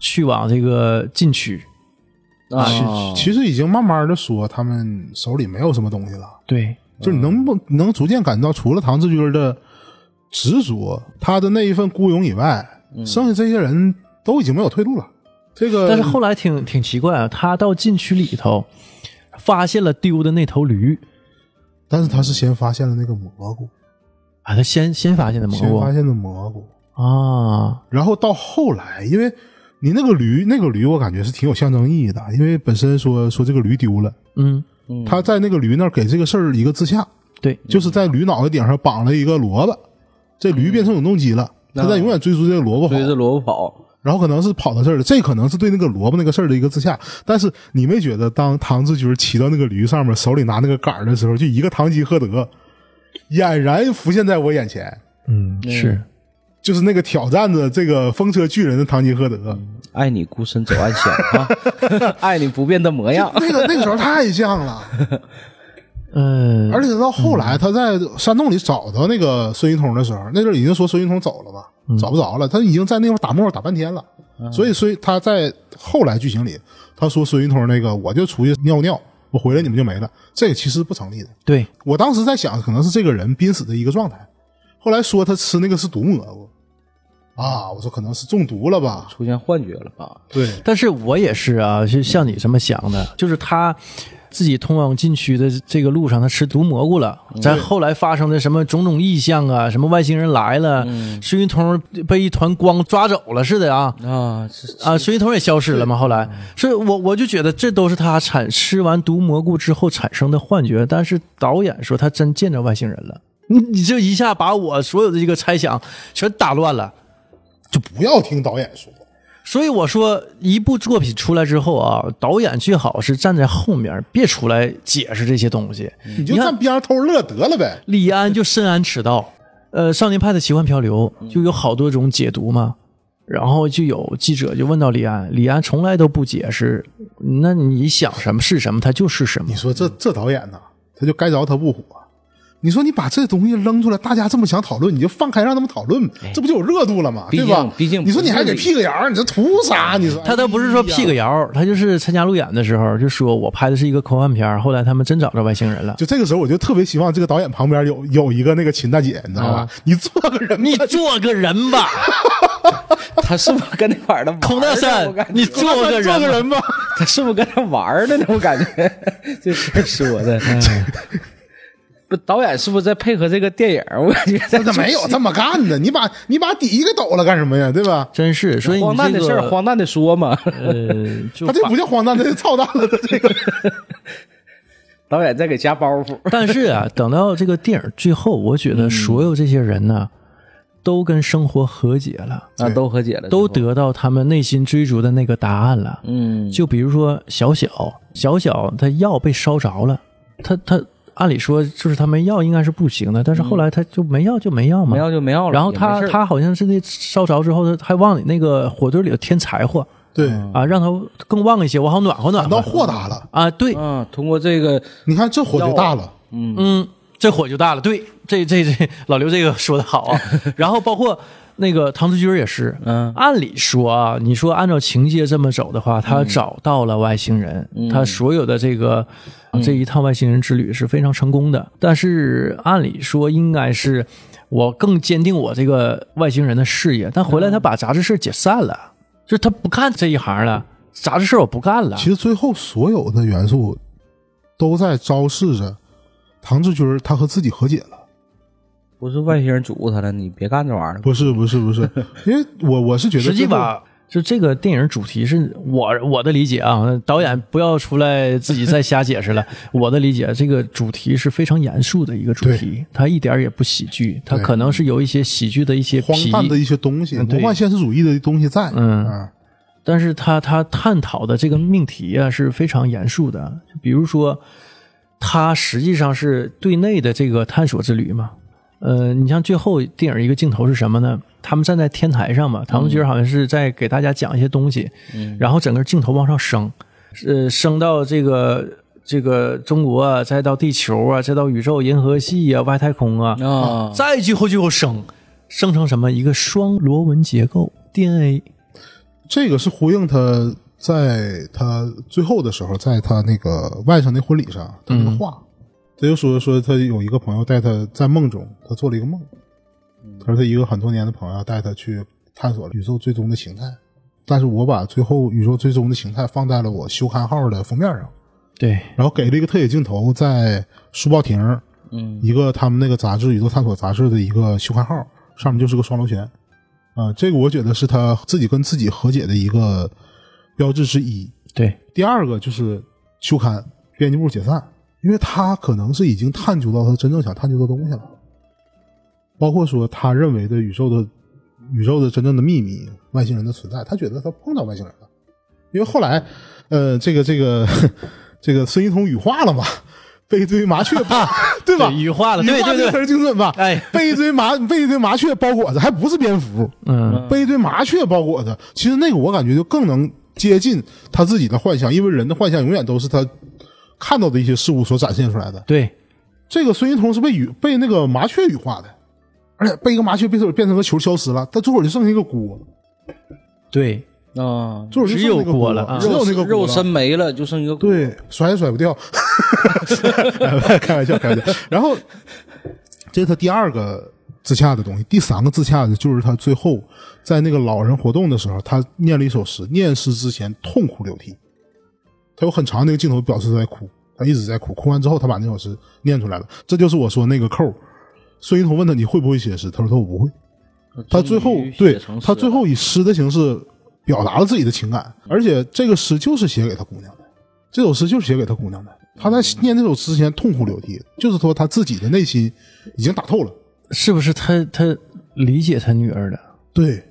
[SPEAKER 1] 去往这个禁区。
[SPEAKER 2] 啊，
[SPEAKER 3] 其实已经慢慢的说，他们手里没有什么东西了。
[SPEAKER 1] 对，
[SPEAKER 3] 就你能不能逐渐感到，除了唐志军的执着，他的那一份孤勇以外，剩下这些人都已经没有退路了。这个，
[SPEAKER 1] 嗯但是后来挺挺奇怪啊，他到禁区里头发现了丢的那头驴
[SPEAKER 3] 但是他是先发现了那个蘑菇，
[SPEAKER 1] 啊，他先先发现的蘑
[SPEAKER 3] 先发
[SPEAKER 1] 菇
[SPEAKER 3] 现的蘑菇，
[SPEAKER 1] 啊，
[SPEAKER 3] 然后到后来，因为你那个驴，那个驴我感觉是挺有象征意义的，因为本身说说这个驴丢了，
[SPEAKER 1] 嗯，
[SPEAKER 3] 他在那个驴那儿给这个事儿一个自洽，
[SPEAKER 2] 嗯
[SPEAKER 1] 对，
[SPEAKER 3] 就是在驴脑袋顶上绑了一个萝卜，这驴变成永动机了，他在永远追逐这个萝卜跑
[SPEAKER 2] 嗯追，着萝卜跑，
[SPEAKER 3] 然后可能是跑到这儿了，这可能是对那个萝卜那个事儿的一个自洽。但是你没觉得，当唐志军骑到那个驴上面，手里拿那个杆儿的时候，就一个堂吉诃德俨然浮现在我眼前，
[SPEAKER 1] 嗯是，
[SPEAKER 3] 就是那个挑战着这个风车巨人的堂吉诃德。
[SPEAKER 2] 爱你孤身走暗巷 啊，爱你不变的模样。
[SPEAKER 3] 那个那个时候太像了，
[SPEAKER 1] 嗯、
[SPEAKER 3] 而且到后来他在山洞里找到那个孙云通的时候，那阵儿已经说孙云通走了吧，找不着了，他已经在那块儿打沫打半天了，所以所以他在后来剧情里他说孙云通那个我就出去尿尿，我回来你们就没了，这个其实不成立的。
[SPEAKER 1] 对，
[SPEAKER 3] 我当时在想，可能是这个人濒死的一个状态，后来说他吃那个是毒蘑菇，啊，我说可能是中毒了吧，
[SPEAKER 2] 出现幻觉了吧？
[SPEAKER 3] 对，
[SPEAKER 1] 但是我也是啊，就像你这么想的，就是他自己通往禁区的这个路上，他吃毒蘑菇了，咱后来发生的什么种种异象啊，什么外星人来了，孙云通被一团光抓走了似的啊。
[SPEAKER 2] 啊，是
[SPEAKER 1] 啊，孙云通也消失了嘛？后来，所以我我就觉得这都是他产吃完毒蘑菇之后产生的幻觉。但是导演说他真见着外星人了， 你你这一下把我所有的这个猜想全打乱了。
[SPEAKER 3] 就不要听导演说，
[SPEAKER 1] 所以我说，一部作品出来之后啊，导演最好是站在后面，别出来解释这些东西。
[SPEAKER 3] 你就
[SPEAKER 1] 你看
[SPEAKER 3] 站边上偷着乐得了呗，
[SPEAKER 1] 李安就深谙此道，呃，《少年派的奇幻漂流》就有好多种解读嘛。然后就有记者就问到李安，李安从来都不解释，那你想什么是什么，他就是什么
[SPEAKER 3] 你。说这这导演呐，他就该着他不火。你说你把这东西扔出来，大家这么想讨论，你就放开让他们讨论，这不就有热度了吗？
[SPEAKER 2] 毕
[SPEAKER 3] 对
[SPEAKER 2] 竟
[SPEAKER 3] 吧？
[SPEAKER 2] 毕竟
[SPEAKER 3] 你说你还
[SPEAKER 2] 不
[SPEAKER 3] 给
[SPEAKER 2] 是
[SPEAKER 3] 辟个谣，你这图啥？你说哎
[SPEAKER 1] 他倒不是说辟个谣，他就是参加路演的时候就说我拍的是一个科幻片儿，后来他们真找着外星人了。
[SPEAKER 3] 就这个时候，我就特别希望这个导演旁边有有一个那个秦大姐，你知道吧？你做个人吧，
[SPEAKER 1] 你做个人吧，
[SPEAKER 2] 他是不是跟那玩儿的玩儿呢？
[SPEAKER 1] 孔大
[SPEAKER 2] 我
[SPEAKER 1] 山
[SPEAKER 2] 感，觉
[SPEAKER 1] 你做个人
[SPEAKER 3] 做
[SPEAKER 1] 吧
[SPEAKER 3] 个。人吧。
[SPEAKER 2] 他是不是跟他玩儿的呢？我感觉 这事儿说的，不，导演是不是在配合这个电影儿？我感觉在
[SPEAKER 3] 那没有这么干的，你把你把底给抖了干什么呀？对吧？
[SPEAKER 1] 真是，所以你
[SPEAKER 2] 荒诞的
[SPEAKER 1] 这
[SPEAKER 2] 事
[SPEAKER 1] 个
[SPEAKER 2] 儿，荒诞的说嘛。
[SPEAKER 1] 呃，就
[SPEAKER 3] 他这
[SPEAKER 1] 把
[SPEAKER 3] 不叫荒诞，这是 操蛋了的这个。
[SPEAKER 2] 导演在给加包 袱，
[SPEAKER 1] 但是啊，等到这个电影最后，我觉得
[SPEAKER 2] 嗯
[SPEAKER 1] 所有这些人呢，都跟生活和解了，
[SPEAKER 2] 啊，都和解了，
[SPEAKER 1] 都得到他们内心追逐的那个答案了。
[SPEAKER 2] 嗯，
[SPEAKER 1] 就比如说小小，小小他药被烧着了，他他按理说就是他没药应该是不行的，但是后来他就没药就没药嘛，
[SPEAKER 2] 没要就没要了。
[SPEAKER 1] 然后
[SPEAKER 2] 也
[SPEAKER 1] 他
[SPEAKER 2] 没事儿
[SPEAKER 1] 他好像是那烧着之后，他还往你那个火堆里头添柴火
[SPEAKER 3] 对，
[SPEAKER 1] 啊，让他更旺一些，我好暖和暖
[SPEAKER 3] 感到
[SPEAKER 1] 和
[SPEAKER 3] 豁达了。
[SPEAKER 1] 啊。对，
[SPEAKER 2] 嗯，通过这个
[SPEAKER 3] 你看这火就大了，
[SPEAKER 1] 嗯，这火就大了。对，这这这老刘这个说的好啊。然后包括那个唐志军也是，
[SPEAKER 2] 嗯，
[SPEAKER 1] 按理说啊，你说按照情节这么走的话，他找到了外星人，他所有的这个、这一趟外星人之旅是非常成功的。但是按理说应该是我更坚定我这个外星人的事业，但回来他把杂志社解散了，就是他不干这一行了。杂志社我不干了，
[SPEAKER 3] 其实最后所有的元素都在昭示着唐志军儿他和自己和解了。
[SPEAKER 2] 不是外星人嘱咐他了，你别干这玩意儿了。
[SPEAKER 3] 不是不是不是， 因为我我是觉得
[SPEAKER 1] 实际
[SPEAKER 3] 最后
[SPEAKER 1] 吧，就这个电影主题是我我的理解啊，导演不要出来自己再瞎解释了。我的理解，这个主题是非常严肃的一个主题，它一点儿也不喜剧，它可能是有一些喜剧的一些
[SPEAKER 3] 荒
[SPEAKER 1] 皮，
[SPEAKER 3] 诞的一些东西，魔
[SPEAKER 1] 对
[SPEAKER 3] 幻现实主义的东西在，
[SPEAKER 1] 嗯
[SPEAKER 3] 啊
[SPEAKER 1] 但是它它探讨的这个命题啊是非常严肃的，就比如说，它实际上是对内的这个探索之旅嘛。呃，你像最后电影一个镜头是什么呢？他们站在天台上嘛，唐军好像是在给大家讲一些东西，然后整个镜头往上升，呃，升到这个这个中国啊，再到地球啊，再到宇宙、银河系啊、外太空啊，
[SPEAKER 2] 啊，
[SPEAKER 1] 再最后就生生成什么一个双螺纹结构 DNA。
[SPEAKER 3] 这个是呼应他在他最后的时候，在他那个外甥的婚礼上，他那个话，他就说说他有一个朋友带他在梦中，他做了一个梦，他说他一个很多年的朋友带他去探索宇宙最终的形态，但是我把最后宇宙最终的形态放在了我休刊号的封面上，
[SPEAKER 1] 对，
[SPEAKER 3] 然后给了一个特写镜头在书报亭，
[SPEAKER 2] 嗯，
[SPEAKER 3] 一个他们那个杂志《宇宙探索》杂志的一个休刊号，上面就是个双螺旋，啊、这个我觉得是他自己跟自己和解的一个标志之一。
[SPEAKER 1] 对，
[SPEAKER 3] 第二个就是休刊编辑部解散，因为他可能是已经探究到他真正想探究的东西了，包括说他认为的宇宙的宇宙的真正的秘密，外星人的存在，他觉得他碰到外星人了，因为后来，呃，这个这个 这个孙一通羽化了嘛， 被一堆麻 雀吧，对吧？
[SPEAKER 1] 羽化了，
[SPEAKER 3] 羽
[SPEAKER 1] 对
[SPEAKER 3] 化
[SPEAKER 1] 对
[SPEAKER 3] 这词
[SPEAKER 1] 对，
[SPEAKER 3] 儿精准吧？
[SPEAKER 1] 哎，
[SPEAKER 3] 被一堆麻被一堆麻雀包裹着，还不是蝙蝠，
[SPEAKER 1] 嗯，
[SPEAKER 3] 被一堆麻雀包裹着。其实那个我感觉就更能接近他自己的幻想，因为人的幻想永远都是他看到的一些事物所展现出来的。
[SPEAKER 1] 对，
[SPEAKER 3] 这个孙一通是被羽被那个麻雀羽化的，而且被一个麻雀变成变成个球消失了，但最后就剩下一个锅，
[SPEAKER 1] 对，
[SPEAKER 2] 啊，
[SPEAKER 3] 最后就剩那
[SPEAKER 1] 只
[SPEAKER 3] 个
[SPEAKER 1] 有锅了啊
[SPEAKER 3] 只有那个锅
[SPEAKER 2] 肉
[SPEAKER 3] 了
[SPEAKER 2] 身没了，就剩一个骨
[SPEAKER 3] 对，甩也甩不掉， 开玩笑，开玩笑。然后，这是他第二个自洽的东西，第三个自洽的就是他最后在那个老人活动的时候，他念了一首诗，念诗之前痛哭流涕，他有很长那个镜头表示他在哭，他一直在哭，哭完之后他把那首诗念出来了，这就是我说那个扣儿。孙一彤问他你会不会写诗，他说他我不会。他最后
[SPEAKER 2] 终于
[SPEAKER 3] 对
[SPEAKER 2] 写成诗
[SPEAKER 3] 他最后以诗的形式表达了自己的情感，而且这个诗就是写给他姑娘的，这首诗就是写给他姑娘的。他在
[SPEAKER 2] 嗯
[SPEAKER 3] 念这首诗之前痛哭流涕，就是说他自己的内心已经打透了。
[SPEAKER 1] 是不是他他理解他女儿的？
[SPEAKER 3] 对，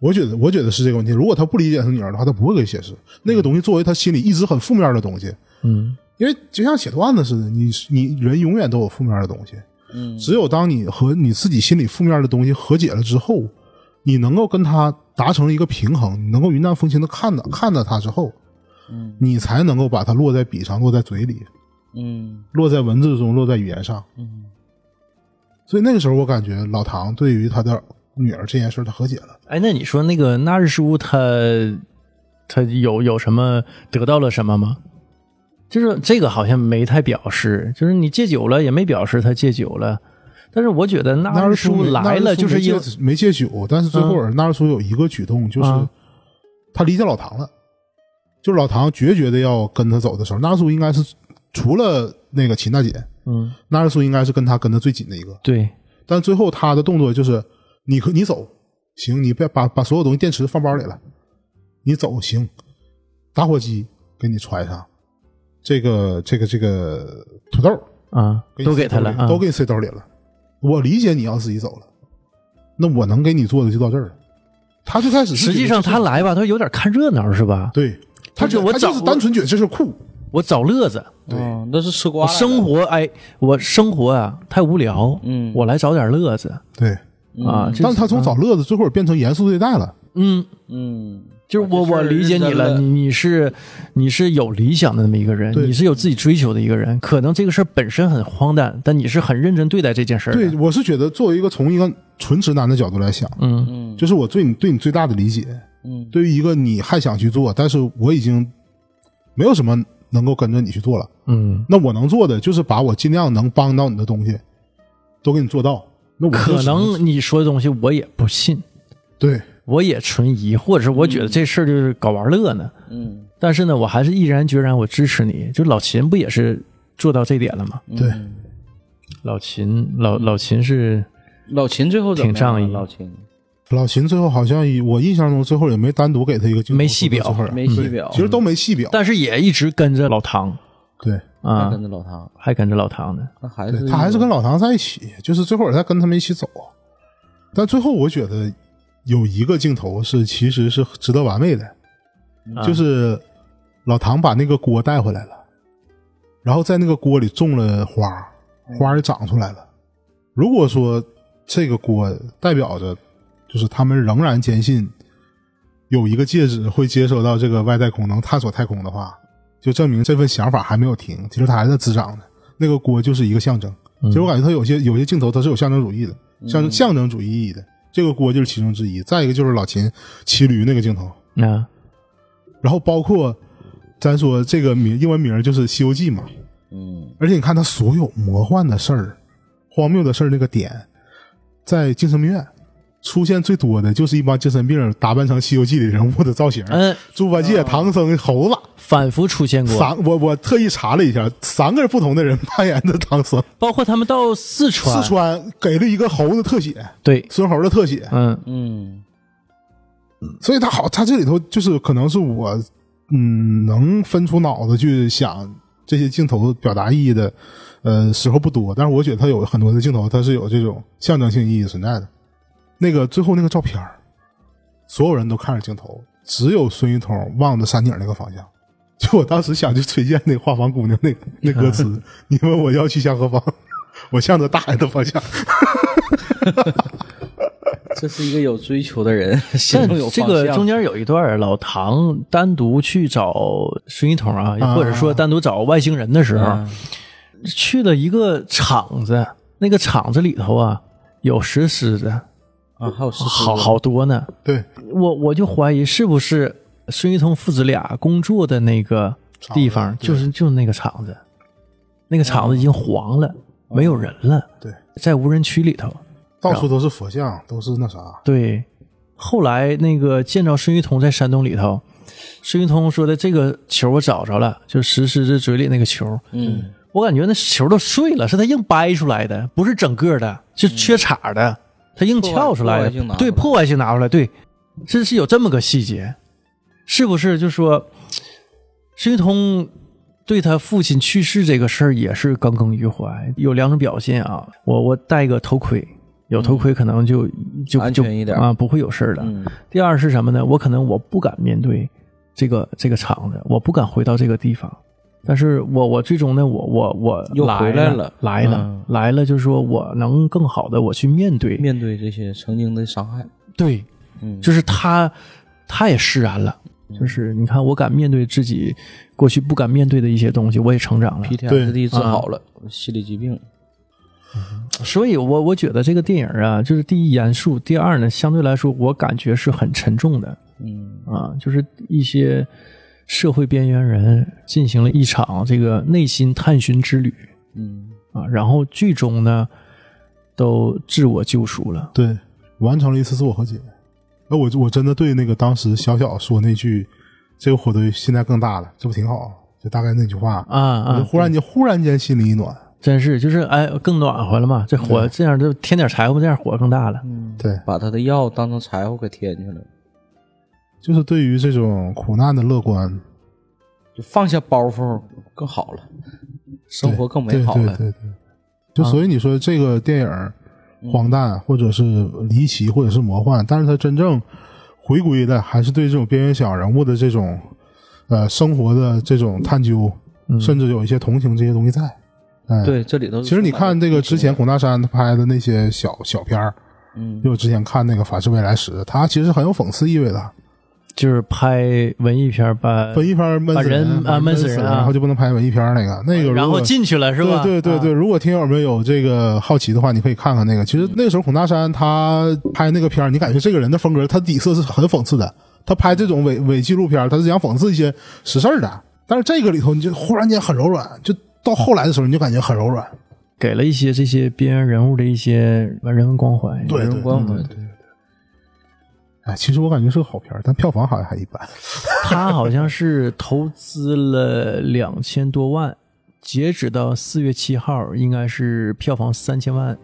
[SPEAKER 3] 我觉得我觉得是这个问题。如果他不理解他女儿的话，他不会给写诗。那个东西作为他心里一直很负面的东西，
[SPEAKER 1] 嗯，
[SPEAKER 3] 因为就像写段子似的，你你人永远都有负面的东西，嗯，只有当你和你自己心里负面的东西和解了之后，你能够跟它达成一个平衡，你能够云淡风轻的看到看到它之后，嗯，你才能够把它落在笔上，落在嘴里，
[SPEAKER 2] 嗯
[SPEAKER 3] 落在文字中，落在语言上，嗯。所以那个时候，我感觉老唐对于他的女儿这件事，他和解了。
[SPEAKER 1] 哎，那你说那个纳日叔他他有有什么得到了什么吗？就是这个好像没太表示，就是你戒酒了也没表示他戒酒了，但是我觉得纳
[SPEAKER 3] 日
[SPEAKER 1] 日
[SPEAKER 3] 叔
[SPEAKER 1] 叔
[SPEAKER 3] 没
[SPEAKER 1] 来
[SPEAKER 3] 纳
[SPEAKER 1] 了
[SPEAKER 3] 日叔
[SPEAKER 1] 就是嗯
[SPEAKER 3] 没
[SPEAKER 1] 因为
[SPEAKER 3] 戒没戒酒，但是最后纳日叔有一个举动，就是
[SPEAKER 1] 啊
[SPEAKER 3] 他理解老唐了，就是老唐决绝的要跟他走的时候，纳日叔应该是除了那个秦大姐，
[SPEAKER 1] 嗯，
[SPEAKER 3] 纳日叔应该是跟他跟的最紧的一个，
[SPEAKER 1] 对，
[SPEAKER 3] 但最后他的动作就是你可你走行，你别把把所有东西电池放包里了，你走行，打火机给你揣上，这个这个这个土豆
[SPEAKER 1] 啊，
[SPEAKER 3] 给你
[SPEAKER 1] 都
[SPEAKER 3] 塞
[SPEAKER 1] 给他
[SPEAKER 3] 兜
[SPEAKER 1] 了
[SPEAKER 3] 里
[SPEAKER 1] 啊，
[SPEAKER 3] 都给你塞兜里了。我理解你要自己走了，那我能给你做的就到这儿了。他最开始是
[SPEAKER 1] 实际上
[SPEAKER 3] 觉得
[SPEAKER 1] 他来吧，他有点看热闹是吧？
[SPEAKER 3] 对
[SPEAKER 1] 他
[SPEAKER 3] 他觉
[SPEAKER 1] 就
[SPEAKER 3] 得
[SPEAKER 1] 我
[SPEAKER 3] 他就
[SPEAKER 1] 找
[SPEAKER 3] 是单纯觉得这是酷，
[SPEAKER 1] 我找乐子，
[SPEAKER 3] 对
[SPEAKER 2] 哦那是吃瓜
[SPEAKER 1] 我
[SPEAKER 2] 来的
[SPEAKER 1] 生活哎，我生活啊太无聊，
[SPEAKER 2] 嗯
[SPEAKER 1] 我来找点乐子
[SPEAKER 3] 对。
[SPEAKER 1] 啊。这
[SPEAKER 3] 但是他从找乐子最后变成严肃对待了，
[SPEAKER 1] 嗯，
[SPEAKER 2] 嗯，
[SPEAKER 1] 就是我
[SPEAKER 2] 这事儿
[SPEAKER 1] 我理解你
[SPEAKER 2] 认真
[SPEAKER 1] 了，
[SPEAKER 2] 了
[SPEAKER 1] 你你是你是有理想的那么一个人，
[SPEAKER 3] 对
[SPEAKER 1] 你是有自己追求的一个人。可能这个事儿本身很荒诞，但你是很认真对待这件事儿的。
[SPEAKER 3] 对，我是觉得作为一个从一个纯直男的角度来想，
[SPEAKER 1] 嗯，
[SPEAKER 3] 就是我对你对你最大的理解，
[SPEAKER 2] 嗯，
[SPEAKER 3] 对于一个你还想去做，但是我已经没有什么能够跟着你去做了，
[SPEAKER 1] 嗯，
[SPEAKER 3] 那我能做的就是把我尽量能帮到你的东西都给你做到。那我就
[SPEAKER 1] 嗯可
[SPEAKER 3] 只
[SPEAKER 1] 能你说的东西我也不信，
[SPEAKER 3] 对
[SPEAKER 1] 我也存疑，或者是我觉得这事儿就是搞玩乐呢。
[SPEAKER 2] 嗯
[SPEAKER 1] 但是呢，我还是毅然决然，我支持你。就老秦不也是做到这点了吗？
[SPEAKER 3] 对，
[SPEAKER 1] 老秦，老老秦是
[SPEAKER 2] 老秦最后怎么
[SPEAKER 1] 挺仗
[SPEAKER 2] 样
[SPEAKER 1] 义
[SPEAKER 2] 啊？老秦
[SPEAKER 3] 老秦最后好像以我印象中最后也没单独给他一个镜头
[SPEAKER 1] 没细表嗯
[SPEAKER 3] 最后人
[SPEAKER 2] 没细
[SPEAKER 3] 对
[SPEAKER 2] 表
[SPEAKER 3] 其实都没细表。
[SPEAKER 1] 但是也一直跟着老唐
[SPEAKER 3] 对，
[SPEAKER 2] 还
[SPEAKER 1] 啊
[SPEAKER 2] 跟，着老唐，
[SPEAKER 1] 还跟着老唐呢。
[SPEAKER 2] 那还
[SPEAKER 3] 对
[SPEAKER 2] 是
[SPEAKER 3] 他还是跟老唐在一起，就是最后他跟他们一起走。啊但最后我觉得有一个镜头是其实是值得完美的，就是老唐把那个锅带回来了，然后在那个锅里种了花，花儿也长出来了。如果说这个锅代表着，就是他们仍然坚信有一个戒指会接收到这个外太空，能探索太空的话，就证明这份想法还没有停，其实它还在滋长呢。那个锅就是一个象征，其实我感觉它有些有些镜头它是有象征主义的，象征象征主义意义的。这个锅就是其中之一，再一个就是老秦骑驴那个镜头，
[SPEAKER 1] 啊，
[SPEAKER 3] 然后包括咱说这个名英文名就是《西游记》嘛，
[SPEAKER 2] 嗯，
[SPEAKER 3] 而且你看他所有魔幻的事儿、荒谬的事儿那个点，在精神病院出现最多的就是一帮精神病人打扮成《西游记》里人物的造型，
[SPEAKER 1] 嗯，
[SPEAKER 3] 猪八戒、唐僧、猴子，
[SPEAKER 1] 反复出现过，
[SPEAKER 3] 三我我特意查了一下，三个不同的人扮演的唐僧，
[SPEAKER 1] 包括他们到四川，
[SPEAKER 3] 四川给了一个猴子特写，
[SPEAKER 1] 对，
[SPEAKER 3] 孙猴的特写，
[SPEAKER 1] 嗯
[SPEAKER 2] 嗯，
[SPEAKER 3] 所以他好，他这里头就是可能是我，嗯，能分出脑子去想这些镜头表达意义的，呃，时候不多。但是我觉得他有很多的镜头，它是有这种象征性意义存在的。那个最后那个照片儿所有人都看着镜头，只有孙一通望着山顶那个方向。 就我当时想去崔健那画舫姑娘那那歌词，你问我要去向何方， 我向着大海的方向。
[SPEAKER 2] 这是一个有追求的人，心
[SPEAKER 1] 但
[SPEAKER 2] 中有
[SPEAKER 1] 这
[SPEAKER 2] 方
[SPEAKER 1] 个
[SPEAKER 2] 向
[SPEAKER 1] 中间有一段，老唐单独去找孙一通啊，
[SPEAKER 3] 啊
[SPEAKER 1] 或者说单独找外星人的时候，
[SPEAKER 2] 嗯
[SPEAKER 1] 去了一个厂子，那个厂子里头啊有石狮子，
[SPEAKER 2] 啊，还有是
[SPEAKER 1] 好好多呢。
[SPEAKER 3] 对，
[SPEAKER 1] 我我就怀疑是不是孙一通父子俩工作的那个地方，
[SPEAKER 3] 厂子对
[SPEAKER 1] 就
[SPEAKER 3] 哦
[SPEAKER 1] 是就是那个厂子，那个厂子已经黄了，没有人了，
[SPEAKER 3] 对，
[SPEAKER 1] 在无人区里头。
[SPEAKER 3] 到处都是佛像，都是那啥。
[SPEAKER 1] 对，后来那个见着孙一通在山洞里头，孙一通说的这个球我找着了，就石狮子嘴里那个球，
[SPEAKER 2] 嗯，
[SPEAKER 1] 我感觉那球都碎了，是他硬掰出来的，不是整个的，是缺茬的，他硬撬出来
[SPEAKER 2] 破坏
[SPEAKER 1] 的，
[SPEAKER 2] 破坏性拿出来
[SPEAKER 1] 对，破坏性拿出来，对，这是有这么个细节，是不是？就说孙一通对他父亲去世这个事儿也是耿耿于怀，有两种表现啊，我我戴个头盔。有头盔可能就、就
[SPEAKER 2] 嗯安
[SPEAKER 1] 就
[SPEAKER 2] 全一点
[SPEAKER 1] 啊，不会有事儿的。
[SPEAKER 2] 嗯
[SPEAKER 1] 第二是什么呢？我可能我不敢面对这个这个厂子，我不敢回到这个地方。但是我我最终呢，我我我
[SPEAKER 2] 又
[SPEAKER 1] 来
[SPEAKER 2] 回来了
[SPEAKER 1] 来了、
[SPEAKER 2] 嗯
[SPEAKER 1] 来了，就是说我能更好的我去面对，
[SPEAKER 2] 面对这些曾经的伤害，
[SPEAKER 1] 对，
[SPEAKER 2] 嗯，
[SPEAKER 1] 就是他他也释然了，就是你看我敢面对自己过去不敢面对的一些东西，我也成长了。
[SPEAKER 2] PTSD
[SPEAKER 3] 啊
[SPEAKER 2] 治好了，心理疾病，
[SPEAKER 1] 所以我我觉得这个电影啊，就是第一严肃，第二呢，相对来说我感觉是很沉重的。
[SPEAKER 2] 嗯
[SPEAKER 1] 啊，就是一些社会边缘人进行了一场这个内心探寻之旅
[SPEAKER 2] 嗯
[SPEAKER 1] 啊，然后剧中呢都自我救赎了。
[SPEAKER 3] 对，完成了一次自我和解。那我我真的对那个当时小小说那句“这个火堆现在更大了，这不挺好”，就大概那句话，
[SPEAKER 1] 啊
[SPEAKER 3] 我就
[SPEAKER 1] 啊，
[SPEAKER 3] 忽然间忽然间心里一暖。
[SPEAKER 1] 真是就是哎，更暖和了嘛！这火这样就添点柴火，这样火更大了。
[SPEAKER 2] 嗯，
[SPEAKER 3] 对，
[SPEAKER 2] 把他的药当成柴火给添去了，
[SPEAKER 3] 就是对于这种苦难的乐观，
[SPEAKER 2] 就放下包袱更好了，生活更美
[SPEAKER 3] 对
[SPEAKER 2] 好
[SPEAKER 3] 对
[SPEAKER 2] 了，
[SPEAKER 3] 对对，
[SPEAKER 1] 嗯
[SPEAKER 3] 就所以你说这个电影荒诞，或者是离奇，或者是魔幻，但是它真正回归的还是对这种边缘小人物的这种呃生活的这种探究，甚至有一些同情这些东西在。哎，
[SPEAKER 2] 对，这
[SPEAKER 1] 嗯
[SPEAKER 2] 里头
[SPEAKER 3] 其实你看这个之前孔大山他拍的那些小小片儿，
[SPEAKER 2] 嗯
[SPEAKER 3] 就我之前看那个《法治未来时》，他其实很有讽刺意味的。
[SPEAKER 1] 就是拍文艺片儿吧，
[SPEAKER 3] 文艺片儿闷死
[SPEAKER 1] 嗯把人
[SPEAKER 3] 把
[SPEAKER 1] 啊闷死
[SPEAKER 3] 死
[SPEAKER 1] 人啊
[SPEAKER 3] 然后就不能拍文艺片儿那个那个如果，
[SPEAKER 1] 然后进去了是吧？
[SPEAKER 3] 对对对对，
[SPEAKER 1] 啊，嗯
[SPEAKER 3] 如果听友们有这个好奇的话，你可以看看那个。其实那个时候孔大山他拍那个片儿，你感觉这个人的风格，他底色是很讽刺的。他拍这种伪伪纪录片儿，他是想讽刺一些实事儿的。但是这个里头，你就忽然间很柔软，就到后来的时候，你就感觉很柔软。
[SPEAKER 1] 给了一些这些边缘人物的一些人文光怀。
[SPEAKER 3] 对对
[SPEAKER 2] 关
[SPEAKER 3] 对
[SPEAKER 2] 怀
[SPEAKER 3] 对对。哎，其实我感觉是个好片儿，但票房好像还一
[SPEAKER 1] 啊
[SPEAKER 3] 般。
[SPEAKER 1] 他好像是投资了两千多万，截止到四月七号，应该是票房三千万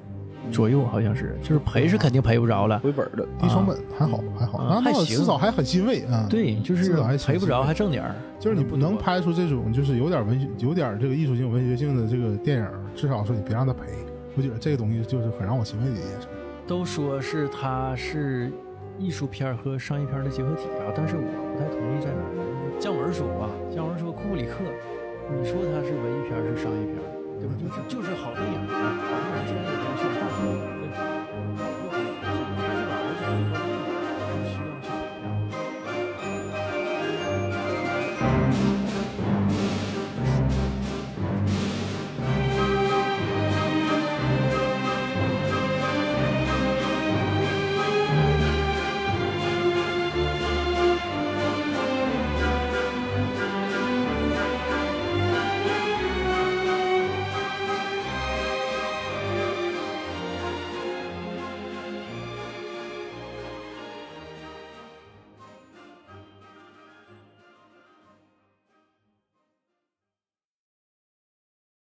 [SPEAKER 1] 左右，好像是，就是赔是肯定赔不着了。
[SPEAKER 2] 回本儿了，
[SPEAKER 3] 低成本还好还好，
[SPEAKER 1] 啊
[SPEAKER 3] 那
[SPEAKER 1] 还
[SPEAKER 3] 那我
[SPEAKER 1] 行
[SPEAKER 3] 至少还很欣慰啊。
[SPEAKER 1] 对，就是
[SPEAKER 3] 至少还
[SPEAKER 1] 赔不着还
[SPEAKER 3] 还
[SPEAKER 1] 挣点儿，
[SPEAKER 3] 就是你不能拍出这种就是有点文学、有点这个艺术性、文学性的这个电影，至少说你别让他赔。我觉得这个东西就是很让我欣慰的一件事。
[SPEAKER 1] 都说是他是艺术片儿和商业片儿的结合体啊，但是我不太同意这个。姜文说啊，姜文说库布里克，你说他是文艺片儿是商业片儿，对吧？就是就是好电影啊，好电影现在也都去看。对